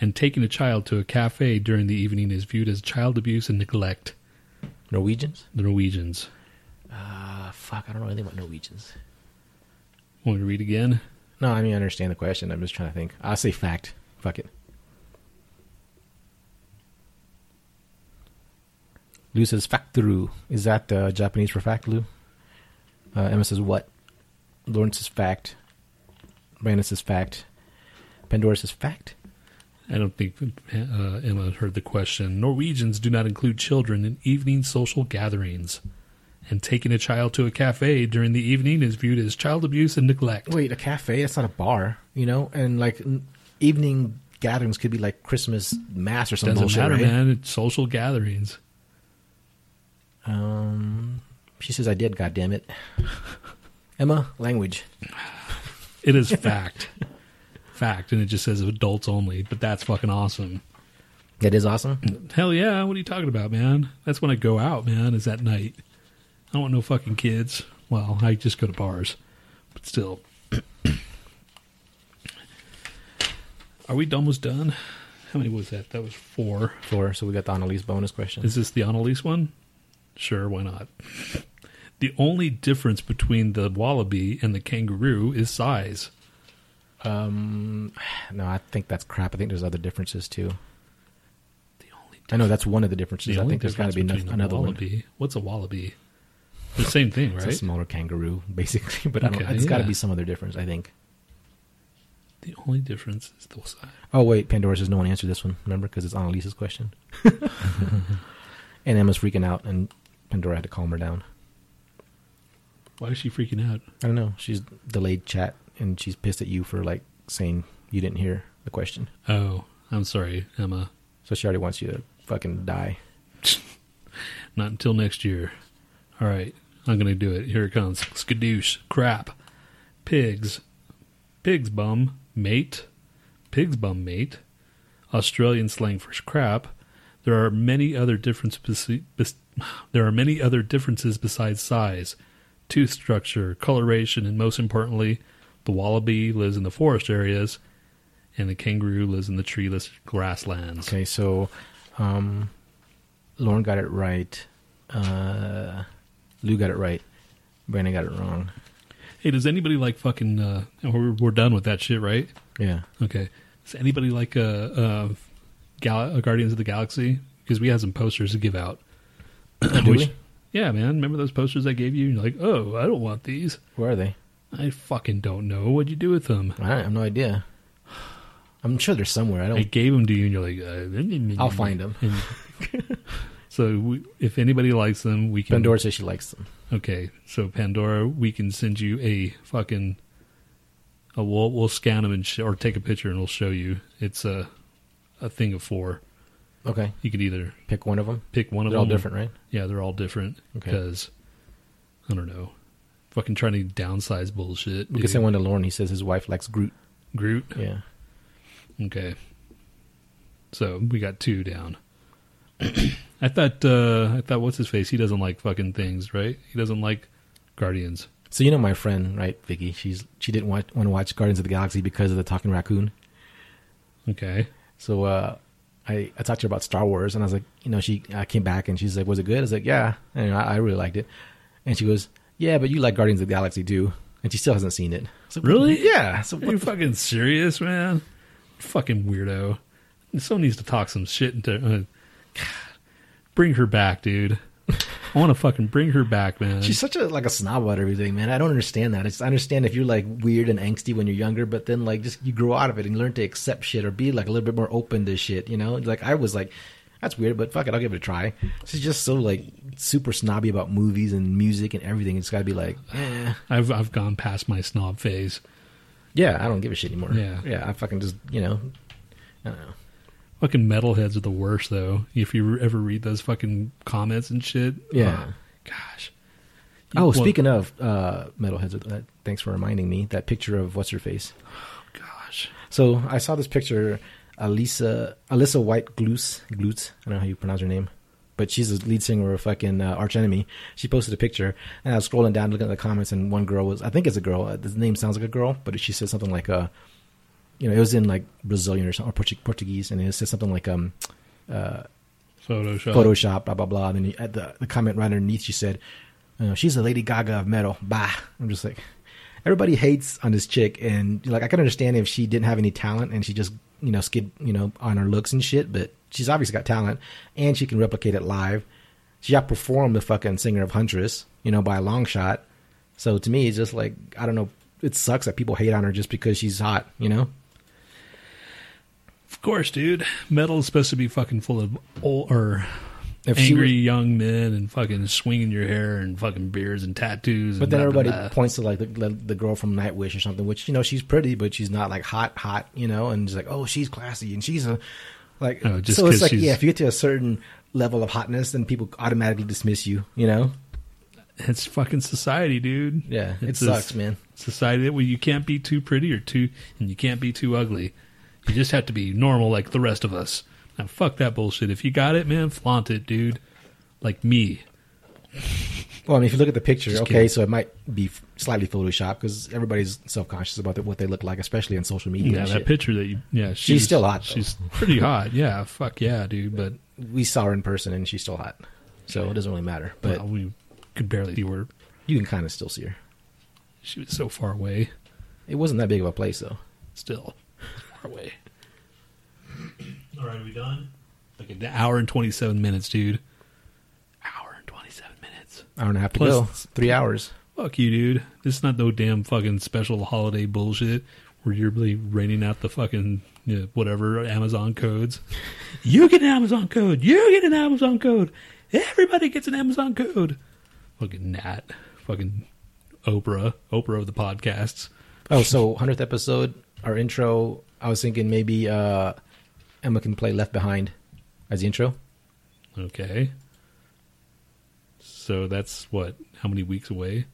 Speaker 2: and taking a child to a cafe during the evening is viewed as child abuse and neglect.
Speaker 1: Norwegians?
Speaker 2: The Norwegians.
Speaker 1: Uh, fuck, I don't know anything about Norwegians.
Speaker 2: Want me to read again?
Speaker 1: No, I mean, I understand the question. I'm just trying to think. I'll say fact. Fuck it. Lou says factoru. Is that uh, Japanese for fact, Lou? Uh, Emma says what? Lawrence says fact. Brandon says fact. Pandora says fact.
Speaker 2: I don't think uh, Emma heard the question. Norwegians do not include children in evening social gatherings, and taking a child to a cafe during the evening is viewed as child abuse and neglect.
Speaker 1: Wait, a cafe? That's not a bar, you know? And like n- evening gatherings could be like Christmas mass or some
Speaker 2: Doesn't
Speaker 1: bullshit,
Speaker 2: matter,
Speaker 1: right?
Speaker 2: man. It's social gatherings.
Speaker 1: Um, She says, I did, God damn it. <laughs> Emma, language.
Speaker 2: It is
Speaker 1: <laughs>
Speaker 2: fact. fact. And it just says adults only, but that's fucking awesome.
Speaker 1: That is awesome.
Speaker 2: Hell yeah. What are you talking about, man? That's when I go out, man, is at night. I don't want no fucking kids. Well, I just go to bars. But still. Are we almost done? How many was that? That was four.
Speaker 1: Four. So we got the Annalise bonus question.
Speaker 2: Is this the Annalise one? Sure, why not? <laughs> The only difference between the wallaby and the kangaroo is size.
Speaker 1: Um, no, I think that's crap. I think there's other differences too.
Speaker 2: The only
Speaker 1: I know that's one of the differences.
Speaker 2: The
Speaker 1: I
Speaker 2: only
Speaker 1: think there's got to be
Speaker 2: difference
Speaker 1: ano-
Speaker 2: between a
Speaker 1: another one.
Speaker 2: wallaby. What's a wallaby? The same thing,
Speaker 1: It's a
Speaker 2: right?
Speaker 1: smaller kangaroo, <laughs> basically. But I
Speaker 2: Okay,
Speaker 1: don't, it's got to
Speaker 2: yeah.
Speaker 1: be some other difference, I think.
Speaker 2: The only difference is the size.
Speaker 1: Oh wait, Pandora says no one answered this one. Remember, because it's Annalise's question. <laughs> and Emma's freaking out, and Pandora had to calm her down.
Speaker 2: Why is she freaking out?
Speaker 1: I don't know. She's delayed chat, and she's pissed at you for like saying you didn't hear the question.
Speaker 2: Oh, I'm sorry, Emma.
Speaker 1: So she already wants you to fucking die.
Speaker 2: Not until next year. All right, I'm gonna do it. Here it comes. Skadoosh, crap, pigs, pigs bum mate, pigs bum mate. Australian slang for crap. There are many other differences. Bes- <sighs> there are many other differences besides size, tooth structure, coloration, and most importantly, the wallaby lives in the forest areas, and the kangaroo lives in the treeless grasslands.
Speaker 1: Okay, so um, Lauren got it right. Uh, Lou got it right. Brandon got it wrong.
Speaker 2: Hey, does anybody like fucking? Uh, we're, we're done with that shit, right?
Speaker 1: Yeah.
Speaker 2: Okay. Does anybody like uh, uh, Gal- uh, Guardians of the Galaxy? Because we had some posters to give out.
Speaker 1: <clears throat> Do
Speaker 2: Which-
Speaker 1: we?
Speaker 2: Yeah, man. Remember those posters I gave you? You're like, oh, I don't want these.
Speaker 1: Where are they?
Speaker 2: I fucking don't know. What'd you do with them?
Speaker 1: I, don't, I have no idea. I'm sure they're somewhere. I
Speaker 2: I
Speaker 1: don't.
Speaker 2: gave them to you, and you're like, uh,
Speaker 1: I'll find 'em.
Speaker 2: And- <laughs> so we, if anybody likes them, we can.
Speaker 1: Pandora says she likes them.
Speaker 2: Okay, so Pandora, we can send you a fucking. A, we'll we'll scan them and sh- or take a picture and we'll show you. It's a a thing of four.
Speaker 1: Okay,
Speaker 2: You could either
Speaker 1: pick one of them.
Speaker 2: pick one of
Speaker 1: They're all
Speaker 2: them.
Speaker 1: different, right?
Speaker 2: Yeah, they're all different
Speaker 1: Okay.
Speaker 2: because I don't know. Fucking trying to downsize bullshit.
Speaker 1: We
Speaker 2: dude.
Speaker 1: can send one to Lauren. He says his wife likes Groot.
Speaker 2: Groot.
Speaker 1: Yeah.
Speaker 2: Okay. So we got two down. <clears throat> I thought. uh I thought. What's his face? He doesn't like fucking things, right? He doesn't like Guardians.
Speaker 1: So you know my friend, right, Vicky? She's she didn't want, want to watch Guardians of the Galaxy because of the talking raccoon.
Speaker 2: Okay.
Speaker 1: So uh, I I talked to her about Star Wars, and I was like, you know, she I came back and she's like, was it good? I was like, yeah, and I, I really liked it. And she goes, yeah, but you like Guardians of the Galaxy too, and she still hasn't seen it. So
Speaker 2: Really?
Speaker 1: Yeah. So
Speaker 2: Are
Speaker 1: what
Speaker 2: you
Speaker 1: the-
Speaker 2: fucking serious, man? Fucking weirdo. Someone needs to talk some shit into. Uh, God. Bring her back, dude. I want to fucking bring her back, man.
Speaker 1: she's such a like a snob about everything, man. I don't understand that. It's, I understand if you're like weird and angsty when you're younger, but then like just you grow out of it and learn to accept shit or be like a little bit more open to shit. You know, like I was like. That's weird, but fuck it, I'll give it a try. She's just so like super snobby about movies and music and everything. It's got to be like, eh.
Speaker 2: I've I've gone past my snob phase.
Speaker 1: Yeah, I don't give a shit anymore.
Speaker 2: Yeah.
Speaker 1: yeah, I fucking just you know, I don't know.
Speaker 2: Fucking metalheads are the worst, though. If you ever read those fucking comments and shit,
Speaker 1: Yeah.
Speaker 2: Oh, gosh.
Speaker 1: Oh,
Speaker 2: Well,
Speaker 1: speaking of uh, metalheads, uh, thanks for reminding me that picture of what's her face.
Speaker 2: gosh,
Speaker 1: So I saw this picture, Alyssa Alyssa White Glutes Glutes. I don't know how you pronounce her name, but she's the lead singer of fucking uh, Arch Enemy. She posted a picture, and I was scrolling down looking at the comments, and one girl was I think it's a girl. uh, The name sounds like a girl, but she said something like uh, you know, it was in like Brazilian or something or Portu- Portuguese, and it said something like um.
Speaker 2: Photoshop.
Speaker 1: Photoshop, blah blah blah. And then at the, the comment right underneath, she said, uh, "She's the Lady Gaga of metal." Bah. I'm just like, everybody hates on this chick, and like I can understand if she didn't have any talent and she just you know skid you know on her looks and shit, but she's obviously got talent and she can replicate it live. She outperformed the fucking singer of Huntress, you know, by a long shot. So to me, it's just like I don't know. It sucks that people hate on her just because she's hot, you know.
Speaker 2: Of course, dude. Metal is supposed to be fucking full of old, or
Speaker 1: If she
Speaker 2: angry
Speaker 1: was-
Speaker 2: young men and fucking swinging your hair and fucking beards and tattoos.
Speaker 1: But
Speaker 2: and
Speaker 1: then
Speaker 2: blah, blah,
Speaker 1: everybody
Speaker 2: blah.
Speaker 1: points to like the, the, the girl from Nightwish or something, which you know she's pretty, but she's not like hot, hot, you know, and she's like, oh, she's classy and she's a like.
Speaker 2: Oh, just
Speaker 1: so
Speaker 2: 'cause
Speaker 1: it's like
Speaker 2: she's-
Speaker 1: yeah, if you get to a certain level of hotness, then people automatically dismiss you, you know.
Speaker 2: It's fucking society, dude.
Speaker 1: Yeah, it
Speaker 2: a
Speaker 1: sucks, man.
Speaker 2: Society that well, you can't be too pretty or too, and you can't be too ugly. You just have to be normal like the rest of us. Now, fuck that bullshit. If you got it, man, flaunt it, dude. Like me.
Speaker 1: Well, I mean, if you look at the picture,
Speaker 2: Just
Speaker 1: okay,
Speaker 2: kidding.
Speaker 1: so it might be slightly photoshopped because everybody's self conscious about what they look like, especially on social media.
Speaker 2: Yeah,
Speaker 1: and
Speaker 2: that
Speaker 1: shit.
Speaker 2: picture that you. Yeah, she's,
Speaker 1: still hot, though.
Speaker 2: She's pretty hot. Yeah, fuck yeah, dude. But
Speaker 1: We saw her in person, and she's still hot, so it doesn't really matter. But
Speaker 2: well, we could barely see her.
Speaker 1: you can kind of still see her.
Speaker 2: She was so far away.
Speaker 1: It wasn't that big of a place, though.
Speaker 2: Still, far away. <clears throat> All right, are we done? Like an hour and twenty-seven minutes, dude. Hour and twenty-seven minutes.
Speaker 1: Hour and a half to
Speaker 2: Plus-
Speaker 1: go. Three hours.
Speaker 2: Fuck you, dude. This is not no damn fucking special holiday bullshit where you're really raining out the fucking you know, whatever Amazon <laughs> codes. you get an Amazon code. You get an Amazon code. Everybody gets an Amazon code. Fucking Nat. Fucking Oprah. Oprah of the podcasts.
Speaker 1: Oh, so hundredth episode, our intro. I was thinking maybe uh, Emma can play Left Behind as the intro.
Speaker 2: Okay. So that's what? How many weeks away?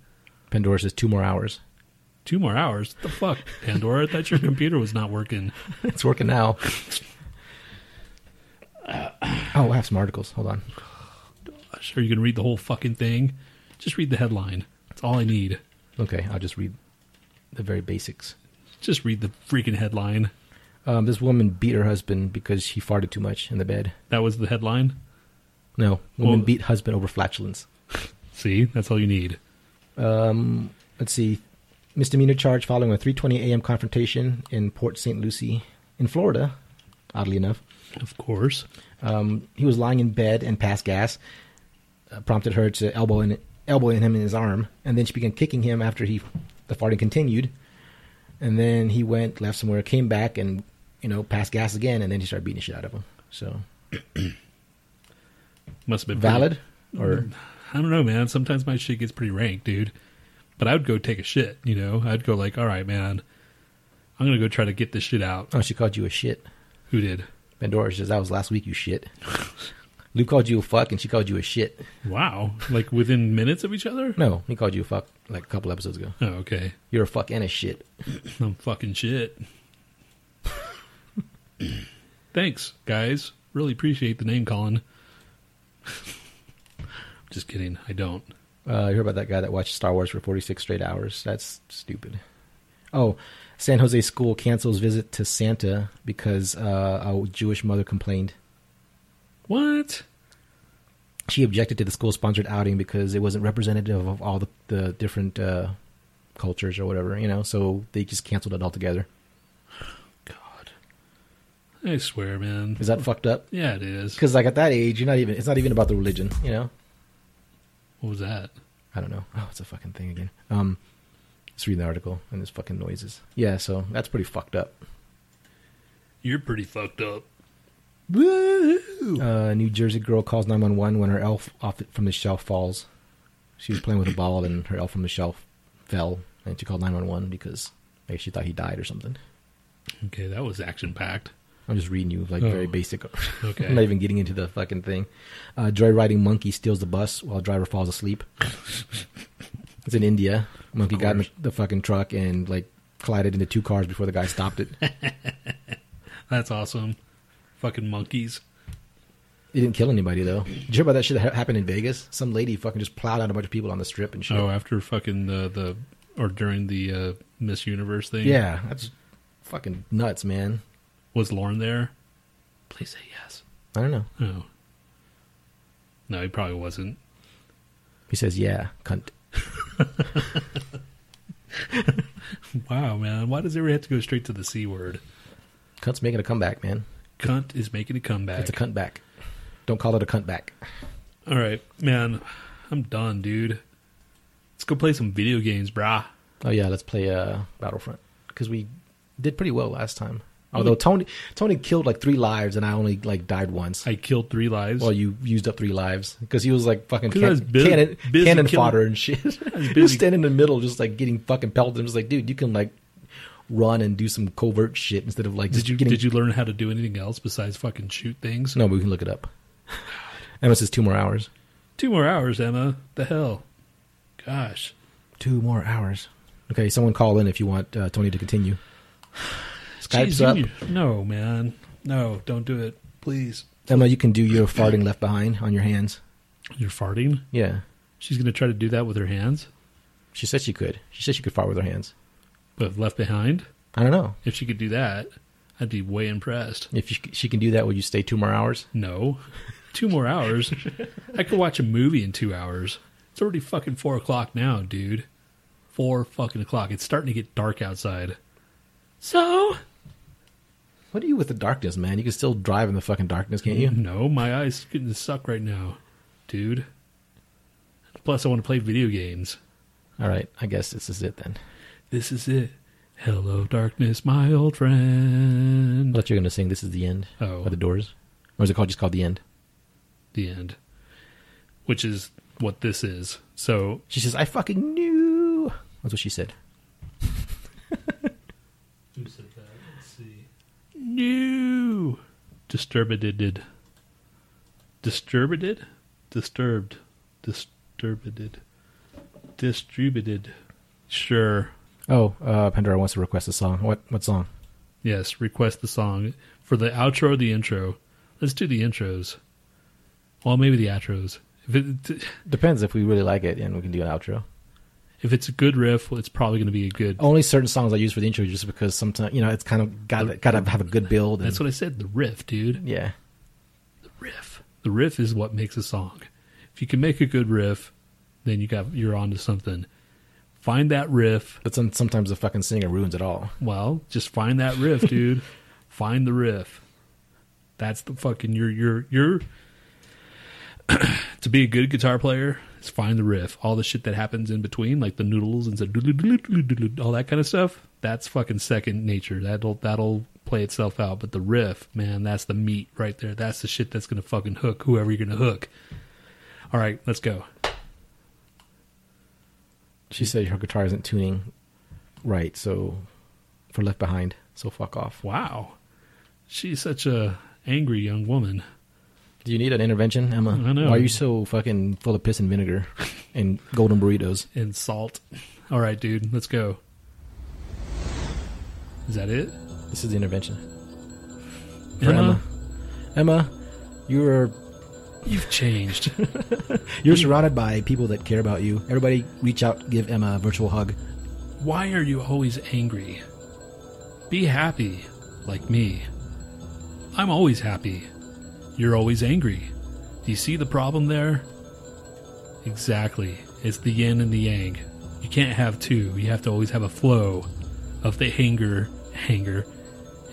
Speaker 1: Pandora says two more hours. <laughs>
Speaker 2: Two more hours. the fuck, Pandora? I thought your computer was not working.
Speaker 1: It's working now. Oh, I have some articles. Hold on.
Speaker 2: Sure, you can read the whole fucking thing. Just read the headline. That's all I need.
Speaker 1: Okay, I'll just read the very basics.
Speaker 2: Just read the freaking headline.
Speaker 1: Um, this woman beat her husband because she farted too much in the bed.
Speaker 2: That was the headline.
Speaker 1: No, woman
Speaker 2: Well-
Speaker 1: beat husband over flatulence.
Speaker 2: See, that's all you need.
Speaker 1: Um, let's see. Misdemeanor charge following a 3:20 a.m. confrontation in Port St. Lucie, in Florida. Oddly enough,
Speaker 2: Of course.
Speaker 1: um, he was lying in bed and passed gas, uh, prompted her to elbow in elbow in him in his arm, and then she began kicking him after he the farting continued, and then he went left somewhere, came back, and you know passed gas again, and then she started beating the shit out of him. So
Speaker 2: Must have been pretty-
Speaker 1: valid or
Speaker 2: I don't know, man. Sometimes my shit gets pretty rank, dude. But I would go take a shit. You know, I'd go like, all right, man. I'm gonna go try to get this shit out.
Speaker 1: oh she called you a shit.
Speaker 2: Who did?
Speaker 1: Pandora says that was last week. You shit. <laughs> Luke called you a fuck, and she called you a shit.
Speaker 2: Wow. Like within minutes of each other?
Speaker 1: No, he called you a fuck like a couple episodes ago.
Speaker 2: Oh, okay.
Speaker 1: You're a fuck and a shit.
Speaker 2: I'm fucking shit. Thanks, guys. Really appreciate the name calling. <laughs> Just kidding. I don't.
Speaker 1: Uh, you heard about that guy that watched Star Wars for 46 straight hours. That's stupid. Oh, San Jose school cancels visit to Santa because uh, a Jewish mother complained.
Speaker 2: What?
Speaker 1: She objected to the school sponsored outing because it wasn't representative of all the, the different uh, cultures or whatever, you know, so they just canceled it altogether.
Speaker 2: God. I swear, man.
Speaker 1: Is that fucked up?
Speaker 2: Yeah, it is.
Speaker 1: Because, like, at that age, you're not even, it's not even about the religion, you know?
Speaker 2: What was that?
Speaker 1: I don't know. Oh, it's a fucking thing again. Um, let's read the article and there's fucking noises. Yeah, so that's pretty fucked up.
Speaker 2: You're pretty fucked up.
Speaker 1: uh, New Jersey girl calls 911 when her elf off from the shelf falls. She was playing with a ball and her elf from the shelf fell, and she called 911 because maybe she thought he died or something.
Speaker 2: Okay, that was action packed.
Speaker 1: I'm just reading you like very
Speaker 2: Oh.
Speaker 1: basic. <laughs>
Speaker 2: Okay.
Speaker 1: I'm not even getting into the fucking thing. Uh, joyriding monkey steals the bus while driver
Speaker 2: <laughs>
Speaker 1: falls asleep. it's in India. Monkey got in the, the fucking truck and like collided into two cars before the guy
Speaker 2: <laughs>
Speaker 1: stopped it. it
Speaker 2: That's awesome. Fucking monkeys.
Speaker 1: didn't kill anybody though. Did you hear about that shit that ha- happened in Vegas? Some lady fucking just plowed out a bunch of people on the strip and shit.
Speaker 2: Oh, after fucking the, the or during the uh, Miss Universe thing.
Speaker 1: Yeah, that's fucking nuts, man.
Speaker 2: Was Lauren there? Please say yes.
Speaker 1: I don't know.
Speaker 2: Oh. No, he probably wasn't. <laughs>
Speaker 1: He says, "Yeah, cunt."
Speaker 2: Wow, man. Why does everybody have to go straight to the C word?
Speaker 1: Cunt's making a comeback, man.
Speaker 2: Cunt is making a comeback.
Speaker 1: It's a cunt back. Don't call it a cunt back.
Speaker 2: All right, man. I'm done, dude. Let's go play some video games, brah.
Speaker 1: Oh yeah, let's play uh, Battlefront because we did pretty well last time.
Speaker 2: Mm-hmm.
Speaker 1: Although Tony Tony killed like three lives and I only like died once.
Speaker 2: I killed three lives.
Speaker 1: well, you used up three lives because he was like fucking
Speaker 2: 'Cause
Speaker 1: can-
Speaker 2: I was busy-
Speaker 1: cannon,
Speaker 2: busy
Speaker 1: cannon
Speaker 2: killing-
Speaker 1: fodder and
Speaker 2: <laughs>
Speaker 1: shit. He was
Speaker 2: busy-
Speaker 1: standing in the middle, just like getting fucking pelted. I'm just like, dude, you can like run and do some covert shit instead of like just
Speaker 2: did you
Speaker 1: getting
Speaker 2: did you learn how to do anything else besides fucking shoot things?
Speaker 1: No, but we can look it up. Emma says two more hours.
Speaker 2: Two more hours, Emma. The hell. gosh.
Speaker 1: Two more hours. Okay, someone call in if you want uh, Tony to continue.
Speaker 2: Jeez,
Speaker 1: Skype's
Speaker 2: you
Speaker 1: up.
Speaker 2: need- no, man. No, don't do it. Please.
Speaker 1: Emma, you can do your farting left behind on your hands.
Speaker 2: You're farting?
Speaker 1: Yeah.
Speaker 2: She's going to try to do that with her hands,
Speaker 1: She said she could. She said she could fart with her hands.
Speaker 2: but left behind?
Speaker 1: I don't know.
Speaker 2: If she could do that, I'd be way impressed.
Speaker 1: If you, she can do that, will you stay two more hours?
Speaker 2: No. Two more hours. I could watch a movie in two hours. It's already fucking four o'clock now, dude. Four fucking o'clock. It's starting to get dark outside. So?
Speaker 1: What do you with the darkness, man? You can still drive in the fucking darkness, can't you?
Speaker 2: No, my eyes getting to suck right now, dude. Plus, I want to play video games.
Speaker 1: All right, I guess this is it then.
Speaker 2: This is it. Hello, darkness, my old friend.
Speaker 1: I thought you were going to sing "This Is the End"
Speaker 2: Oh.
Speaker 1: by the Doors, or is it called just called "The End"?
Speaker 2: The end. Which is what this is. So,
Speaker 1: She says, "I fucking knew." That's what she said.
Speaker 2: Who said that? Let's see. No. Disturbed. Disturbed. Disturbed. Disturbed. Distributed. Sure.
Speaker 1: Oh, uh, Pandora wants to request a song. What what song?
Speaker 2: Yes. Request the song for the outro or the intro. Let's do the intros. Well, maybe the outros. If it
Speaker 1: Depends if we really like it, and we can do an outro.
Speaker 2: if it's a good riff, well, it's probably going to be a good.
Speaker 1: Only certain songs I use for the intro, just because sometimes you know it's kind of got got to have a good build. And,
Speaker 2: That's what I said. The riff, dude.
Speaker 1: yeah.
Speaker 2: riff. The riff is what makes a song. If you can make a good riff, then you got you're onto something. Find that riff.
Speaker 1: But some, sometimes the fucking singer ruins it all.
Speaker 2: Well, just find that riff, dude. find the riff. That's the fucking your your your <clears throat> to be a good guitar player is find the riff. All the shit that happens in between, like the noodles and the doodle-doodle-doodle-doodle, all that kind of stuff, that's fucking second nature. That'll that'll play itself out. But the riff, man, that's the meat right there. That's the shit that's gonna fucking hook whoever you're gonna hook. All right, let's go.
Speaker 1: She said her guitar isn't tuning right, so for Left Behind, so fuck off.
Speaker 2: Wow, she's such a angry young woman.
Speaker 1: Do you need an intervention, Emma?
Speaker 2: I know.
Speaker 1: Why are you so fucking full of piss and vinegar and golden burritos?
Speaker 2: and salt. All right, dude, let's go. Is that it?
Speaker 1: This is the intervention. For
Speaker 2: Emma,
Speaker 1: Emma. Emma, you are
Speaker 2: you've changed. <laughs>
Speaker 1: you're surrounded by people that care about you. Everybody reach out, give Emma a virtual hug.
Speaker 2: Why are you always angry? Be happy, like me. I'm always happy. You're always angry. Do you see the problem there? Exactly. It's the yin and the yang. You can't have two. You have to always have a flow of the anger, anger,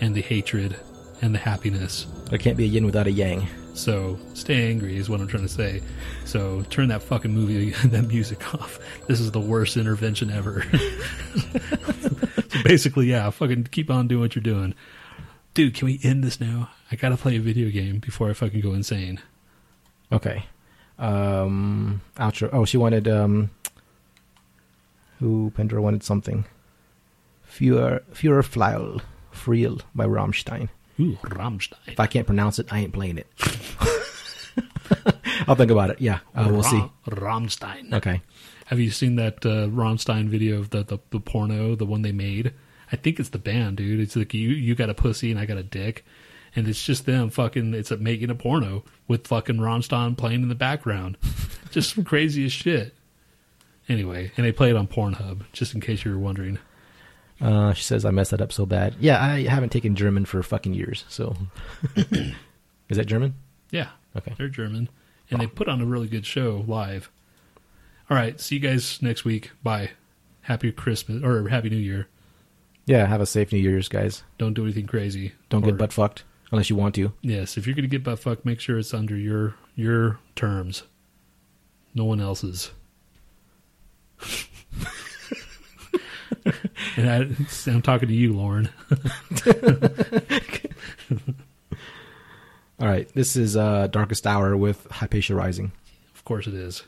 Speaker 2: and the hatred, and the happiness.
Speaker 1: There can't be a yin without a yang.
Speaker 2: So stay angry is what I'm trying to say. So turn that fucking movie, <laughs> that music off. This is the worst intervention ever. <laughs> so basically, yeah, fucking keep on doing what you're doing. Dude, can we end this now? I gotta play a video game before I fucking go insane.
Speaker 1: Okay. Um outro. Oh, she wanted um who Pandora wanted something. Führer Führer Fliel Friel by Rammstein.
Speaker 2: Ooh, Rammstein.
Speaker 1: If I can't pronounce it, I ain't playing it. <laughs> I'll think about it. Yeah, uh, we'll see.
Speaker 2: Rammstein.
Speaker 1: Okay.
Speaker 2: Have you seen that uh, Rammstein video of the, the the porno, the one they made? I think it's the band, dude. It's like you you got a pussy and I got a dick, and it's just them fucking. It's a, making a porno with fucking Rammstein playing in the background, <laughs> just some crazy as shit. Anyway, and they play it on Pornhub, just in case you were wondering.
Speaker 1: Uh, she says I messed that up so bad. Yeah, I haven't taken German for fucking years. So, is that German?
Speaker 2: Yeah,
Speaker 1: Okay.
Speaker 2: they're German, and they put on a really good show live. All right, see you guys next week. Bye. Happy Christmas or Happy New Year.
Speaker 1: Yeah. Have a safe New Year's, guys.
Speaker 2: Don't do anything crazy.
Speaker 1: Don't
Speaker 2: Or-
Speaker 1: get butt fucked unless you want to.
Speaker 2: Yes, if you're going to get butt fucked, make sure it's under your your terms, no one else's. <laughs> and I, I'm talking to you, Lauren.
Speaker 1: All right. This is uh, Darkest Hour with Hypatia Rising.
Speaker 2: Of course, it is.